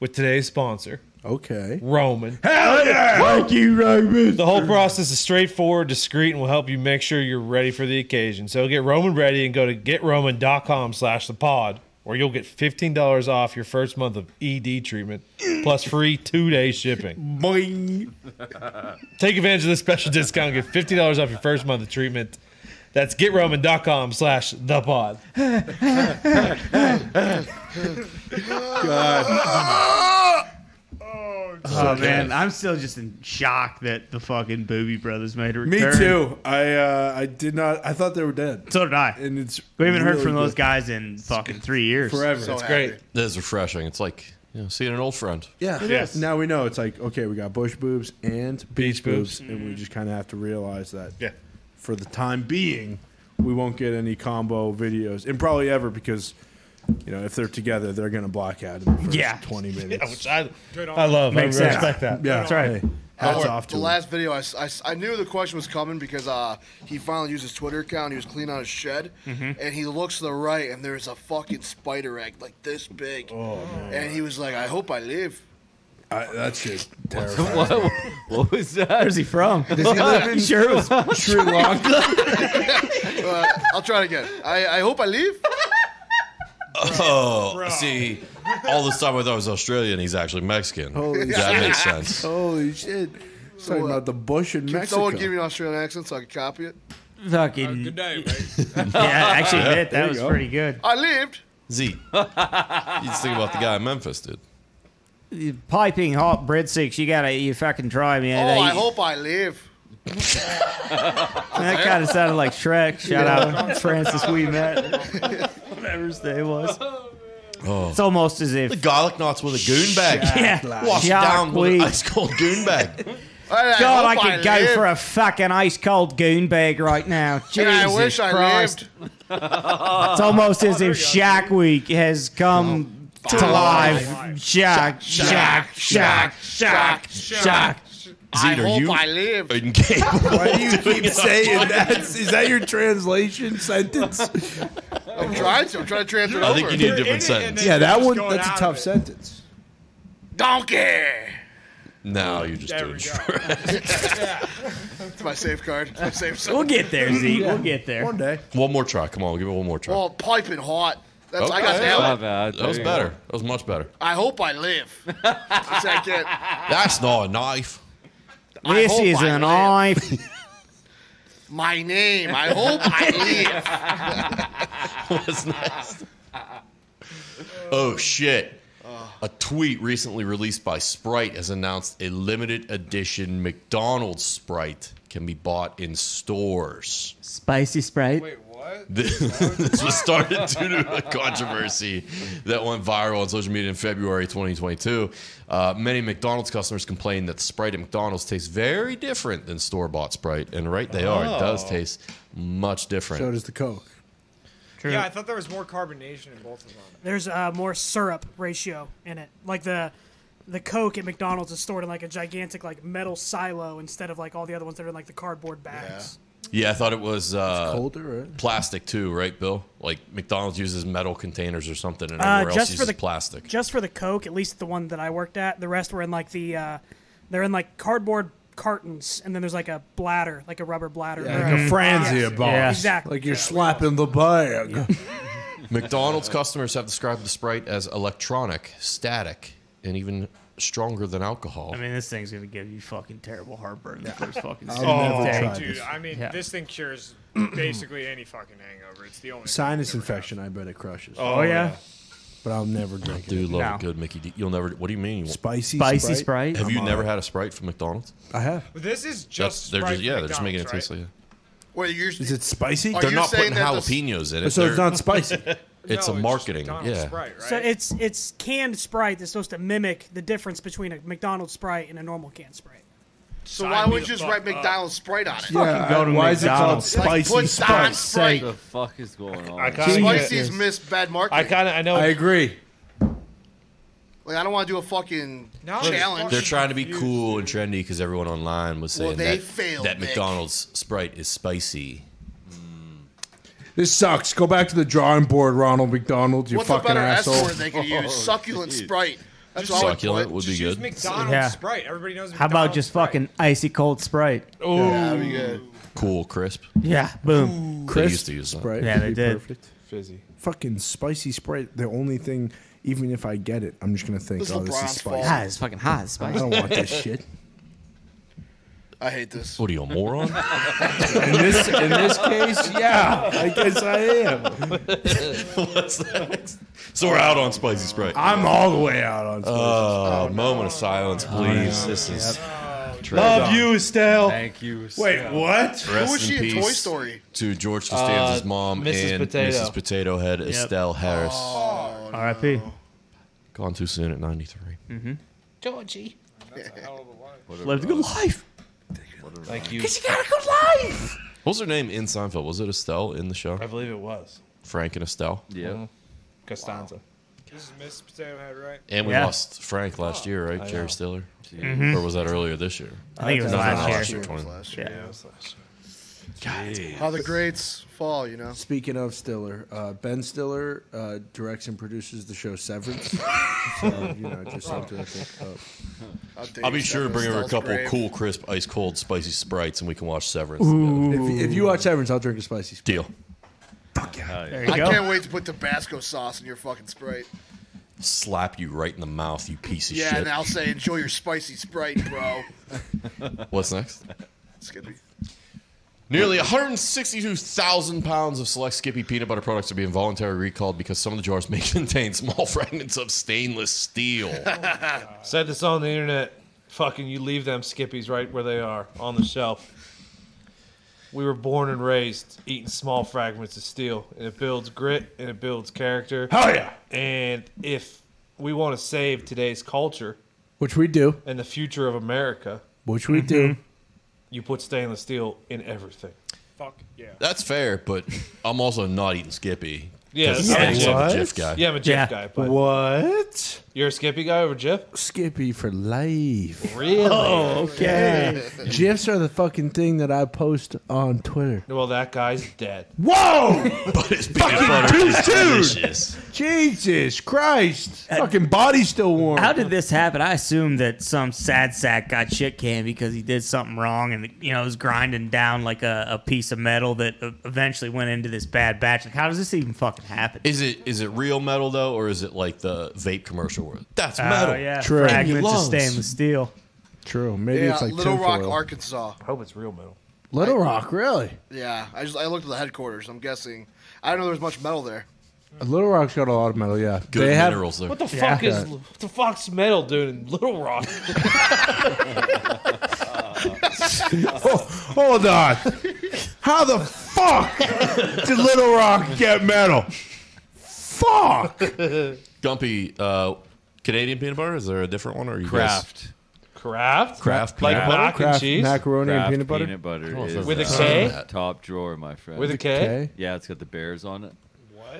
[SPEAKER 5] with today's sponsor,
[SPEAKER 4] Okay.
[SPEAKER 5] Roman.
[SPEAKER 4] Hell yeah! Thank you, Raymond.
[SPEAKER 5] The whole process is straightforward, discreet, and will help you make sure you're ready for the occasion. So get Roman ready and go to getroman.com slash the pod, where you'll get $15 off your first month of ED treatment, plus free two-day shipping.
[SPEAKER 4] Boing.
[SPEAKER 5] Take advantage of this special discount and get $50 off your first month of treatment. That's getroman.com slash the pod.
[SPEAKER 1] Oh man, I'm still just in shock that the fucking Booby Brothers made a
[SPEAKER 4] Me
[SPEAKER 1] return.
[SPEAKER 4] too. I uh, I did not. I thought they were dead,
[SPEAKER 1] So did I.
[SPEAKER 4] and it's
[SPEAKER 1] We haven't heard
[SPEAKER 4] really
[SPEAKER 1] from those
[SPEAKER 4] good.
[SPEAKER 1] guys in fucking three years.
[SPEAKER 4] forever.
[SPEAKER 6] So happy.
[SPEAKER 5] Great.
[SPEAKER 2] That is refreshing. It's like you know, seeing an old friend.
[SPEAKER 4] yeah.
[SPEAKER 5] Yes. is.
[SPEAKER 4] Now we know it's like okay, we got bush boobs and beach,
[SPEAKER 5] Beach
[SPEAKER 4] boobs,
[SPEAKER 5] boobs.
[SPEAKER 4] and we
[SPEAKER 6] Mm.
[SPEAKER 4] just kind of have to realize that
[SPEAKER 5] Yeah.
[SPEAKER 4] for the time being, we won't get any combo videos, and probably ever because you know if they're together, they're gonna black out in the first
[SPEAKER 1] Yeah.
[SPEAKER 4] twenty minutes.
[SPEAKER 5] Yeah, which I, I love.
[SPEAKER 1] Makes
[SPEAKER 5] I
[SPEAKER 1] sense.
[SPEAKER 5] respect that.
[SPEAKER 4] Yeah,
[SPEAKER 1] That's right.
[SPEAKER 4] Hey, hats
[SPEAKER 6] Or
[SPEAKER 4] off to
[SPEAKER 6] the
[SPEAKER 4] him.
[SPEAKER 6] last video. I, s- I s- I knew the question was coming because uh, he finally used his Twitter account. He was cleaning out his shed,
[SPEAKER 1] Mm-hmm.
[SPEAKER 6] and he looks to the right, and there's a fucking spider egg like this big. Oh, and he was like, "I hope I live."
[SPEAKER 4] I, that shit terrifying.
[SPEAKER 3] what, what was that?
[SPEAKER 1] Where's he from? Does he
[SPEAKER 4] live in-
[SPEAKER 1] sure it was
[SPEAKER 4] Sri Lanka.
[SPEAKER 6] Uh, I'll try it again. I, I hope I live.
[SPEAKER 2] Oh,
[SPEAKER 7] Bro.
[SPEAKER 2] see, All this time I thought it was Australian. He's actually Mexican.
[SPEAKER 4] Holy
[SPEAKER 2] that
[SPEAKER 4] shit.
[SPEAKER 2] makes sense.
[SPEAKER 4] Holy shit. Talking
[SPEAKER 6] uh,
[SPEAKER 4] about the bush in
[SPEAKER 6] Can
[SPEAKER 4] Mexico.
[SPEAKER 6] someone give Uh, me an Australian accent so I can copy it?
[SPEAKER 1] Fucking
[SPEAKER 7] Uh, Good day, mate.
[SPEAKER 1] yeah, actually,
[SPEAKER 2] Yeah,
[SPEAKER 1] admit,
[SPEAKER 4] there
[SPEAKER 1] that
[SPEAKER 4] you
[SPEAKER 1] was
[SPEAKER 4] go.
[SPEAKER 1] pretty good.
[SPEAKER 6] I lived.
[SPEAKER 2] Z. You just think about the guy in Memphis, dude.
[SPEAKER 1] Piping hot breadsticks, you gotta, you fucking try,
[SPEAKER 6] Oh,
[SPEAKER 1] man.
[SPEAKER 6] I
[SPEAKER 1] that,
[SPEAKER 6] hope I live.
[SPEAKER 1] that kind of sounded like Shrek. Shout out Francis We Met, whatever his name was. It's almost as if,
[SPEAKER 2] Oh. Garlic knots with a goon bag.
[SPEAKER 1] yeah,
[SPEAKER 2] Washed
[SPEAKER 1] Shark
[SPEAKER 2] down with
[SPEAKER 1] weed.
[SPEAKER 2] an ice cold goon bag.
[SPEAKER 6] And I
[SPEAKER 1] God, I
[SPEAKER 6] hope
[SPEAKER 1] could
[SPEAKER 6] live.
[SPEAKER 1] go for a fucking ice cold goon bag right now.
[SPEAKER 6] And
[SPEAKER 1] Jesus
[SPEAKER 6] I wish I
[SPEAKER 1] Christ.
[SPEAKER 6] lived. Oh,
[SPEAKER 1] It's almost as if Shaq Week has come to life. Shaq, Shaq, Shaq, Shaq, Shaq.
[SPEAKER 6] I
[SPEAKER 2] Zed, are
[SPEAKER 6] hope
[SPEAKER 2] you
[SPEAKER 6] I live.
[SPEAKER 2] incapable?
[SPEAKER 4] Why do you keep saying that? Is that your translation sentence?
[SPEAKER 6] I'm trying to. I'm trying to transfer it
[SPEAKER 2] I
[SPEAKER 6] over.
[SPEAKER 2] think you need a
[SPEAKER 7] You're in
[SPEAKER 2] different
[SPEAKER 7] it and
[SPEAKER 2] sentence.
[SPEAKER 7] then-
[SPEAKER 4] Yeah, that
[SPEAKER 7] Just
[SPEAKER 4] one.
[SPEAKER 7] going
[SPEAKER 4] That's a
[SPEAKER 7] out
[SPEAKER 4] tough
[SPEAKER 7] of it.
[SPEAKER 4] sentence.
[SPEAKER 6] Donkey.
[SPEAKER 2] No, you're just
[SPEAKER 7] There
[SPEAKER 2] doing
[SPEAKER 7] we
[SPEAKER 2] it.
[SPEAKER 7] go.
[SPEAKER 6] It's my safe card. It's my safe
[SPEAKER 1] We'll
[SPEAKER 6] zone.
[SPEAKER 1] get there, Z. We'll get there.
[SPEAKER 4] One day.
[SPEAKER 2] One more try. Come on, we'll give it one more try.
[SPEAKER 6] Well, Oh, piping hot. That's I got
[SPEAKER 2] Okay.
[SPEAKER 6] that
[SPEAKER 3] Not
[SPEAKER 6] one.
[SPEAKER 3] bad.
[SPEAKER 2] that was
[SPEAKER 3] There you
[SPEAKER 2] better. That was much better.
[SPEAKER 6] I hope I live. That's I get.
[SPEAKER 2] That's not a knife.
[SPEAKER 1] This
[SPEAKER 6] hope
[SPEAKER 1] is
[SPEAKER 6] I
[SPEAKER 1] an
[SPEAKER 6] live.
[SPEAKER 1] eye.
[SPEAKER 6] My name. I hope I live.
[SPEAKER 2] That's nice. Oh shit. A tweet recently released by Sprite has announced a limited edition McDonald's Sprite can be bought in stores.
[SPEAKER 1] Spicy Sprite.
[SPEAKER 7] Wait, what?
[SPEAKER 2] This this was started due to a controversy that went viral on social media in February 2022. Uh, many McDonald's customers complained that Sprite at McDonald's tastes very different than store bought Sprite. And right they are. It does taste much different.
[SPEAKER 4] So does the Coke.
[SPEAKER 7] Yeah, I thought there was more carbonation in both of them.
[SPEAKER 8] There's uh, more syrup ratio in it. Like the the Coke at McDonald's is stored in like a gigantic like metal silo instead of like all the other ones that are in like the cardboard bags.
[SPEAKER 2] yeah, I thought it was uh,
[SPEAKER 4] Older, right?
[SPEAKER 2] plastic too, right, Bill? Like McDonald's uses metal containers or something, and
[SPEAKER 8] Uh,
[SPEAKER 2] everywhere else
[SPEAKER 8] just for
[SPEAKER 2] uses
[SPEAKER 8] the-
[SPEAKER 2] plastic.
[SPEAKER 8] Just for the Coke, at least the one that I worked at, the rest were in like the uh, they're in like cardboard cartons, and then there's like a bladder, like a rubber bladder.
[SPEAKER 4] Like a Franzia box.
[SPEAKER 1] Yeah.
[SPEAKER 8] Exactly.
[SPEAKER 4] Like you're slapping the bag.
[SPEAKER 2] McDonald's customers have described the Sprite as electronic, static, and even stronger than alcohol.
[SPEAKER 1] I mean, this thing's gonna give you fucking terrible heartburn the first fucking
[SPEAKER 4] I'll never
[SPEAKER 1] day.
[SPEAKER 4] try
[SPEAKER 7] Dude,
[SPEAKER 4] this.
[SPEAKER 7] I mean,
[SPEAKER 1] Yeah.
[SPEAKER 7] this thing cures basically any fucking hangover. It's the only
[SPEAKER 4] Sinus infection, I bet it crushes.
[SPEAKER 1] Oh yeah,
[SPEAKER 4] But I'll never drink it.
[SPEAKER 2] Dude, love
[SPEAKER 1] No.
[SPEAKER 2] it good, Mickey. D. You'll never. What do you mean? You won't-
[SPEAKER 4] Spicy,
[SPEAKER 1] spicy Sprite.
[SPEAKER 2] Have you never had a Sprite from McDonald's?
[SPEAKER 4] I have.
[SPEAKER 7] But this
[SPEAKER 2] That's-
[SPEAKER 7] is just
[SPEAKER 2] they're
[SPEAKER 7] Sprite
[SPEAKER 2] just yeah, they're just making it
[SPEAKER 7] McDonald's,
[SPEAKER 2] taste like.
[SPEAKER 6] Wait, you're,
[SPEAKER 4] Is it spicy?
[SPEAKER 6] Are
[SPEAKER 2] They're
[SPEAKER 6] you
[SPEAKER 2] not
[SPEAKER 6] saying
[SPEAKER 2] putting
[SPEAKER 6] that this-
[SPEAKER 2] jalapenos in it.
[SPEAKER 4] so it's
[SPEAKER 2] They're-
[SPEAKER 4] not spicy.
[SPEAKER 2] It's
[SPEAKER 7] No,
[SPEAKER 2] a
[SPEAKER 7] just
[SPEAKER 2] marketing.
[SPEAKER 7] McDonald's
[SPEAKER 2] Yeah.
[SPEAKER 7] Sprite, right?
[SPEAKER 8] So it's it's canned Sprite that's supposed to mimic the difference between a McDonald's Sprite and a normal canned Sprite.
[SPEAKER 6] so why
[SPEAKER 7] me
[SPEAKER 6] would you
[SPEAKER 7] the
[SPEAKER 6] just
[SPEAKER 7] fuck
[SPEAKER 6] write
[SPEAKER 7] up.
[SPEAKER 6] McDonald's Sprite on it?
[SPEAKER 4] yeah,
[SPEAKER 1] go to
[SPEAKER 4] why is it called
[SPEAKER 1] McDonald's.
[SPEAKER 6] Like,
[SPEAKER 4] spicy
[SPEAKER 6] put Don
[SPEAKER 4] Sprite?
[SPEAKER 6] Sprite.
[SPEAKER 3] go. The fuck is going on?
[SPEAKER 5] I kind of
[SPEAKER 6] Spicy's
[SPEAKER 5] get,
[SPEAKER 4] Yes.
[SPEAKER 6] missed bad marketing.
[SPEAKER 5] I kind of I know
[SPEAKER 4] I agree.
[SPEAKER 6] like, I don't want to do a fucking
[SPEAKER 7] No,
[SPEAKER 6] challenge.
[SPEAKER 2] They're trying to be cool and trendy because everyone online was saying
[SPEAKER 6] Well, they
[SPEAKER 2] that,
[SPEAKER 6] failed,
[SPEAKER 2] that
[SPEAKER 6] Nick.
[SPEAKER 2] McDonald's Sprite is spicy.
[SPEAKER 4] This sucks. Go back to the drawing board, Ronald McDonald. You
[SPEAKER 6] What's a
[SPEAKER 4] fucking
[SPEAKER 6] better S
[SPEAKER 4] asshole.
[SPEAKER 6] word they could use? Succulent Sprite. That's all I would
[SPEAKER 2] Succulent
[SPEAKER 6] put.
[SPEAKER 2] would be
[SPEAKER 7] Just use
[SPEAKER 2] good.
[SPEAKER 7] McDonald's
[SPEAKER 1] Yeah.
[SPEAKER 7] Sprite. Everybody knows.
[SPEAKER 1] How about
[SPEAKER 7] McDonald's
[SPEAKER 1] just
[SPEAKER 7] Sprite.
[SPEAKER 1] fucking icy cold Sprite?
[SPEAKER 6] That'd be good.
[SPEAKER 2] Cool, crisp.
[SPEAKER 1] Yeah, boom.
[SPEAKER 2] they used to use that.
[SPEAKER 4] Sprite
[SPEAKER 1] Yeah,
[SPEAKER 4] would
[SPEAKER 1] they
[SPEAKER 4] be
[SPEAKER 1] did.
[SPEAKER 4] Perfect.
[SPEAKER 5] fizzy.
[SPEAKER 4] Fucking spicy Sprite. The only thing, even if I get it, I'm just gonna think,
[SPEAKER 6] This is
[SPEAKER 4] oh, this is
[SPEAKER 6] LeBron's fault.
[SPEAKER 4] spicy.
[SPEAKER 1] Ah, it's fucking hot. It's
[SPEAKER 4] I
[SPEAKER 1] spicy.
[SPEAKER 4] don't want this shit.
[SPEAKER 6] I hate this.
[SPEAKER 2] What are you, a moron?
[SPEAKER 4] In this, in this case, yeah, I guess I am.
[SPEAKER 2] What's next? So we're out on spicy Sprite.
[SPEAKER 4] I'm all the way out on spicy. Oh,
[SPEAKER 2] Oh, moment of silence, please. This is
[SPEAKER 5] Love you, Estelle.
[SPEAKER 3] Thank you.
[SPEAKER 5] Wait, what?
[SPEAKER 2] rest
[SPEAKER 6] Who was
[SPEAKER 2] in
[SPEAKER 6] she in Toy
[SPEAKER 2] peace
[SPEAKER 6] Story?
[SPEAKER 2] to George Costanza's
[SPEAKER 5] Uh,
[SPEAKER 2] mom
[SPEAKER 5] Mrs.
[SPEAKER 2] and
[SPEAKER 5] Potato.
[SPEAKER 2] Mrs. Potato Head Estelle Harris.
[SPEAKER 6] Oh,
[SPEAKER 1] R.I.P.
[SPEAKER 2] Gone too soon at 93.
[SPEAKER 1] Mm-hmm. Lived a good life.
[SPEAKER 5] Thank you.
[SPEAKER 2] What was her name in Seinfeld? Was it Estelle in the show?
[SPEAKER 5] I believe it was Mm-hmm.
[SPEAKER 2] Frank and Estelle.
[SPEAKER 3] Yeah.
[SPEAKER 5] Costanza.
[SPEAKER 7] This is Miss Potato Head, right?
[SPEAKER 2] And we
[SPEAKER 1] Yeah. Mm-hmm.
[SPEAKER 2] lost Frank last
[SPEAKER 5] Oh,
[SPEAKER 2] year, right? Jerry Stiller? Or was that earlier this year?
[SPEAKER 1] I think it was
[SPEAKER 4] Uh,
[SPEAKER 1] last year.
[SPEAKER 2] Last year, 20.
[SPEAKER 6] How the greats fall, you know.
[SPEAKER 4] Speaking of Stiller, uh, Ben Stiller uh, directs and produces the show Severance. so you know, just something to think of.
[SPEAKER 2] I'll be sure to bring her a couple cool, crisp, ice cold, spicy sprites and we can watch Severance. together.
[SPEAKER 4] If, if you watch Severance, I'll drink a spicy. Sprite.
[SPEAKER 2] Deal.
[SPEAKER 1] There you
[SPEAKER 5] Oh,
[SPEAKER 6] I
[SPEAKER 1] go.
[SPEAKER 6] can't wait to put Tabasco sauce in your fucking Sprite.
[SPEAKER 2] slap you right in the mouth, you piece of
[SPEAKER 6] Yeah,
[SPEAKER 2] shit.
[SPEAKER 6] and I'll say, enjoy your spicy Sprite, bro.
[SPEAKER 2] What's next?
[SPEAKER 6] It's gonna be.
[SPEAKER 2] Nearly 162,000 pounds of select Skippy peanut butter products are being voluntarily recalled because some of the jars may contain small fragments of stainless steel.
[SPEAKER 5] Said this on the internet. Fucking, you leave them skippies right where they are on the shelf. We were born and raised eating small fragments of steel, and it builds grit and it builds character.
[SPEAKER 4] Hell yeah.
[SPEAKER 5] And if we want to save today's culture
[SPEAKER 4] Which we do.
[SPEAKER 5] and the future of America,
[SPEAKER 4] Which we
[SPEAKER 2] Mm-hmm.
[SPEAKER 4] do.
[SPEAKER 5] you put stainless steel in everything.
[SPEAKER 7] Fuck yeah.
[SPEAKER 2] That's fair, but I'm also not eating Skippy.
[SPEAKER 5] Yeah,
[SPEAKER 2] 'Cause
[SPEAKER 5] that's-
[SPEAKER 2] I'm also
[SPEAKER 4] What?
[SPEAKER 2] a Jif guy.
[SPEAKER 5] Yeah, I'm a Jif
[SPEAKER 1] Yeah.
[SPEAKER 5] guy, but
[SPEAKER 4] What?
[SPEAKER 5] you're a Skippy guy over Jif?
[SPEAKER 4] Skippy for life.
[SPEAKER 5] Really?
[SPEAKER 2] Oh,
[SPEAKER 1] Okay.
[SPEAKER 4] GIFs are the fucking thing that I post on Twitter.
[SPEAKER 5] Well, that guy's dead.
[SPEAKER 4] Whoa!
[SPEAKER 2] But it's peanut butter is delicious.
[SPEAKER 4] Jesus Christ! fucking body's still warm.
[SPEAKER 1] Uh, How did this happen? I assume that some sad sack got shit canned because he did something wrong and you know was grinding down like a, a piece of metal that e- eventually went into this bad batch. Like, how does this even fucking happen?
[SPEAKER 2] Is it is it real metal though, or is it like the vape commercial where that's
[SPEAKER 1] Oh,
[SPEAKER 2] metal?
[SPEAKER 1] yeah,
[SPEAKER 4] True.
[SPEAKER 2] In your
[SPEAKER 1] fragments of
[SPEAKER 2] lungs.
[SPEAKER 1] stainless steel.
[SPEAKER 4] True. Maybe
[SPEAKER 6] Yeah,
[SPEAKER 4] it's like
[SPEAKER 6] Little Rock,
[SPEAKER 4] tinfoil.
[SPEAKER 6] Arkansas.
[SPEAKER 5] I hope it's real metal.
[SPEAKER 4] Little Rock, really?
[SPEAKER 6] Yeah, I just I looked at the headquarters. I'm guessing. I don't know. There's much metal there.
[SPEAKER 4] Little Rock's got a lot of metal. Yeah,
[SPEAKER 2] Good
[SPEAKER 4] they have-
[SPEAKER 2] minerals there.
[SPEAKER 5] What the
[SPEAKER 1] Yeah.
[SPEAKER 5] fuck is what the fuck's metal doing in Little Rock?
[SPEAKER 4] Oh, hold on. How the fuck did Little Rock get metal? Fuck.
[SPEAKER 2] Gumpy, uh, Canadian peanut butter? Is there a different one? Or are you
[SPEAKER 5] Kraft. Kraft?
[SPEAKER 2] Kraft
[SPEAKER 5] Like
[SPEAKER 2] peanut
[SPEAKER 5] mac and
[SPEAKER 4] Kraft
[SPEAKER 5] cheese?
[SPEAKER 4] macaroni and peanut butter.
[SPEAKER 3] peanut butter
[SPEAKER 2] I've
[SPEAKER 3] is
[SPEAKER 2] never
[SPEAKER 5] With a
[SPEAKER 2] had
[SPEAKER 5] K?
[SPEAKER 2] that.
[SPEAKER 3] top drawer, my friend.
[SPEAKER 5] With a K?
[SPEAKER 4] Okay.
[SPEAKER 3] yeah, it's got the bears on it.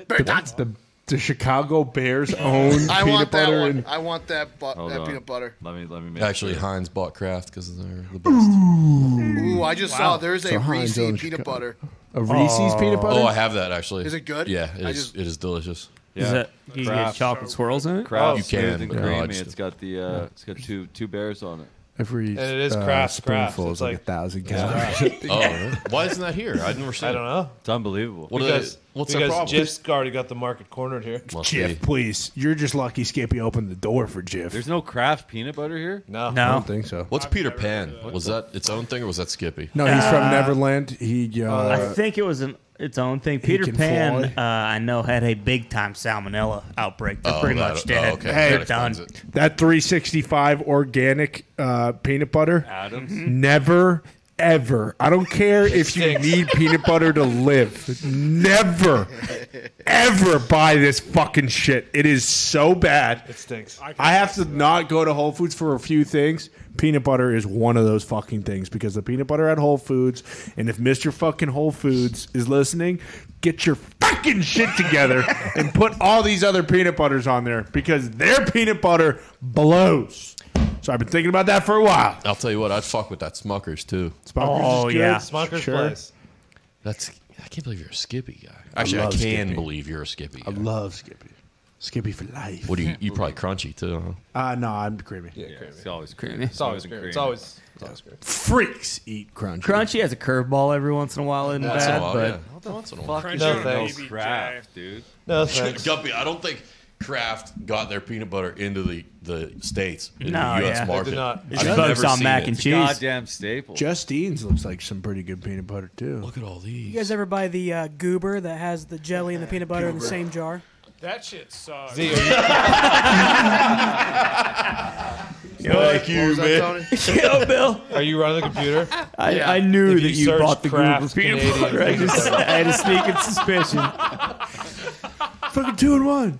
[SPEAKER 4] The, the Chicago Bears own
[SPEAKER 6] I
[SPEAKER 4] peanut
[SPEAKER 6] want that
[SPEAKER 4] butter
[SPEAKER 6] one.
[SPEAKER 4] and
[SPEAKER 6] I want that bu-
[SPEAKER 3] Hold
[SPEAKER 6] that
[SPEAKER 3] on.
[SPEAKER 6] peanut butter.
[SPEAKER 3] Let me let me make
[SPEAKER 2] guys? Actually,
[SPEAKER 3] sure.
[SPEAKER 2] Heinz bought Kraft because they're the best.
[SPEAKER 6] Ooh, I just saw there's a
[SPEAKER 4] So high in
[SPEAKER 6] Reese's
[SPEAKER 4] zone
[SPEAKER 6] peanut
[SPEAKER 4] Chicago.
[SPEAKER 6] butter.
[SPEAKER 4] a Reese's peanut butter.
[SPEAKER 2] Oh, I have that actually.
[SPEAKER 6] Is it good?
[SPEAKER 2] Yeah, it
[SPEAKER 6] I
[SPEAKER 2] is.
[SPEAKER 6] just-
[SPEAKER 2] it is delicious. Oh,
[SPEAKER 1] Is
[SPEAKER 3] Yeah.
[SPEAKER 1] that you get
[SPEAKER 3] Kraft.
[SPEAKER 1] chocolate swirls in it?
[SPEAKER 3] Kraft
[SPEAKER 2] You
[SPEAKER 3] smooth
[SPEAKER 2] can,
[SPEAKER 3] and
[SPEAKER 2] but no,
[SPEAKER 3] creamy.
[SPEAKER 2] it's-
[SPEAKER 3] it's got the uh, it's got two two bears on it.
[SPEAKER 4] Every
[SPEAKER 5] And it is
[SPEAKER 3] uh,
[SPEAKER 5] Kraft, Kraft.
[SPEAKER 4] spoonful
[SPEAKER 5] It's
[SPEAKER 4] is like,
[SPEAKER 5] like-
[SPEAKER 4] a thousand calories.
[SPEAKER 2] Oh, really? why isn't that here? I've never seen.
[SPEAKER 5] I don't know.
[SPEAKER 3] It's unbelievable.
[SPEAKER 2] What are
[SPEAKER 5] Because,
[SPEAKER 2] they- what's their
[SPEAKER 5] because
[SPEAKER 2] problem?
[SPEAKER 5] Jeff's already got the market cornered here.
[SPEAKER 2] Must be.
[SPEAKER 4] Jif, please. You're just lucky Skippy opened the door for Jif.
[SPEAKER 3] There's no Kraft peanut butter here.
[SPEAKER 5] No.
[SPEAKER 4] I
[SPEAKER 1] No.
[SPEAKER 4] don't think so.
[SPEAKER 2] What's Peter Pan? Was that its own thing or was that Skippy?
[SPEAKER 4] No, he's from Neverland. He uh,
[SPEAKER 1] Uh, I think it was an its own thing. Peter
[SPEAKER 4] can
[SPEAKER 1] Pan, uh,
[SPEAKER 4] fly.
[SPEAKER 1] I know, had a big time salmonella outbreak. They're
[SPEAKER 2] Oh,
[SPEAKER 1] pretty
[SPEAKER 2] that-
[SPEAKER 1] much
[SPEAKER 2] oh,
[SPEAKER 1] dead.
[SPEAKER 2] okay.
[SPEAKER 1] They're
[SPEAKER 2] That
[SPEAKER 1] done.
[SPEAKER 2] explains it.
[SPEAKER 4] that 365 organic uh, peanut butter. Mm-hmm.
[SPEAKER 3] Adams.
[SPEAKER 4] Never, ever. I don't care if you need peanut butter to live. Never, ever buy this fucking shit. It is so bad.
[SPEAKER 5] It stinks.
[SPEAKER 4] I have to not go to Whole Foods for a few things. Peanut butter is one of those fucking things because the peanut butter at Whole Foods, and if Mr. fucking Whole Foods is listening, get your fucking shit together and put all these other peanut butters on there because their peanut butter blows. So I've been thinking about that for a while.
[SPEAKER 2] I'll tell you what, I'd fuck with that Smuckers too.
[SPEAKER 4] Smucker's is
[SPEAKER 1] Oh,
[SPEAKER 4] good.
[SPEAKER 1] yeah.
[SPEAKER 5] Smucker's
[SPEAKER 4] Sure.
[SPEAKER 5] place.
[SPEAKER 2] That's I can't believe you're a Skippy guy. Actually, I,
[SPEAKER 4] love
[SPEAKER 2] can
[SPEAKER 4] Skippy.
[SPEAKER 2] believe you're a Skippy. Guy.
[SPEAKER 4] I love Skippy. Skippy for life.
[SPEAKER 2] what do you? You probably crunchy too. Huh?
[SPEAKER 4] Uh, no, I'm creamy.
[SPEAKER 3] Yeah, it's always creamy. It's
[SPEAKER 5] It's always
[SPEAKER 3] in
[SPEAKER 5] great. It's
[SPEAKER 3] cream.
[SPEAKER 5] always, it's always great.
[SPEAKER 4] Freaks eat crunchy.
[SPEAKER 1] Crunchy has a curveball every once in a while, isn't
[SPEAKER 2] Once in a
[SPEAKER 1] bad,
[SPEAKER 2] while,
[SPEAKER 1] but
[SPEAKER 2] yeah. Once in a while.
[SPEAKER 7] Crunchy
[SPEAKER 5] No,
[SPEAKER 7] on
[SPEAKER 5] thanks.
[SPEAKER 7] BBJ.
[SPEAKER 3] Kraft, dude.
[SPEAKER 5] No, thanks.
[SPEAKER 2] Guppy, I don't think Kraft got their peanut butter into the, the states in
[SPEAKER 1] No,
[SPEAKER 2] the U.S.
[SPEAKER 1] yeah. They
[SPEAKER 2] market.
[SPEAKER 5] did not.
[SPEAKER 2] I've
[SPEAKER 1] just
[SPEAKER 2] never
[SPEAKER 1] focus on
[SPEAKER 2] seen
[SPEAKER 1] mac
[SPEAKER 2] it.
[SPEAKER 1] and cheese.
[SPEAKER 3] Goddamn staple.
[SPEAKER 4] Justine's looks like some pretty good peanut butter too.
[SPEAKER 2] Look at all
[SPEAKER 8] You guys
[SPEAKER 2] these.
[SPEAKER 8] ever buy the uh, goober that has the jelly and the peanut butter in the same jar?
[SPEAKER 7] That shit sucks.
[SPEAKER 5] Z, are you-
[SPEAKER 2] Thank you,
[SPEAKER 6] Is that Tony?
[SPEAKER 1] yeah, Bill.
[SPEAKER 5] are you running the computer?
[SPEAKER 1] I, I knew
[SPEAKER 5] If
[SPEAKER 1] that
[SPEAKER 5] you
[SPEAKER 1] you,
[SPEAKER 5] search
[SPEAKER 1] bought the Goober
[SPEAKER 5] Kraft
[SPEAKER 1] peanut
[SPEAKER 5] Canadian
[SPEAKER 1] butter. I,
[SPEAKER 5] peanut
[SPEAKER 1] just, I had a sneaking suspicion.
[SPEAKER 4] Fucking two and one.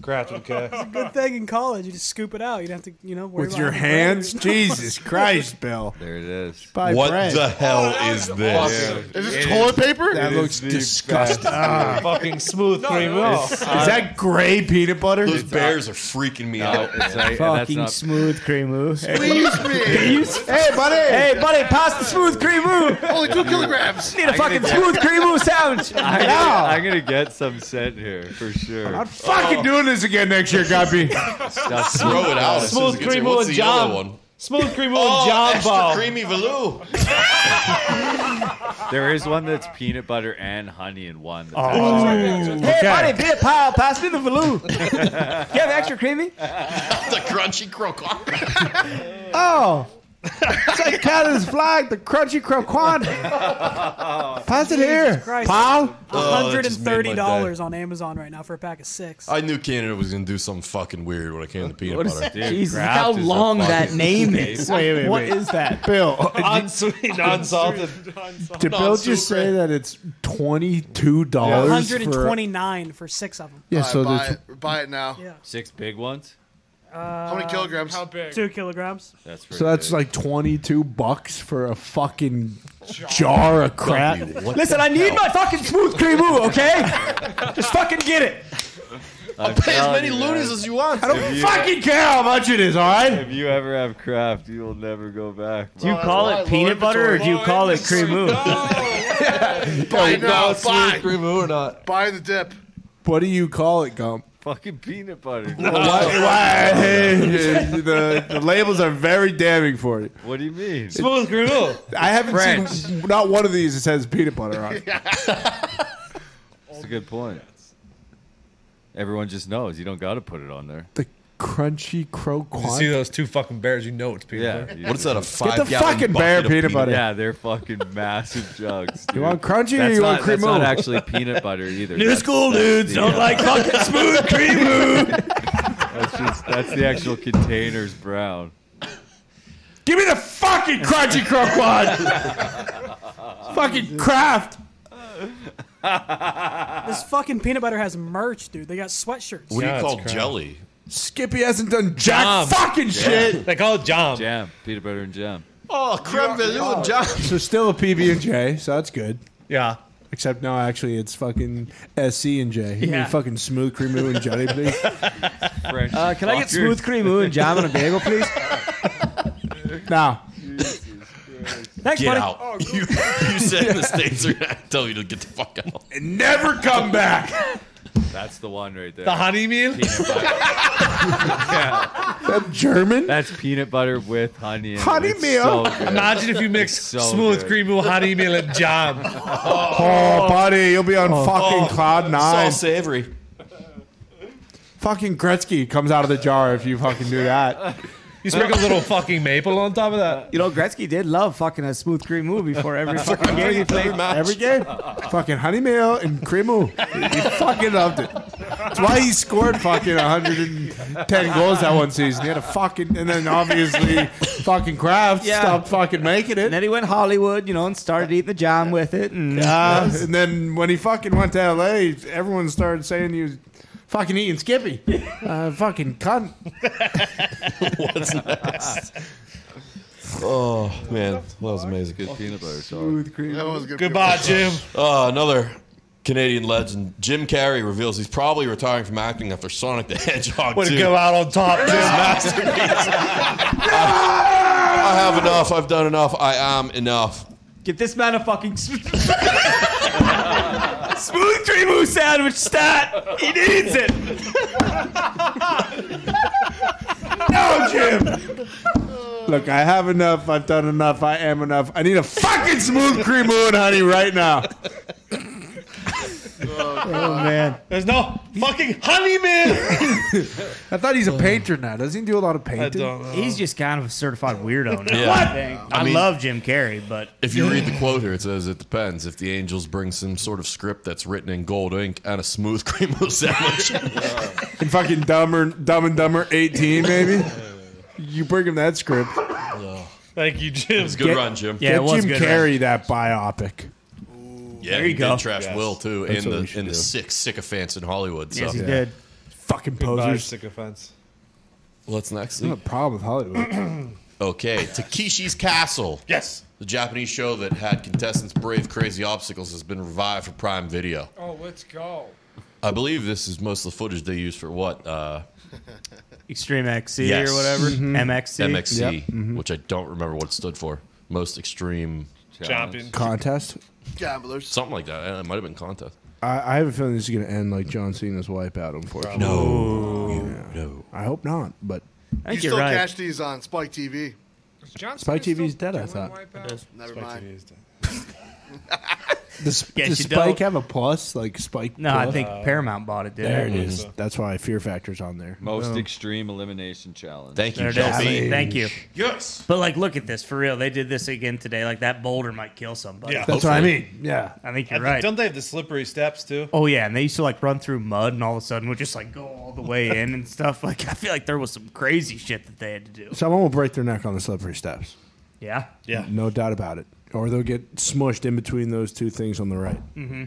[SPEAKER 5] Kraft, okay.
[SPEAKER 8] Good thing in college, you just scoop it out. You don't have to, you know, worry
[SPEAKER 4] With
[SPEAKER 8] about
[SPEAKER 4] your
[SPEAKER 8] it.
[SPEAKER 4] hands? Jesus Christ, Bill.
[SPEAKER 3] There it is.
[SPEAKER 4] Buy
[SPEAKER 2] What
[SPEAKER 4] bread.
[SPEAKER 2] the
[SPEAKER 4] Oh,
[SPEAKER 2] hell is this?
[SPEAKER 6] Is this toilet paper?
[SPEAKER 4] That looks disgusting.
[SPEAKER 5] Fucking smooth cream.
[SPEAKER 4] Ah. Oh, Is that gray peanut butter?
[SPEAKER 2] Those bears are freaking me out.
[SPEAKER 3] It's like, and that's
[SPEAKER 1] Fucking
[SPEAKER 3] not,
[SPEAKER 1] smooth cream oo. Hey,
[SPEAKER 6] Please me.
[SPEAKER 4] Hey, buddy.
[SPEAKER 1] hey, buddy, pass the smooth cream oo.
[SPEAKER 6] Only two kilograms.
[SPEAKER 1] Need a fucking smooth cream oo sandwich.
[SPEAKER 3] I'm,
[SPEAKER 1] I
[SPEAKER 3] gonna,
[SPEAKER 1] know.
[SPEAKER 3] I'm gonna get some scent here for sure.
[SPEAKER 4] I'm fucking doing this again next year, Guppy.
[SPEAKER 3] That's
[SPEAKER 2] Throw it out. as soon as
[SPEAKER 5] Smooth
[SPEAKER 2] it gets here.
[SPEAKER 5] cream
[SPEAKER 2] What's
[SPEAKER 5] and
[SPEAKER 2] the
[SPEAKER 5] John.
[SPEAKER 2] yellow one?
[SPEAKER 5] Smooth cream
[SPEAKER 2] Oh,
[SPEAKER 5] and John
[SPEAKER 2] extra
[SPEAKER 5] Ball.
[SPEAKER 2] creamy velour.
[SPEAKER 3] There is one that's peanut butter and honey in one. That's
[SPEAKER 1] Oh.
[SPEAKER 3] actually-
[SPEAKER 11] Hey, buddy, beer pile, pass me the velour. you have extra creamy?
[SPEAKER 2] the crunchy croquant.
[SPEAKER 11] Oh. Take Canada's flag, the crunchy croquant. Pass it here.
[SPEAKER 8] Uh, Christ.
[SPEAKER 11] Pal.
[SPEAKER 2] Oh, that just made my
[SPEAKER 8] $130 on Amazon right now for a pack of six.
[SPEAKER 2] I knew Canada was going to do something fucking weird when it came to peanut butter.
[SPEAKER 3] Dude,
[SPEAKER 11] Jesus, look
[SPEAKER 3] Kraft
[SPEAKER 11] how
[SPEAKER 3] is a
[SPEAKER 11] long
[SPEAKER 3] fucking-
[SPEAKER 11] that name is.
[SPEAKER 4] Wait, wait,
[SPEAKER 11] What
[SPEAKER 4] wait.
[SPEAKER 11] is that?
[SPEAKER 4] Bill,
[SPEAKER 5] Unsweet, unsalted.
[SPEAKER 4] did Bill just
[SPEAKER 2] super.
[SPEAKER 4] say that it's twenty two dollars? For,
[SPEAKER 8] 129 for six of them.
[SPEAKER 4] yeah,
[SPEAKER 6] All
[SPEAKER 4] so
[SPEAKER 6] right, buy,
[SPEAKER 4] the
[SPEAKER 6] it, buy it now.
[SPEAKER 8] Yeah.
[SPEAKER 3] Six big ones.
[SPEAKER 6] How many kilograms?
[SPEAKER 7] How big?
[SPEAKER 8] Uh, Two kilograms.
[SPEAKER 3] That's pretty
[SPEAKER 4] so that's
[SPEAKER 3] big.
[SPEAKER 4] like twenty two bucks for a fucking jar of crap.
[SPEAKER 11] Listen, I need my fucking smooth cream oo, okay? Just fucking get it.
[SPEAKER 3] I'll
[SPEAKER 2] Pay as many loonies as you want. to.
[SPEAKER 3] if you,
[SPEAKER 11] Fucking care how much it is, all right?
[SPEAKER 3] if you ever have Kraft, you will never go back.
[SPEAKER 1] Do you
[SPEAKER 6] that's
[SPEAKER 1] call
[SPEAKER 6] why
[SPEAKER 1] it peanut
[SPEAKER 6] Lord
[SPEAKER 1] butter or
[SPEAKER 6] Vittori-
[SPEAKER 1] do you call it cream oo?
[SPEAKER 6] Buy it now. Buy.
[SPEAKER 2] or not.
[SPEAKER 6] Buy the dip.
[SPEAKER 4] What do you call it, Gump?
[SPEAKER 3] Fucking peanut butter.
[SPEAKER 4] Why, why, the, the labels are very damning for you.
[SPEAKER 3] What do you mean?
[SPEAKER 5] Smooth granola.
[SPEAKER 4] I haven't seen not one of these that says peanut butter on it.
[SPEAKER 3] That's a good point. Everyone just knows. You don't got to put it on there.
[SPEAKER 4] The crunchy
[SPEAKER 5] You see
[SPEAKER 4] croquant.
[SPEAKER 5] those two fucking bears? You know it's peanut
[SPEAKER 3] Yeah.
[SPEAKER 5] butter.
[SPEAKER 3] you-
[SPEAKER 2] What's that? A five
[SPEAKER 4] the
[SPEAKER 2] gallon bucket
[SPEAKER 4] fucking bear
[SPEAKER 2] of
[SPEAKER 4] peanut butter.
[SPEAKER 3] Yeah, they're fucking massive jugs.
[SPEAKER 4] You
[SPEAKER 3] dude.
[SPEAKER 4] want crunchy or
[SPEAKER 3] That's
[SPEAKER 4] you want
[SPEAKER 3] not,
[SPEAKER 4] cream
[SPEAKER 3] that's not
[SPEAKER 4] oo?
[SPEAKER 3] actually peanut butter either.
[SPEAKER 11] New
[SPEAKER 3] That's-
[SPEAKER 11] school
[SPEAKER 3] that's
[SPEAKER 11] dudes
[SPEAKER 3] the,
[SPEAKER 11] don't
[SPEAKER 3] uh,
[SPEAKER 11] like fucking smooth cream oo.
[SPEAKER 3] That's just that's the actual container's brown.
[SPEAKER 11] Give me the fucking crunchy croquant. fucking craft.
[SPEAKER 8] This fucking peanut butter has merch, dude. They got sweatshirts.
[SPEAKER 2] What do you
[SPEAKER 5] Yeah,
[SPEAKER 2] call
[SPEAKER 5] it's crap.
[SPEAKER 2] jelly?
[SPEAKER 4] Skippy hasn't done jack
[SPEAKER 5] Yum.
[SPEAKER 4] fucking shit.
[SPEAKER 5] They call it jam.
[SPEAKER 3] Jam, peanut butter and jam.
[SPEAKER 2] Oh, creme vanilla jelly.
[SPEAKER 4] So still a PB and J, so that's good.
[SPEAKER 5] Yeah.
[SPEAKER 4] Except now, actually, it's fucking SC and J. You mean fucking smooth cream oo and jelly, please.
[SPEAKER 3] French
[SPEAKER 11] Uh, can I get
[SPEAKER 3] fuckers.
[SPEAKER 11] smooth cream oo and jam on a bagel, please?
[SPEAKER 4] now,
[SPEAKER 11] Thanks,
[SPEAKER 2] Get
[SPEAKER 11] buddy.
[SPEAKER 2] out. you, you said the States are going to tell you to get the fuck out.
[SPEAKER 4] never come back.
[SPEAKER 3] That's the one right there.
[SPEAKER 5] The honey meal?
[SPEAKER 3] Peanut butter.
[SPEAKER 4] That German.
[SPEAKER 3] That's peanut butter with honey. In
[SPEAKER 4] Honey
[SPEAKER 3] it. It's So
[SPEAKER 4] meal?
[SPEAKER 3] good.
[SPEAKER 5] Imagine if you mix
[SPEAKER 3] so
[SPEAKER 5] smooth
[SPEAKER 3] good.
[SPEAKER 5] cream with honey meal and jam.
[SPEAKER 4] Oh, buddy, you'll be on fucking
[SPEAKER 5] Oh,
[SPEAKER 4] cloud
[SPEAKER 11] Oh,
[SPEAKER 4] nine.
[SPEAKER 2] savory.
[SPEAKER 4] Fucking Gretzky comes out of the jar if you fucking do that.
[SPEAKER 5] You sprinkle a little fucking maple on top of that.
[SPEAKER 11] You know, Gretzky did love fucking a smooth cream oo before every fucking game he played.
[SPEAKER 4] Every game, fucking honey mail and cream oo. He fucking loved it. That's why he scored fucking 110 goals that one season. He had a fucking, and then obviously fucking Kraft
[SPEAKER 11] Yeah.
[SPEAKER 4] stopped fucking making it.
[SPEAKER 11] And then he went Hollywood, you know, and started eating the jam with it. And
[SPEAKER 4] Uh, and then when he fucking went to LA, everyone started saying he was fucking eating Skippy. Uh, fucking cunt.
[SPEAKER 2] Oh, man. That was amazing.
[SPEAKER 3] Good peanut butter sauce.
[SPEAKER 6] That was good.
[SPEAKER 5] Goodbye, Jim.
[SPEAKER 2] Uh, another Canadian legend, Jim Carrey, reveals he's probably retiring from acting after Sonic the Hedgehog
[SPEAKER 5] Way
[SPEAKER 2] 2.
[SPEAKER 5] to go out on top, Jim.
[SPEAKER 2] masterpiece. I, I have enough. I've done enough. I am enough.
[SPEAKER 11] Get this man a fucking sm- smooth cream oo sandwich stat. He needs it.
[SPEAKER 4] No, Jim. Look, I have enough. I've done enough. I am enough. I need a fucking smooth cream moon, honey, right now. Oh man,
[SPEAKER 5] There's no fucking honey meal.
[SPEAKER 4] I thought he's a painter now. Doesn't he do a lot of
[SPEAKER 5] I
[SPEAKER 4] painting?
[SPEAKER 5] don't know.
[SPEAKER 1] He's just kind of a certified weirdo now.
[SPEAKER 2] Yeah.
[SPEAKER 1] I, think. I
[SPEAKER 2] mean-
[SPEAKER 1] love Jim Carrey, but
[SPEAKER 2] If you read the quote here, it says it depends. If the Angels bring some sort of script that's written in gold ink and a smooth cream of sandwich,
[SPEAKER 4] And fucking dumber, dumb and dumber, eighteen maybe. You bring him that script.
[SPEAKER 5] Thank you, Jim.
[SPEAKER 2] good run, Jim.
[SPEAKER 1] yeah, it
[SPEAKER 4] Get
[SPEAKER 1] was
[SPEAKER 4] Jim
[SPEAKER 1] good.
[SPEAKER 4] Carrey that biopic.
[SPEAKER 2] yeah there
[SPEAKER 1] you go.
[SPEAKER 2] Trash Will too,
[SPEAKER 4] That's
[SPEAKER 2] and
[SPEAKER 4] what we
[SPEAKER 2] the
[SPEAKER 4] should
[SPEAKER 2] and the
[SPEAKER 4] do.
[SPEAKER 2] six sycophants in Hollywood. So
[SPEAKER 1] Yes, he did.
[SPEAKER 4] Fucking
[SPEAKER 5] Goodbye,
[SPEAKER 4] posers.
[SPEAKER 5] sycophants.
[SPEAKER 2] what's next?
[SPEAKER 4] I have a problem with Hollywood.
[SPEAKER 2] Okay, Takeshi's Castle.
[SPEAKER 5] Yes.
[SPEAKER 2] The Japanese show that had contestants brave crazy obstacles has been revived for Prime Video.
[SPEAKER 7] Oh, let's go.
[SPEAKER 2] I believe this is most of the footage they use for what uh,
[SPEAKER 1] Extreme XC
[SPEAKER 2] Yes.
[SPEAKER 1] or whatever.
[SPEAKER 2] Mm-hmm.
[SPEAKER 4] Mm-hmm.
[SPEAKER 1] MXC.
[SPEAKER 2] MXC, which I don't remember what it stood for. Most extreme,
[SPEAKER 5] Champion.
[SPEAKER 4] Contest.
[SPEAKER 6] Gamblers.
[SPEAKER 2] something like that. Uh, It might have been contest.
[SPEAKER 4] I, I have a feeling this is going to end like John Cena's wipeout. Unfortunately,
[SPEAKER 2] No, no.
[SPEAKER 4] I hope not. But
[SPEAKER 6] You
[SPEAKER 1] I think
[SPEAKER 6] still
[SPEAKER 1] you're right.
[SPEAKER 6] catch these on Spike TV.
[SPEAKER 7] Is John
[SPEAKER 4] Spike
[SPEAKER 7] Cena
[SPEAKER 4] TV's
[SPEAKER 7] still
[SPEAKER 4] dead, I
[SPEAKER 7] doing
[SPEAKER 4] thought.
[SPEAKER 7] Wipeout?
[SPEAKER 6] Never mind.
[SPEAKER 4] Does,
[SPEAKER 1] Yes,
[SPEAKER 4] does
[SPEAKER 1] you
[SPEAKER 4] Spike
[SPEAKER 1] don't.
[SPEAKER 4] have a plus? Like Spike?
[SPEAKER 1] No, I
[SPEAKER 4] plus?
[SPEAKER 1] think Paramount bought it, didn't
[SPEAKER 4] There
[SPEAKER 1] it?
[SPEAKER 4] it is.
[SPEAKER 1] Mhm.
[SPEAKER 4] That's why Fear Factor's on there.
[SPEAKER 3] Most
[SPEAKER 4] Oh.
[SPEAKER 3] extreme elimination challenge.
[SPEAKER 2] Thank
[SPEAKER 1] There
[SPEAKER 2] you,
[SPEAKER 1] it is.
[SPEAKER 2] Shelby.
[SPEAKER 1] Thank you.
[SPEAKER 2] Yes.
[SPEAKER 1] But like, look at this for real. They did this again today. Like that boulder might kill somebody.
[SPEAKER 5] Yeah.
[SPEAKER 4] That's what I mean. Yeah.
[SPEAKER 1] I think you're right.
[SPEAKER 5] Don't they have the slippery steps too?
[SPEAKER 1] Oh yeah, and they used to like run through mud, and all of a sudden would just like go all the way in and stuff. Like I feel like there was some crazy shit that they had to do.
[SPEAKER 4] Someone will break their neck on the slippery steps.
[SPEAKER 1] Yeah,
[SPEAKER 5] Yeah.
[SPEAKER 4] No doubt about it. Or they'll get smushed in between those two things on the right. Mm-hmm.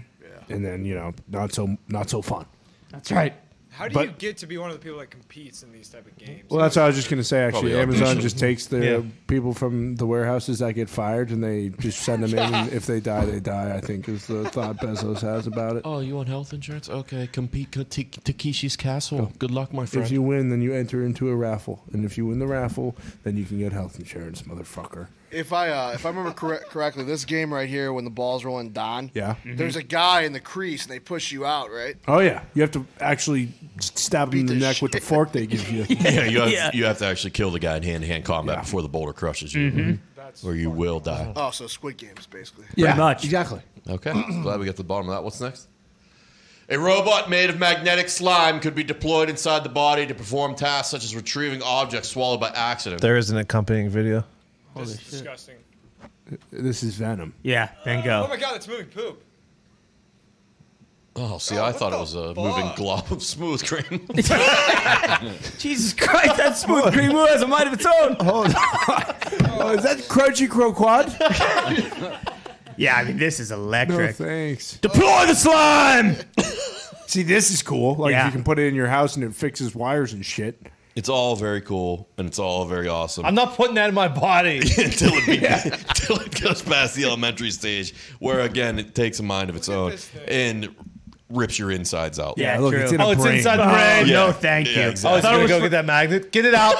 [SPEAKER 4] And then you know, not so not so fun.
[SPEAKER 1] that's right.
[SPEAKER 7] How do
[SPEAKER 4] But-
[SPEAKER 7] you get to be one of the people that competes in these type of games?
[SPEAKER 4] Well, that's what I was just gonna say.
[SPEAKER 2] Probably
[SPEAKER 4] Actually,
[SPEAKER 2] are.
[SPEAKER 4] Amazon just takes their
[SPEAKER 5] Yeah.
[SPEAKER 4] people from the warehouses that get fired, and they just send them in. and if they die, they die. I think is the thought Bezos has about it.
[SPEAKER 2] Oh, you want health insurance? Okay, compete K- T- Takeshi's Castle. Good luck, my friend.
[SPEAKER 4] If you win, then you enter into a raffle, and if you win the raffle, then you can get health insurance, motherfucker.
[SPEAKER 6] If I uh, if I remember correct, correctly, this game right here, when the ball's rolling Don,
[SPEAKER 4] Yeah. Mm-hmm.
[SPEAKER 6] there's a guy in the crease and they push you out, right?
[SPEAKER 4] Oh yeah, you have to actually s- stab them in the
[SPEAKER 6] Beat the
[SPEAKER 4] neck with the
[SPEAKER 6] shit.
[SPEAKER 4] fork they give you.
[SPEAKER 2] yeah, you have,
[SPEAKER 1] Yeah.
[SPEAKER 2] you have to actually kill the guy in hand to hand combat before the boulder crushes you, or you will die.
[SPEAKER 6] Oh, so Squid Games, basically.
[SPEAKER 4] yeah,
[SPEAKER 1] much.
[SPEAKER 4] exactly.
[SPEAKER 2] Okay, glad we got to the bottom of that. What's next? A robot made of magnetic slime could be deployed inside the body to perform tasks such as retrieving objects swallowed by accident.
[SPEAKER 5] There is an accompanying video.
[SPEAKER 7] this is disgusting.
[SPEAKER 4] This is Venom.
[SPEAKER 1] Yeah,
[SPEAKER 7] Oh
[SPEAKER 1] bingo.
[SPEAKER 7] my god, it's moving poop.
[SPEAKER 2] Oh, see, I thought it was a moving glob of smooth cream.
[SPEAKER 1] Jesus Christ, that smooth cream moo has a mind of its own.
[SPEAKER 4] Oh, is that Crunchy Crow Quad?
[SPEAKER 1] Yeah, I mean this is
[SPEAKER 4] No
[SPEAKER 1] electric.
[SPEAKER 4] thanks.
[SPEAKER 1] Deploy the slime.
[SPEAKER 4] See, this is cool. Like
[SPEAKER 1] Yeah.
[SPEAKER 4] you can put it in your house and it fixes wires and shit.
[SPEAKER 2] it's all very cool and it's all very awesome.
[SPEAKER 5] I'm not putting that in my body.
[SPEAKER 2] until it, be, until it goes past the elementary stage, where again it takes a mind of its own
[SPEAKER 7] this thing.
[SPEAKER 2] and rips your insides out.
[SPEAKER 1] Yeah,
[SPEAKER 4] look,
[SPEAKER 1] true.
[SPEAKER 4] it's in a
[SPEAKER 5] Oh, it's
[SPEAKER 4] brain.
[SPEAKER 5] inside the
[SPEAKER 1] Oh,
[SPEAKER 5] brain.
[SPEAKER 2] Yeah.
[SPEAKER 1] no, thank
[SPEAKER 2] Yeah,
[SPEAKER 1] you.
[SPEAKER 2] exactly.
[SPEAKER 5] Oh, it's
[SPEAKER 1] I thought
[SPEAKER 5] gonna
[SPEAKER 1] it was
[SPEAKER 5] go
[SPEAKER 1] for-
[SPEAKER 5] get that magnet. Get it out.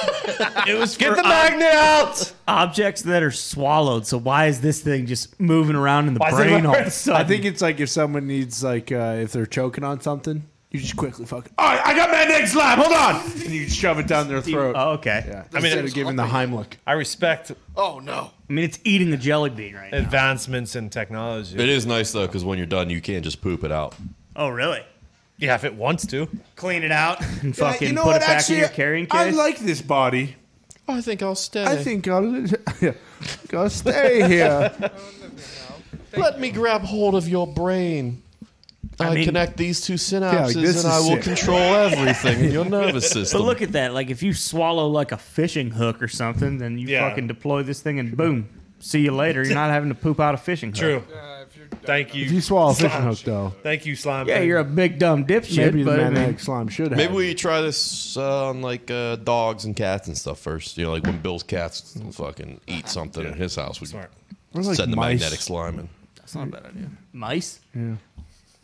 [SPEAKER 1] It was
[SPEAKER 5] Get
[SPEAKER 1] for
[SPEAKER 5] the
[SPEAKER 1] ob-
[SPEAKER 5] magnet out.
[SPEAKER 1] objects that are swallowed. So why is this thing just moving around in the
[SPEAKER 5] Why is it
[SPEAKER 1] brain all of a
[SPEAKER 5] around?
[SPEAKER 1] sudden?
[SPEAKER 4] I think it's like if someone needs like uh, if they're choking on something, you just quickly fuck. All right, I got my next slime. Hold on, and you shove it down their throat.
[SPEAKER 1] Oh, okay.
[SPEAKER 4] Yeah.
[SPEAKER 5] mean,
[SPEAKER 4] instead
[SPEAKER 5] it's
[SPEAKER 4] of giving the Heimlich.
[SPEAKER 5] I respect
[SPEAKER 6] Oh no.
[SPEAKER 1] I mean, it's eating the jelly bean right now.
[SPEAKER 5] advancements in technology.
[SPEAKER 2] It is nice though, because when you're done, you can't just poop it out.
[SPEAKER 1] Oh, really?
[SPEAKER 5] yeah, if it wants to.
[SPEAKER 1] Clean it out and fucking put it back in your carrying
[SPEAKER 4] I
[SPEAKER 1] case.
[SPEAKER 4] like this body.
[SPEAKER 2] I think uh, I'll stay.
[SPEAKER 4] I think uh, I'll, I'll stay here.
[SPEAKER 2] Let me grab hold of your brain. I,
[SPEAKER 1] mean-
[SPEAKER 2] connect these two
[SPEAKER 4] Yeah,
[SPEAKER 2] synapses,
[SPEAKER 4] like, this
[SPEAKER 2] and I
[SPEAKER 4] is
[SPEAKER 2] will
[SPEAKER 4] sick.
[SPEAKER 2] control everything in your nervous
[SPEAKER 1] but
[SPEAKER 2] system.
[SPEAKER 1] look at that. Like, if you swallow like a fishing hook or something, then you
[SPEAKER 5] Yeah.
[SPEAKER 1] fucking deploy this thing and boom, see you later. You're not having to poop out a fishing hook.
[SPEAKER 5] True.
[SPEAKER 7] Uh, if you're
[SPEAKER 5] Thank
[SPEAKER 4] If you
[SPEAKER 5] you.
[SPEAKER 4] swallow a fishing hook, though,
[SPEAKER 5] Thank you, slime.
[SPEAKER 1] Yeah,
[SPEAKER 5] thing.
[SPEAKER 1] you're a big dumb dipshit.
[SPEAKER 4] maybe the
[SPEAKER 1] but I mean,
[SPEAKER 4] magnetic slime should have.
[SPEAKER 2] Maybe we try this uh, on like uh, dogs and cats and stuff first. You know, like when Bill's cats fucking eat something in his house, we
[SPEAKER 5] Smart.
[SPEAKER 4] We're like
[SPEAKER 2] send the
[SPEAKER 4] mice.
[SPEAKER 2] magnetic slime in.
[SPEAKER 1] that's not a bad idea. Mice? Yeah.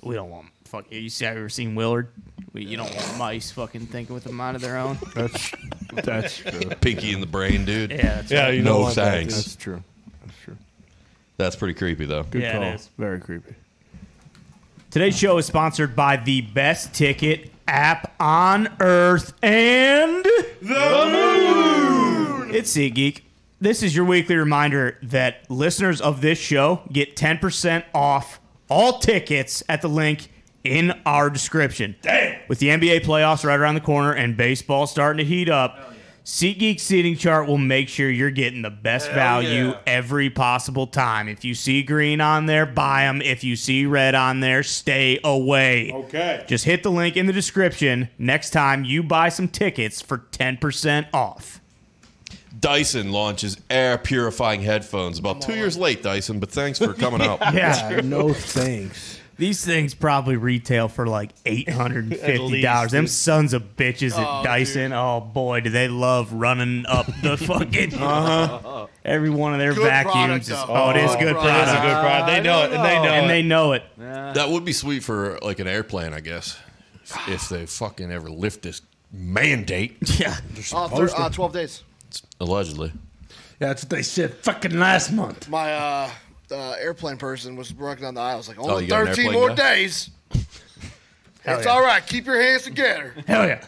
[SPEAKER 1] We don't want fuck. You see, have you ever seen Willard? We, you don't want mice fucking thinking with a mind of their own.
[SPEAKER 4] That's that's true.
[SPEAKER 2] Pinky in the brain, dude.
[SPEAKER 1] Yeah, that's
[SPEAKER 5] Yeah, you
[SPEAKER 2] no
[SPEAKER 5] know.
[SPEAKER 2] thanks.
[SPEAKER 4] That's true. That's true.
[SPEAKER 2] That's pretty creepy though.
[SPEAKER 4] Good
[SPEAKER 1] Yeah, it
[SPEAKER 4] call.
[SPEAKER 1] is.
[SPEAKER 4] Very creepy.
[SPEAKER 1] Today's show is sponsored by the best ticket app on earth and the moon. It's SeatGeek. This is your weekly reminder that listeners of this show get 10% off all tickets at the link in our description. Damn. With the NBA playoffs right around the corner and baseball starting to heat up, SeatGeek seating chart will make sure you're getting the best value every possible time. If you see green on there, buy them. If you see red on there, stay away. Okay. Just hit the link in the description next time you buy some tickets for 10% off.
[SPEAKER 2] Dyson launches air purifying headphones. About two years late, Dyson, but thanks for coming out.
[SPEAKER 1] Oh. Yeah.
[SPEAKER 4] Uh, no thanks.
[SPEAKER 1] These things probably retail for like $850. Them sons of bitches at Dyson, oh boy, do they love running up the fucking. Every one of their
[SPEAKER 6] Good
[SPEAKER 1] vacuums
[SPEAKER 6] product,
[SPEAKER 1] is.
[SPEAKER 6] though.
[SPEAKER 1] Oh, it is
[SPEAKER 6] Good
[SPEAKER 1] good
[SPEAKER 6] product.
[SPEAKER 5] That's a
[SPEAKER 1] product.
[SPEAKER 5] good product. They know it. And they know
[SPEAKER 1] And
[SPEAKER 5] it.
[SPEAKER 1] they know it.
[SPEAKER 2] That would be sweet for like an airplane, I guess. If- If they fucking ever lift this mandate,
[SPEAKER 1] Yeah.
[SPEAKER 6] Uh, thir- uh, Twelve days.
[SPEAKER 2] allegedly.
[SPEAKER 4] That's what they said fucking last month.
[SPEAKER 6] My uh, uh, airplane person was walking down the aisle. I was like,
[SPEAKER 2] Oh,
[SPEAKER 6] only
[SPEAKER 2] you got an
[SPEAKER 6] thirteen
[SPEAKER 2] airplane
[SPEAKER 6] more
[SPEAKER 2] guy?
[SPEAKER 6] days. it's all right. Keep your hands together.
[SPEAKER 1] Hell yeah.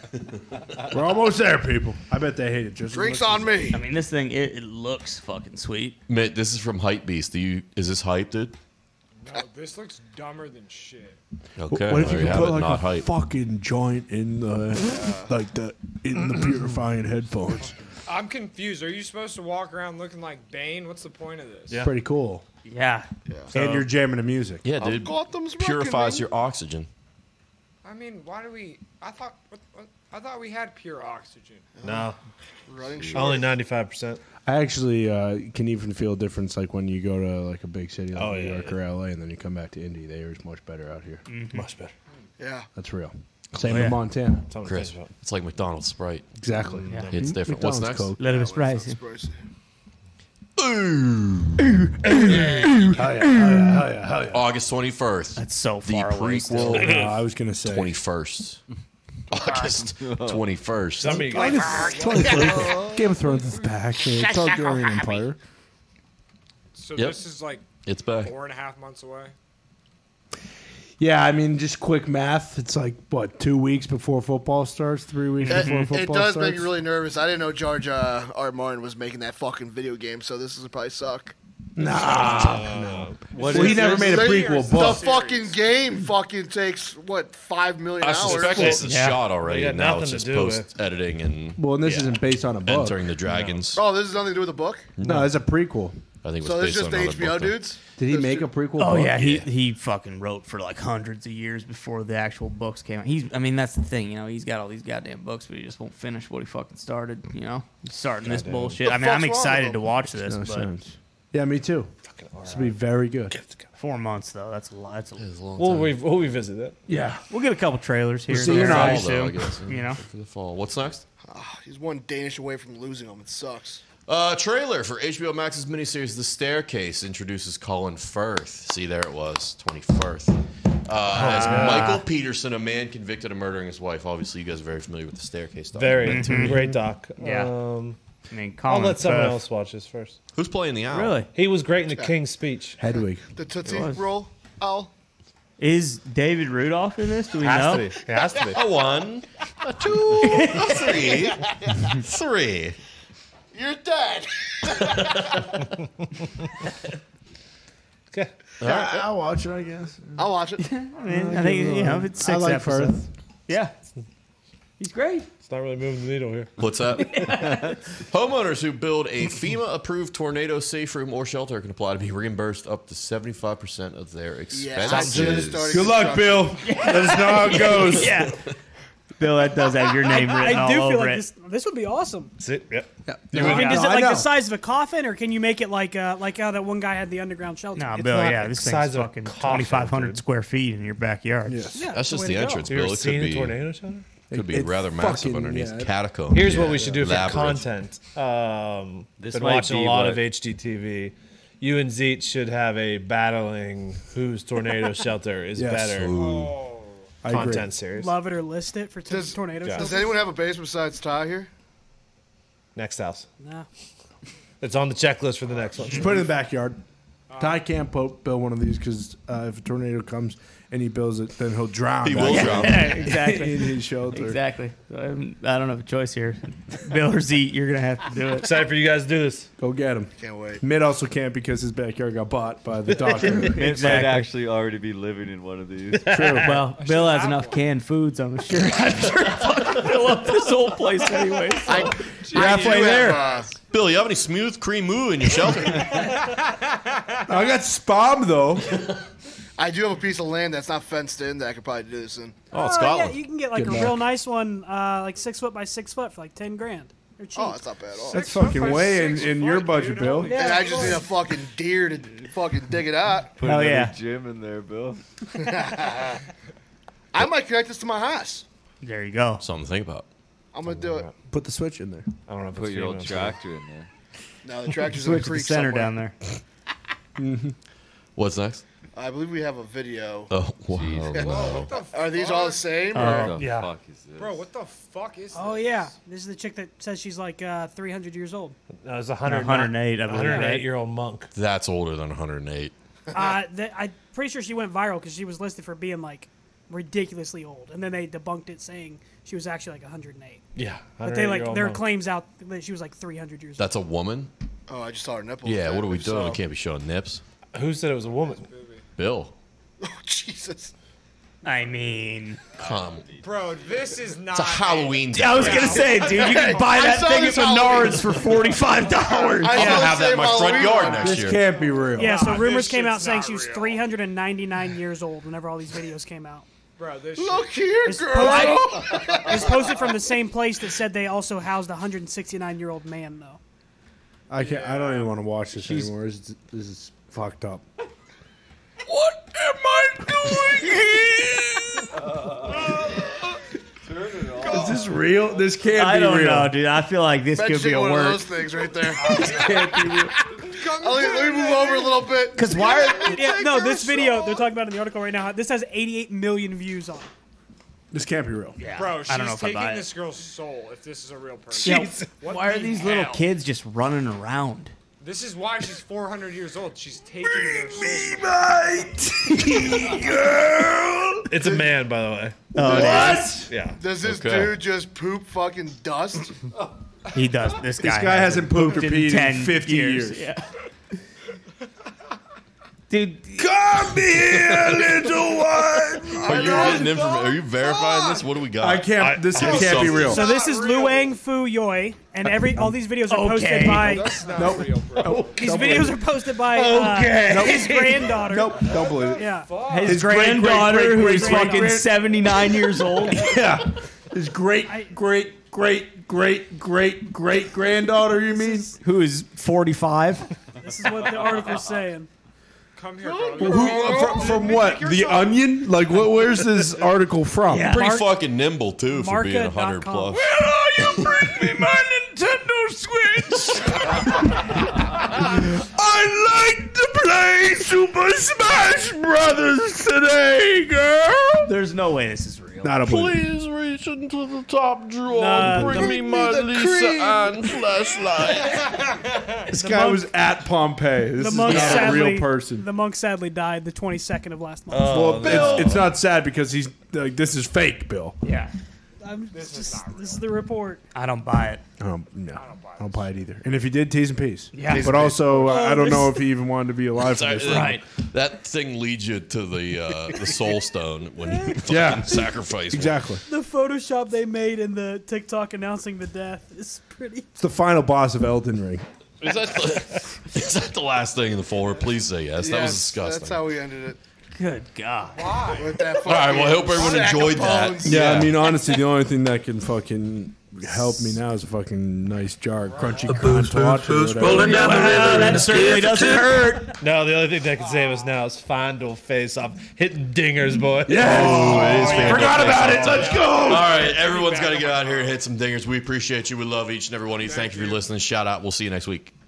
[SPEAKER 4] We're almost there, people. I bet they hate it. Just as
[SPEAKER 6] Drinks
[SPEAKER 4] much
[SPEAKER 6] on
[SPEAKER 4] as-
[SPEAKER 6] me.
[SPEAKER 1] I mean, this thing, it, it looks fucking sweet.
[SPEAKER 2] Mate, this is from Hype Beast. Do you is this hype, dude?
[SPEAKER 7] No, this looks dumber than shit.
[SPEAKER 2] Okay,
[SPEAKER 4] what if
[SPEAKER 2] there
[SPEAKER 4] you
[SPEAKER 2] you
[SPEAKER 4] could
[SPEAKER 2] have
[SPEAKER 4] put
[SPEAKER 2] it,
[SPEAKER 4] like a
[SPEAKER 2] not hype.
[SPEAKER 4] fucking joint in the like the in the purifying headphones?
[SPEAKER 7] I'm confused. Are you supposed to walk around looking like Bane? What's the point of this?
[SPEAKER 4] It's pretty cool.
[SPEAKER 1] Yeah.
[SPEAKER 4] and you're jamming to music.
[SPEAKER 2] Yeah,
[SPEAKER 6] I've
[SPEAKER 2] dude.
[SPEAKER 6] got them smoking,
[SPEAKER 2] Purifies
[SPEAKER 6] man.
[SPEAKER 2] your oxygen.
[SPEAKER 7] I mean, why do we? I thought. What, what, I thought we had pure oxygen.
[SPEAKER 5] No,
[SPEAKER 6] Running short.
[SPEAKER 5] only ninety five percent.
[SPEAKER 4] I actually uh, can even feel a difference like when you go to like a big city like
[SPEAKER 5] Oh,
[SPEAKER 4] New
[SPEAKER 5] yeah,
[SPEAKER 4] York or LA and then you come back to Indy, the air is much better out here.
[SPEAKER 5] Much better.
[SPEAKER 6] Yeah.
[SPEAKER 4] That's real.
[SPEAKER 2] Oh,
[SPEAKER 4] Same
[SPEAKER 1] yeah.
[SPEAKER 4] with Montana.
[SPEAKER 5] That's all I'm
[SPEAKER 2] Chris,
[SPEAKER 5] thinking about.
[SPEAKER 2] it's like McDonald's Sprite.
[SPEAKER 4] Exactly. Mm-hmm.
[SPEAKER 2] It's different. What's next?
[SPEAKER 4] McDonald's Hmm? Coke.
[SPEAKER 1] Let him surprise
[SPEAKER 6] That's
[SPEAKER 1] you.
[SPEAKER 6] pricey.
[SPEAKER 2] August 21st.
[SPEAKER 1] That's so
[SPEAKER 2] the
[SPEAKER 1] far away. still.
[SPEAKER 4] No,
[SPEAKER 2] prequel.
[SPEAKER 4] I was gonna say
[SPEAKER 2] 21st. August 21st.
[SPEAKER 5] I mean, like,
[SPEAKER 4] It's totally prequel. Game of Thrones is back. and It's Targaryen Empire.
[SPEAKER 7] So
[SPEAKER 2] Yep.
[SPEAKER 7] this is like
[SPEAKER 2] It's back.
[SPEAKER 7] four and a half months away.
[SPEAKER 4] Yeah, I mean, just quick math. It's like what two weeks before football starts, three weeks
[SPEAKER 6] That-
[SPEAKER 4] before football
[SPEAKER 6] it does
[SPEAKER 4] starts.
[SPEAKER 6] make me really nervous. I didn't know George uh, R. Martin was making that fucking video game, so this is probably suck.
[SPEAKER 3] What
[SPEAKER 4] well, he
[SPEAKER 3] is
[SPEAKER 4] never
[SPEAKER 3] this?
[SPEAKER 4] made a
[SPEAKER 6] They-
[SPEAKER 4] prequel
[SPEAKER 6] The
[SPEAKER 4] book.
[SPEAKER 6] fucking game fucking takes what five million
[SPEAKER 2] I
[SPEAKER 6] hours.
[SPEAKER 2] suspect this is
[SPEAKER 1] Yeah.
[SPEAKER 2] shot already.
[SPEAKER 5] We got
[SPEAKER 2] Now
[SPEAKER 5] nothing
[SPEAKER 2] it's
[SPEAKER 5] to
[SPEAKER 2] just
[SPEAKER 5] do with-
[SPEAKER 2] post editing and
[SPEAKER 4] Well, and this
[SPEAKER 2] yeah,
[SPEAKER 4] isn't based on a book.
[SPEAKER 2] entering the dragons.
[SPEAKER 6] Oh, this has nothing to do with the book.
[SPEAKER 4] No, it's a prequel.
[SPEAKER 2] I think it was
[SPEAKER 6] So this
[SPEAKER 2] based
[SPEAKER 6] is just
[SPEAKER 2] on
[SPEAKER 6] the
[SPEAKER 2] another
[SPEAKER 6] HBO
[SPEAKER 2] book, though.
[SPEAKER 6] dudes.
[SPEAKER 4] Did he
[SPEAKER 6] Those
[SPEAKER 4] make
[SPEAKER 6] two-
[SPEAKER 4] a prequel?
[SPEAKER 1] Oh
[SPEAKER 4] book?
[SPEAKER 1] yeah, he he fucking wrote for like hundreds of years before the actual books came out. He's I mean that's the thing, you know, he's got all these goddamn books, but he just won't finish what he fucking started. You know, he's starting this bullshit.
[SPEAKER 6] The
[SPEAKER 1] I mean, I'm
[SPEAKER 6] fuck's wrong
[SPEAKER 1] excited
[SPEAKER 6] with
[SPEAKER 1] to
[SPEAKER 6] him?
[SPEAKER 1] watch this,
[SPEAKER 4] No
[SPEAKER 1] but
[SPEAKER 4] sense. Yeah, me too. This will be very good.
[SPEAKER 1] four months though, that's a lot. That's a lot.
[SPEAKER 5] we'll, re- we'll revisit that.
[SPEAKER 4] Yeah.
[SPEAKER 1] We'll get a couple trailers here.
[SPEAKER 4] see you
[SPEAKER 1] and there
[SPEAKER 4] in
[SPEAKER 1] pretty
[SPEAKER 2] Fall, though, I
[SPEAKER 1] soon,
[SPEAKER 2] guess, yeah.
[SPEAKER 1] you know,
[SPEAKER 2] For the fall. What's next?
[SPEAKER 6] Ah, He's one Danish away from losing him. It sucks.
[SPEAKER 2] Uh, trailer for HBO Max's miniseries The Staircase introduces Colin Firth. See, there it was, 21st. Uh, as Michael Peterson, a man convicted of murdering his wife. Obviously, you guys are very familiar with The Staircase. doc.
[SPEAKER 5] Very Mm-hmm.
[SPEAKER 4] Mm-hmm.
[SPEAKER 5] great doc.
[SPEAKER 1] Yeah.
[SPEAKER 5] Um,
[SPEAKER 1] I mean,
[SPEAKER 5] I'll
[SPEAKER 1] Colin
[SPEAKER 5] let someone
[SPEAKER 1] Firth.
[SPEAKER 5] else watch this first.
[SPEAKER 2] Who's playing the owl?
[SPEAKER 1] Really,
[SPEAKER 5] He was great in the King's speech.
[SPEAKER 4] Hedwig.
[SPEAKER 6] The Tootsie roll. Owl.
[SPEAKER 1] is David Rudolph in this? Do we know?
[SPEAKER 5] It has to be.
[SPEAKER 2] A one, a two, a three,
[SPEAKER 5] Uh,
[SPEAKER 2] three.
[SPEAKER 6] You're dead.
[SPEAKER 5] Okay.
[SPEAKER 4] Yeah, I'll watch it, I guess.
[SPEAKER 6] I'll watch it.
[SPEAKER 1] I, mean, I think you know if it's
[SPEAKER 4] I
[SPEAKER 1] six
[SPEAKER 4] like
[SPEAKER 1] episodes.
[SPEAKER 4] Firth.
[SPEAKER 1] Yeah, he's great.
[SPEAKER 5] It's not really moving the needle here.
[SPEAKER 2] What's that? Homeowners who build a FEMA approved tornado safe room or shelter can apply to be reimbursed up to 75% of their
[SPEAKER 6] Yeah. I
[SPEAKER 2] expenses.
[SPEAKER 6] just started
[SPEAKER 5] Good luck,
[SPEAKER 6] construction.
[SPEAKER 5] Bill. Let us know how it goes.
[SPEAKER 1] Yeah, Bill, that does have your name written
[SPEAKER 8] I
[SPEAKER 1] all
[SPEAKER 8] do
[SPEAKER 1] over
[SPEAKER 8] feel like
[SPEAKER 1] it.
[SPEAKER 8] this this would be awesome.
[SPEAKER 5] That's it. Yep.
[SPEAKER 8] I mean,
[SPEAKER 1] Yeah.
[SPEAKER 8] is it
[SPEAKER 4] No, I
[SPEAKER 8] like
[SPEAKER 4] know.
[SPEAKER 8] the size of a coffin, or can you make it like uh, like how that one guy had the underground shelter?
[SPEAKER 1] No,
[SPEAKER 5] It's
[SPEAKER 1] Bill,
[SPEAKER 5] not
[SPEAKER 1] yeah,
[SPEAKER 5] the
[SPEAKER 1] this
[SPEAKER 5] size
[SPEAKER 1] thing's
[SPEAKER 5] of a
[SPEAKER 1] fucking
[SPEAKER 5] coffin,
[SPEAKER 1] 2,500
[SPEAKER 5] dude.
[SPEAKER 1] square feet in your backyard.
[SPEAKER 4] Yes.
[SPEAKER 8] Yeah,
[SPEAKER 2] That's
[SPEAKER 8] the
[SPEAKER 2] just the
[SPEAKER 8] way to go.
[SPEAKER 2] entrance,
[SPEAKER 5] Have you
[SPEAKER 2] Bill.
[SPEAKER 5] ever
[SPEAKER 2] It could
[SPEAKER 5] seen a
[SPEAKER 2] be,
[SPEAKER 5] tornado shelter?
[SPEAKER 2] could be
[SPEAKER 4] It's
[SPEAKER 2] rather massive
[SPEAKER 4] fucking-
[SPEAKER 2] underneath
[SPEAKER 4] yeah.
[SPEAKER 2] the catacombs.
[SPEAKER 5] Here's what we should do for
[SPEAKER 2] Elaborate.
[SPEAKER 5] content. Um,
[SPEAKER 3] This
[SPEAKER 5] been
[SPEAKER 3] might
[SPEAKER 5] watching
[SPEAKER 3] be
[SPEAKER 5] a lot
[SPEAKER 3] what-
[SPEAKER 5] of HGTV. You and Zeet should have a battling whose tornado shelter is
[SPEAKER 4] Yes.
[SPEAKER 5] better
[SPEAKER 4] I agree.
[SPEAKER 5] content series.
[SPEAKER 8] Love it or list it for t-
[SPEAKER 6] Does-
[SPEAKER 8] tornado
[SPEAKER 5] Yeah.
[SPEAKER 6] Does
[SPEAKER 8] shelter.
[SPEAKER 6] anyone have a base besides Ty here?
[SPEAKER 5] Next house.
[SPEAKER 8] Nah.
[SPEAKER 5] It's on the checklist for the next one.
[SPEAKER 4] Put it in the backyard. Ty can't po- build one of these because uh, if a tornado comes and he builds it, then he'll drown.
[SPEAKER 2] He will drop.
[SPEAKER 1] exactly.
[SPEAKER 4] in his shelter.
[SPEAKER 1] Exactly. So I'm- I don't have a choice here. Bill or Zeke, you're going to have to do it.
[SPEAKER 5] Excited for you guys to do this.
[SPEAKER 4] Go get him.
[SPEAKER 6] Can't wait.
[SPEAKER 4] Mid also can't because his backyard got bought by the doctor.
[SPEAKER 3] I'd
[SPEAKER 1] Exactly.
[SPEAKER 3] actually already be living in one of these.
[SPEAKER 1] True. Well, Bill has enough canned foods, I'm sure. I'm sure fucking fill up this whole place anyway.
[SPEAKER 6] I, You're
[SPEAKER 1] halfway there.
[SPEAKER 2] uh, Bill, you have any smooth cream moo in your shelter?
[SPEAKER 4] I got spam though.
[SPEAKER 6] I do have a piece of land that's not fenced in that I could probably do this in.
[SPEAKER 2] oh, it's
[SPEAKER 8] Oh,
[SPEAKER 2] Scotland.
[SPEAKER 8] yeah, you can get like
[SPEAKER 4] Good
[SPEAKER 8] a
[SPEAKER 4] luck.
[SPEAKER 8] real nice one, uh, like six foot by six foot for like ten grand. They're cheap.
[SPEAKER 6] Oh, that's not bad at all.
[SPEAKER 4] That's
[SPEAKER 7] Six foot
[SPEAKER 4] fucking
[SPEAKER 7] by
[SPEAKER 4] way in,
[SPEAKER 7] six
[SPEAKER 4] in your
[SPEAKER 7] foot,
[SPEAKER 4] budget,
[SPEAKER 7] dude.
[SPEAKER 2] Oh,
[SPEAKER 4] Bill.
[SPEAKER 7] Holy
[SPEAKER 6] And I just need a fucking deer to fucking dig it out.
[SPEAKER 3] Put
[SPEAKER 1] Hell
[SPEAKER 3] another
[SPEAKER 1] yeah.
[SPEAKER 3] gym in there, Bill.
[SPEAKER 6] I might connect this to my house.
[SPEAKER 1] There you go.
[SPEAKER 2] Something to think about.
[SPEAKER 6] I'm gonna do it.
[SPEAKER 4] Put the switch in there.
[SPEAKER 5] I don't know if
[SPEAKER 3] Put
[SPEAKER 5] it's
[SPEAKER 3] your old
[SPEAKER 5] female.
[SPEAKER 3] tractor in there.
[SPEAKER 6] No, the tractor's in the
[SPEAKER 1] Switch to the
[SPEAKER 6] creek
[SPEAKER 1] center
[SPEAKER 6] somewhere.
[SPEAKER 1] down there.
[SPEAKER 2] What's next?
[SPEAKER 6] I believe we have a video.
[SPEAKER 2] Oh, wow. Oh,
[SPEAKER 7] What the fuck?
[SPEAKER 6] Are these all the same?
[SPEAKER 1] Uh,
[SPEAKER 6] or-
[SPEAKER 3] What the
[SPEAKER 5] yeah.
[SPEAKER 3] fuck is this?
[SPEAKER 7] Bro, what the fuck is
[SPEAKER 8] Oh
[SPEAKER 7] this?
[SPEAKER 8] yeah, this is the chick that says she's like uh, three hundred years old.
[SPEAKER 1] Uh,
[SPEAKER 5] No, it's a 100,
[SPEAKER 1] 108, I believe.
[SPEAKER 5] 108 year old monk.
[SPEAKER 2] That's older than 108.
[SPEAKER 8] Uh, that, I'm pretty sure she went viral because she was listed for being like ridiculously old, and then they debunked it saying she was actually like 108.
[SPEAKER 5] Yeah.
[SPEAKER 8] But they like
[SPEAKER 5] 108-year-old
[SPEAKER 8] their
[SPEAKER 5] monk.
[SPEAKER 8] claims out that she was like 300 years old.
[SPEAKER 2] That's a woman?
[SPEAKER 6] Oh, I just saw her nipple.
[SPEAKER 2] Yeah, what are we doing?
[SPEAKER 6] So-
[SPEAKER 2] We can't be showing nips.
[SPEAKER 5] Who said it was a woman?
[SPEAKER 7] Movie.
[SPEAKER 2] Bill.
[SPEAKER 6] Oh Jesus.
[SPEAKER 1] I mean,
[SPEAKER 2] come.
[SPEAKER 7] Bro, this is not.
[SPEAKER 2] It's a Halloween.
[SPEAKER 1] I was gonna say, dude, you can buy
[SPEAKER 7] I
[SPEAKER 1] that
[SPEAKER 7] saw
[SPEAKER 1] thing at
[SPEAKER 7] this Halloween.
[SPEAKER 1] Menards for forty five dollars.
[SPEAKER 2] I'm gonna have that in my front yard next
[SPEAKER 4] This
[SPEAKER 2] year.
[SPEAKER 4] can't be real.
[SPEAKER 8] Yeah, so
[SPEAKER 7] Nah,
[SPEAKER 8] rumors
[SPEAKER 7] this
[SPEAKER 8] came out
[SPEAKER 7] shit's
[SPEAKER 8] saying
[SPEAKER 7] not
[SPEAKER 8] she was
[SPEAKER 7] real.
[SPEAKER 8] 399 years old whenever all these videos came out.
[SPEAKER 7] Bro, this
[SPEAKER 6] Look here,
[SPEAKER 8] It's
[SPEAKER 6] girl.
[SPEAKER 8] posted, it's posted from the same place that said they also housed a 169 year old man, though.
[SPEAKER 4] I can't. I don't even want to watch this anymore. This, is- this is fucked up.
[SPEAKER 2] What am I doing here?
[SPEAKER 4] Is this real? This can't
[SPEAKER 1] I
[SPEAKER 4] be
[SPEAKER 1] don't
[SPEAKER 4] real.
[SPEAKER 1] know, dude. I feel like this could be
[SPEAKER 6] Mention
[SPEAKER 1] a
[SPEAKER 6] one of
[SPEAKER 1] word.
[SPEAKER 6] those things right there.
[SPEAKER 4] Can't be real.
[SPEAKER 6] let, let me move over a little bit.
[SPEAKER 1] Because why are
[SPEAKER 8] Yeah, no, this video they're talking about in the article right now. This has 88 million views on. it.
[SPEAKER 4] This can't be real.
[SPEAKER 7] Bro, she's
[SPEAKER 1] I don't know if I
[SPEAKER 7] taking
[SPEAKER 1] buy it.
[SPEAKER 7] this girl's soul if this is a real person.
[SPEAKER 1] Yeah,
[SPEAKER 7] What
[SPEAKER 1] why are
[SPEAKER 7] the
[SPEAKER 1] these little
[SPEAKER 7] hell?
[SPEAKER 1] kids just running around?
[SPEAKER 7] This is why she's 400 years old. She's taking their soul.
[SPEAKER 5] It's a man, by the way.
[SPEAKER 1] Oh,
[SPEAKER 6] What?
[SPEAKER 5] Yeah.
[SPEAKER 6] Does this
[SPEAKER 2] Okay.
[SPEAKER 6] dude just poop fucking dust?
[SPEAKER 1] Oh, He does. This guy.
[SPEAKER 4] This guy hasn't pooped or
[SPEAKER 1] in
[SPEAKER 4] peed
[SPEAKER 1] 10
[SPEAKER 4] in 50 years.
[SPEAKER 1] Yeah. Dude,
[SPEAKER 4] Come here, little one.
[SPEAKER 2] Are you getting informa- Are you verifying this? What do we got?
[SPEAKER 4] I can't.
[SPEAKER 5] I-
[SPEAKER 4] this
[SPEAKER 2] give me
[SPEAKER 4] can't be
[SPEAKER 2] something.
[SPEAKER 4] real.
[SPEAKER 8] So this is Luang Fu Yoi, and every all these videos are
[SPEAKER 1] Okay.
[SPEAKER 8] posted by
[SPEAKER 7] That's not real, bro.
[SPEAKER 8] these videos are posted by uh, his granddaughter.
[SPEAKER 4] nope. Don't believe it.
[SPEAKER 8] Yeah.
[SPEAKER 1] his, granddaughter, who is fucking
[SPEAKER 8] great-
[SPEAKER 1] seventy nine years old.
[SPEAKER 4] Yeah. His great, great, great, great, great, great granddaughter. You mean?
[SPEAKER 1] who is forty five?
[SPEAKER 8] This is what the article's saying.
[SPEAKER 7] Come here, bro.
[SPEAKER 4] Who, from, from what? The Onion? Like, what, where's this article from?
[SPEAKER 1] Yeah.
[SPEAKER 2] Pretty
[SPEAKER 8] Mark-
[SPEAKER 2] fucking nimble too for being
[SPEAKER 8] Marca.com.
[SPEAKER 2] 100 plus.
[SPEAKER 4] I like to play Super Smash Brothers today, girl.
[SPEAKER 1] There's no way this is real.
[SPEAKER 4] Not a believe.
[SPEAKER 2] Please reach into the top drawer.
[SPEAKER 8] Nah.
[SPEAKER 2] bring me my Lisa Ann flashlight.
[SPEAKER 4] This guy
[SPEAKER 8] monk-
[SPEAKER 4] was at Pompeii. This
[SPEAKER 8] The
[SPEAKER 4] is
[SPEAKER 8] monk
[SPEAKER 4] not
[SPEAKER 8] sadly,
[SPEAKER 4] a real person.
[SPEAKER 8] The monk sadly died the 22nd of last month.
[SPEAKER 4] well, it's, it's not sad because he's like, this is fake, Bill.
[SPEAKER 1] Yeah,
[SPEAKER 8] I'm this just is this is the report.
[SPEAKER 1] I don't buy it.
[SPEAKER 4] Um, no, I don't buy it either. And if he did, tease and peace.
[SPEAKER 1] Yeah. Tease
[SPEAKER 4] but
[SPEAKER 1] and
[SPEAKER 4] also, uh, I I don't
[SPEAKER 8] this-
[SPEAKER 4] know if he even wanted to be alive for this.
[SPEAKER 1] Right.
[SPEAKER 2] That thing leads you to the uh, the soul stone when you fucking
[SPEAKER 4] Yeah.
[SPEAKER 2] sacrifice. one.
[SPEAKER 4] Exactly.
[SPEAKER 8] The Photoshop they made in the TikTok announcing the death is pretty.
[SPEAKER 4] It's the final boss of Elden Ring.
[SPEAKER 2] Is that, the, is that the last thing in the folder? Please say yes. that was
[SPEAKER 6] Yes,
[SPEAKER 2] disgusting.
[SPEAKER 6] That's how we ended it.
[SPEAKER 1] Good God.
[SPEAKER 6] With that
[SPEAKER 2] All right.
[SPEAKER 6] fucking
[SPEAKER 2] Well, I hope everyone
[SPEAKER 6] sack of
[SPEAKER 2] enjoyed that.
[SPEAKER 6] bones.
[SPEAKER 4] Yeah, I mean, honestly, the only thing that can fucking help me now is a fucking nice jar of crunchy contour or whatever.
[SPEAKER 9] Rolling down the river in a skiff or two.
[SPEAKER 1] hurt.
[SPEAKER 5] No, the only thing that can save us now is Findle face off hitting dingers, boy.
[SPEAKER 2] Forgot about it. Let's go. All right. Everyone's got to get out here and hit some dingers. We appreciate you. We love each and every one of you. Thank you for listening. Shout out. We'll see you next week.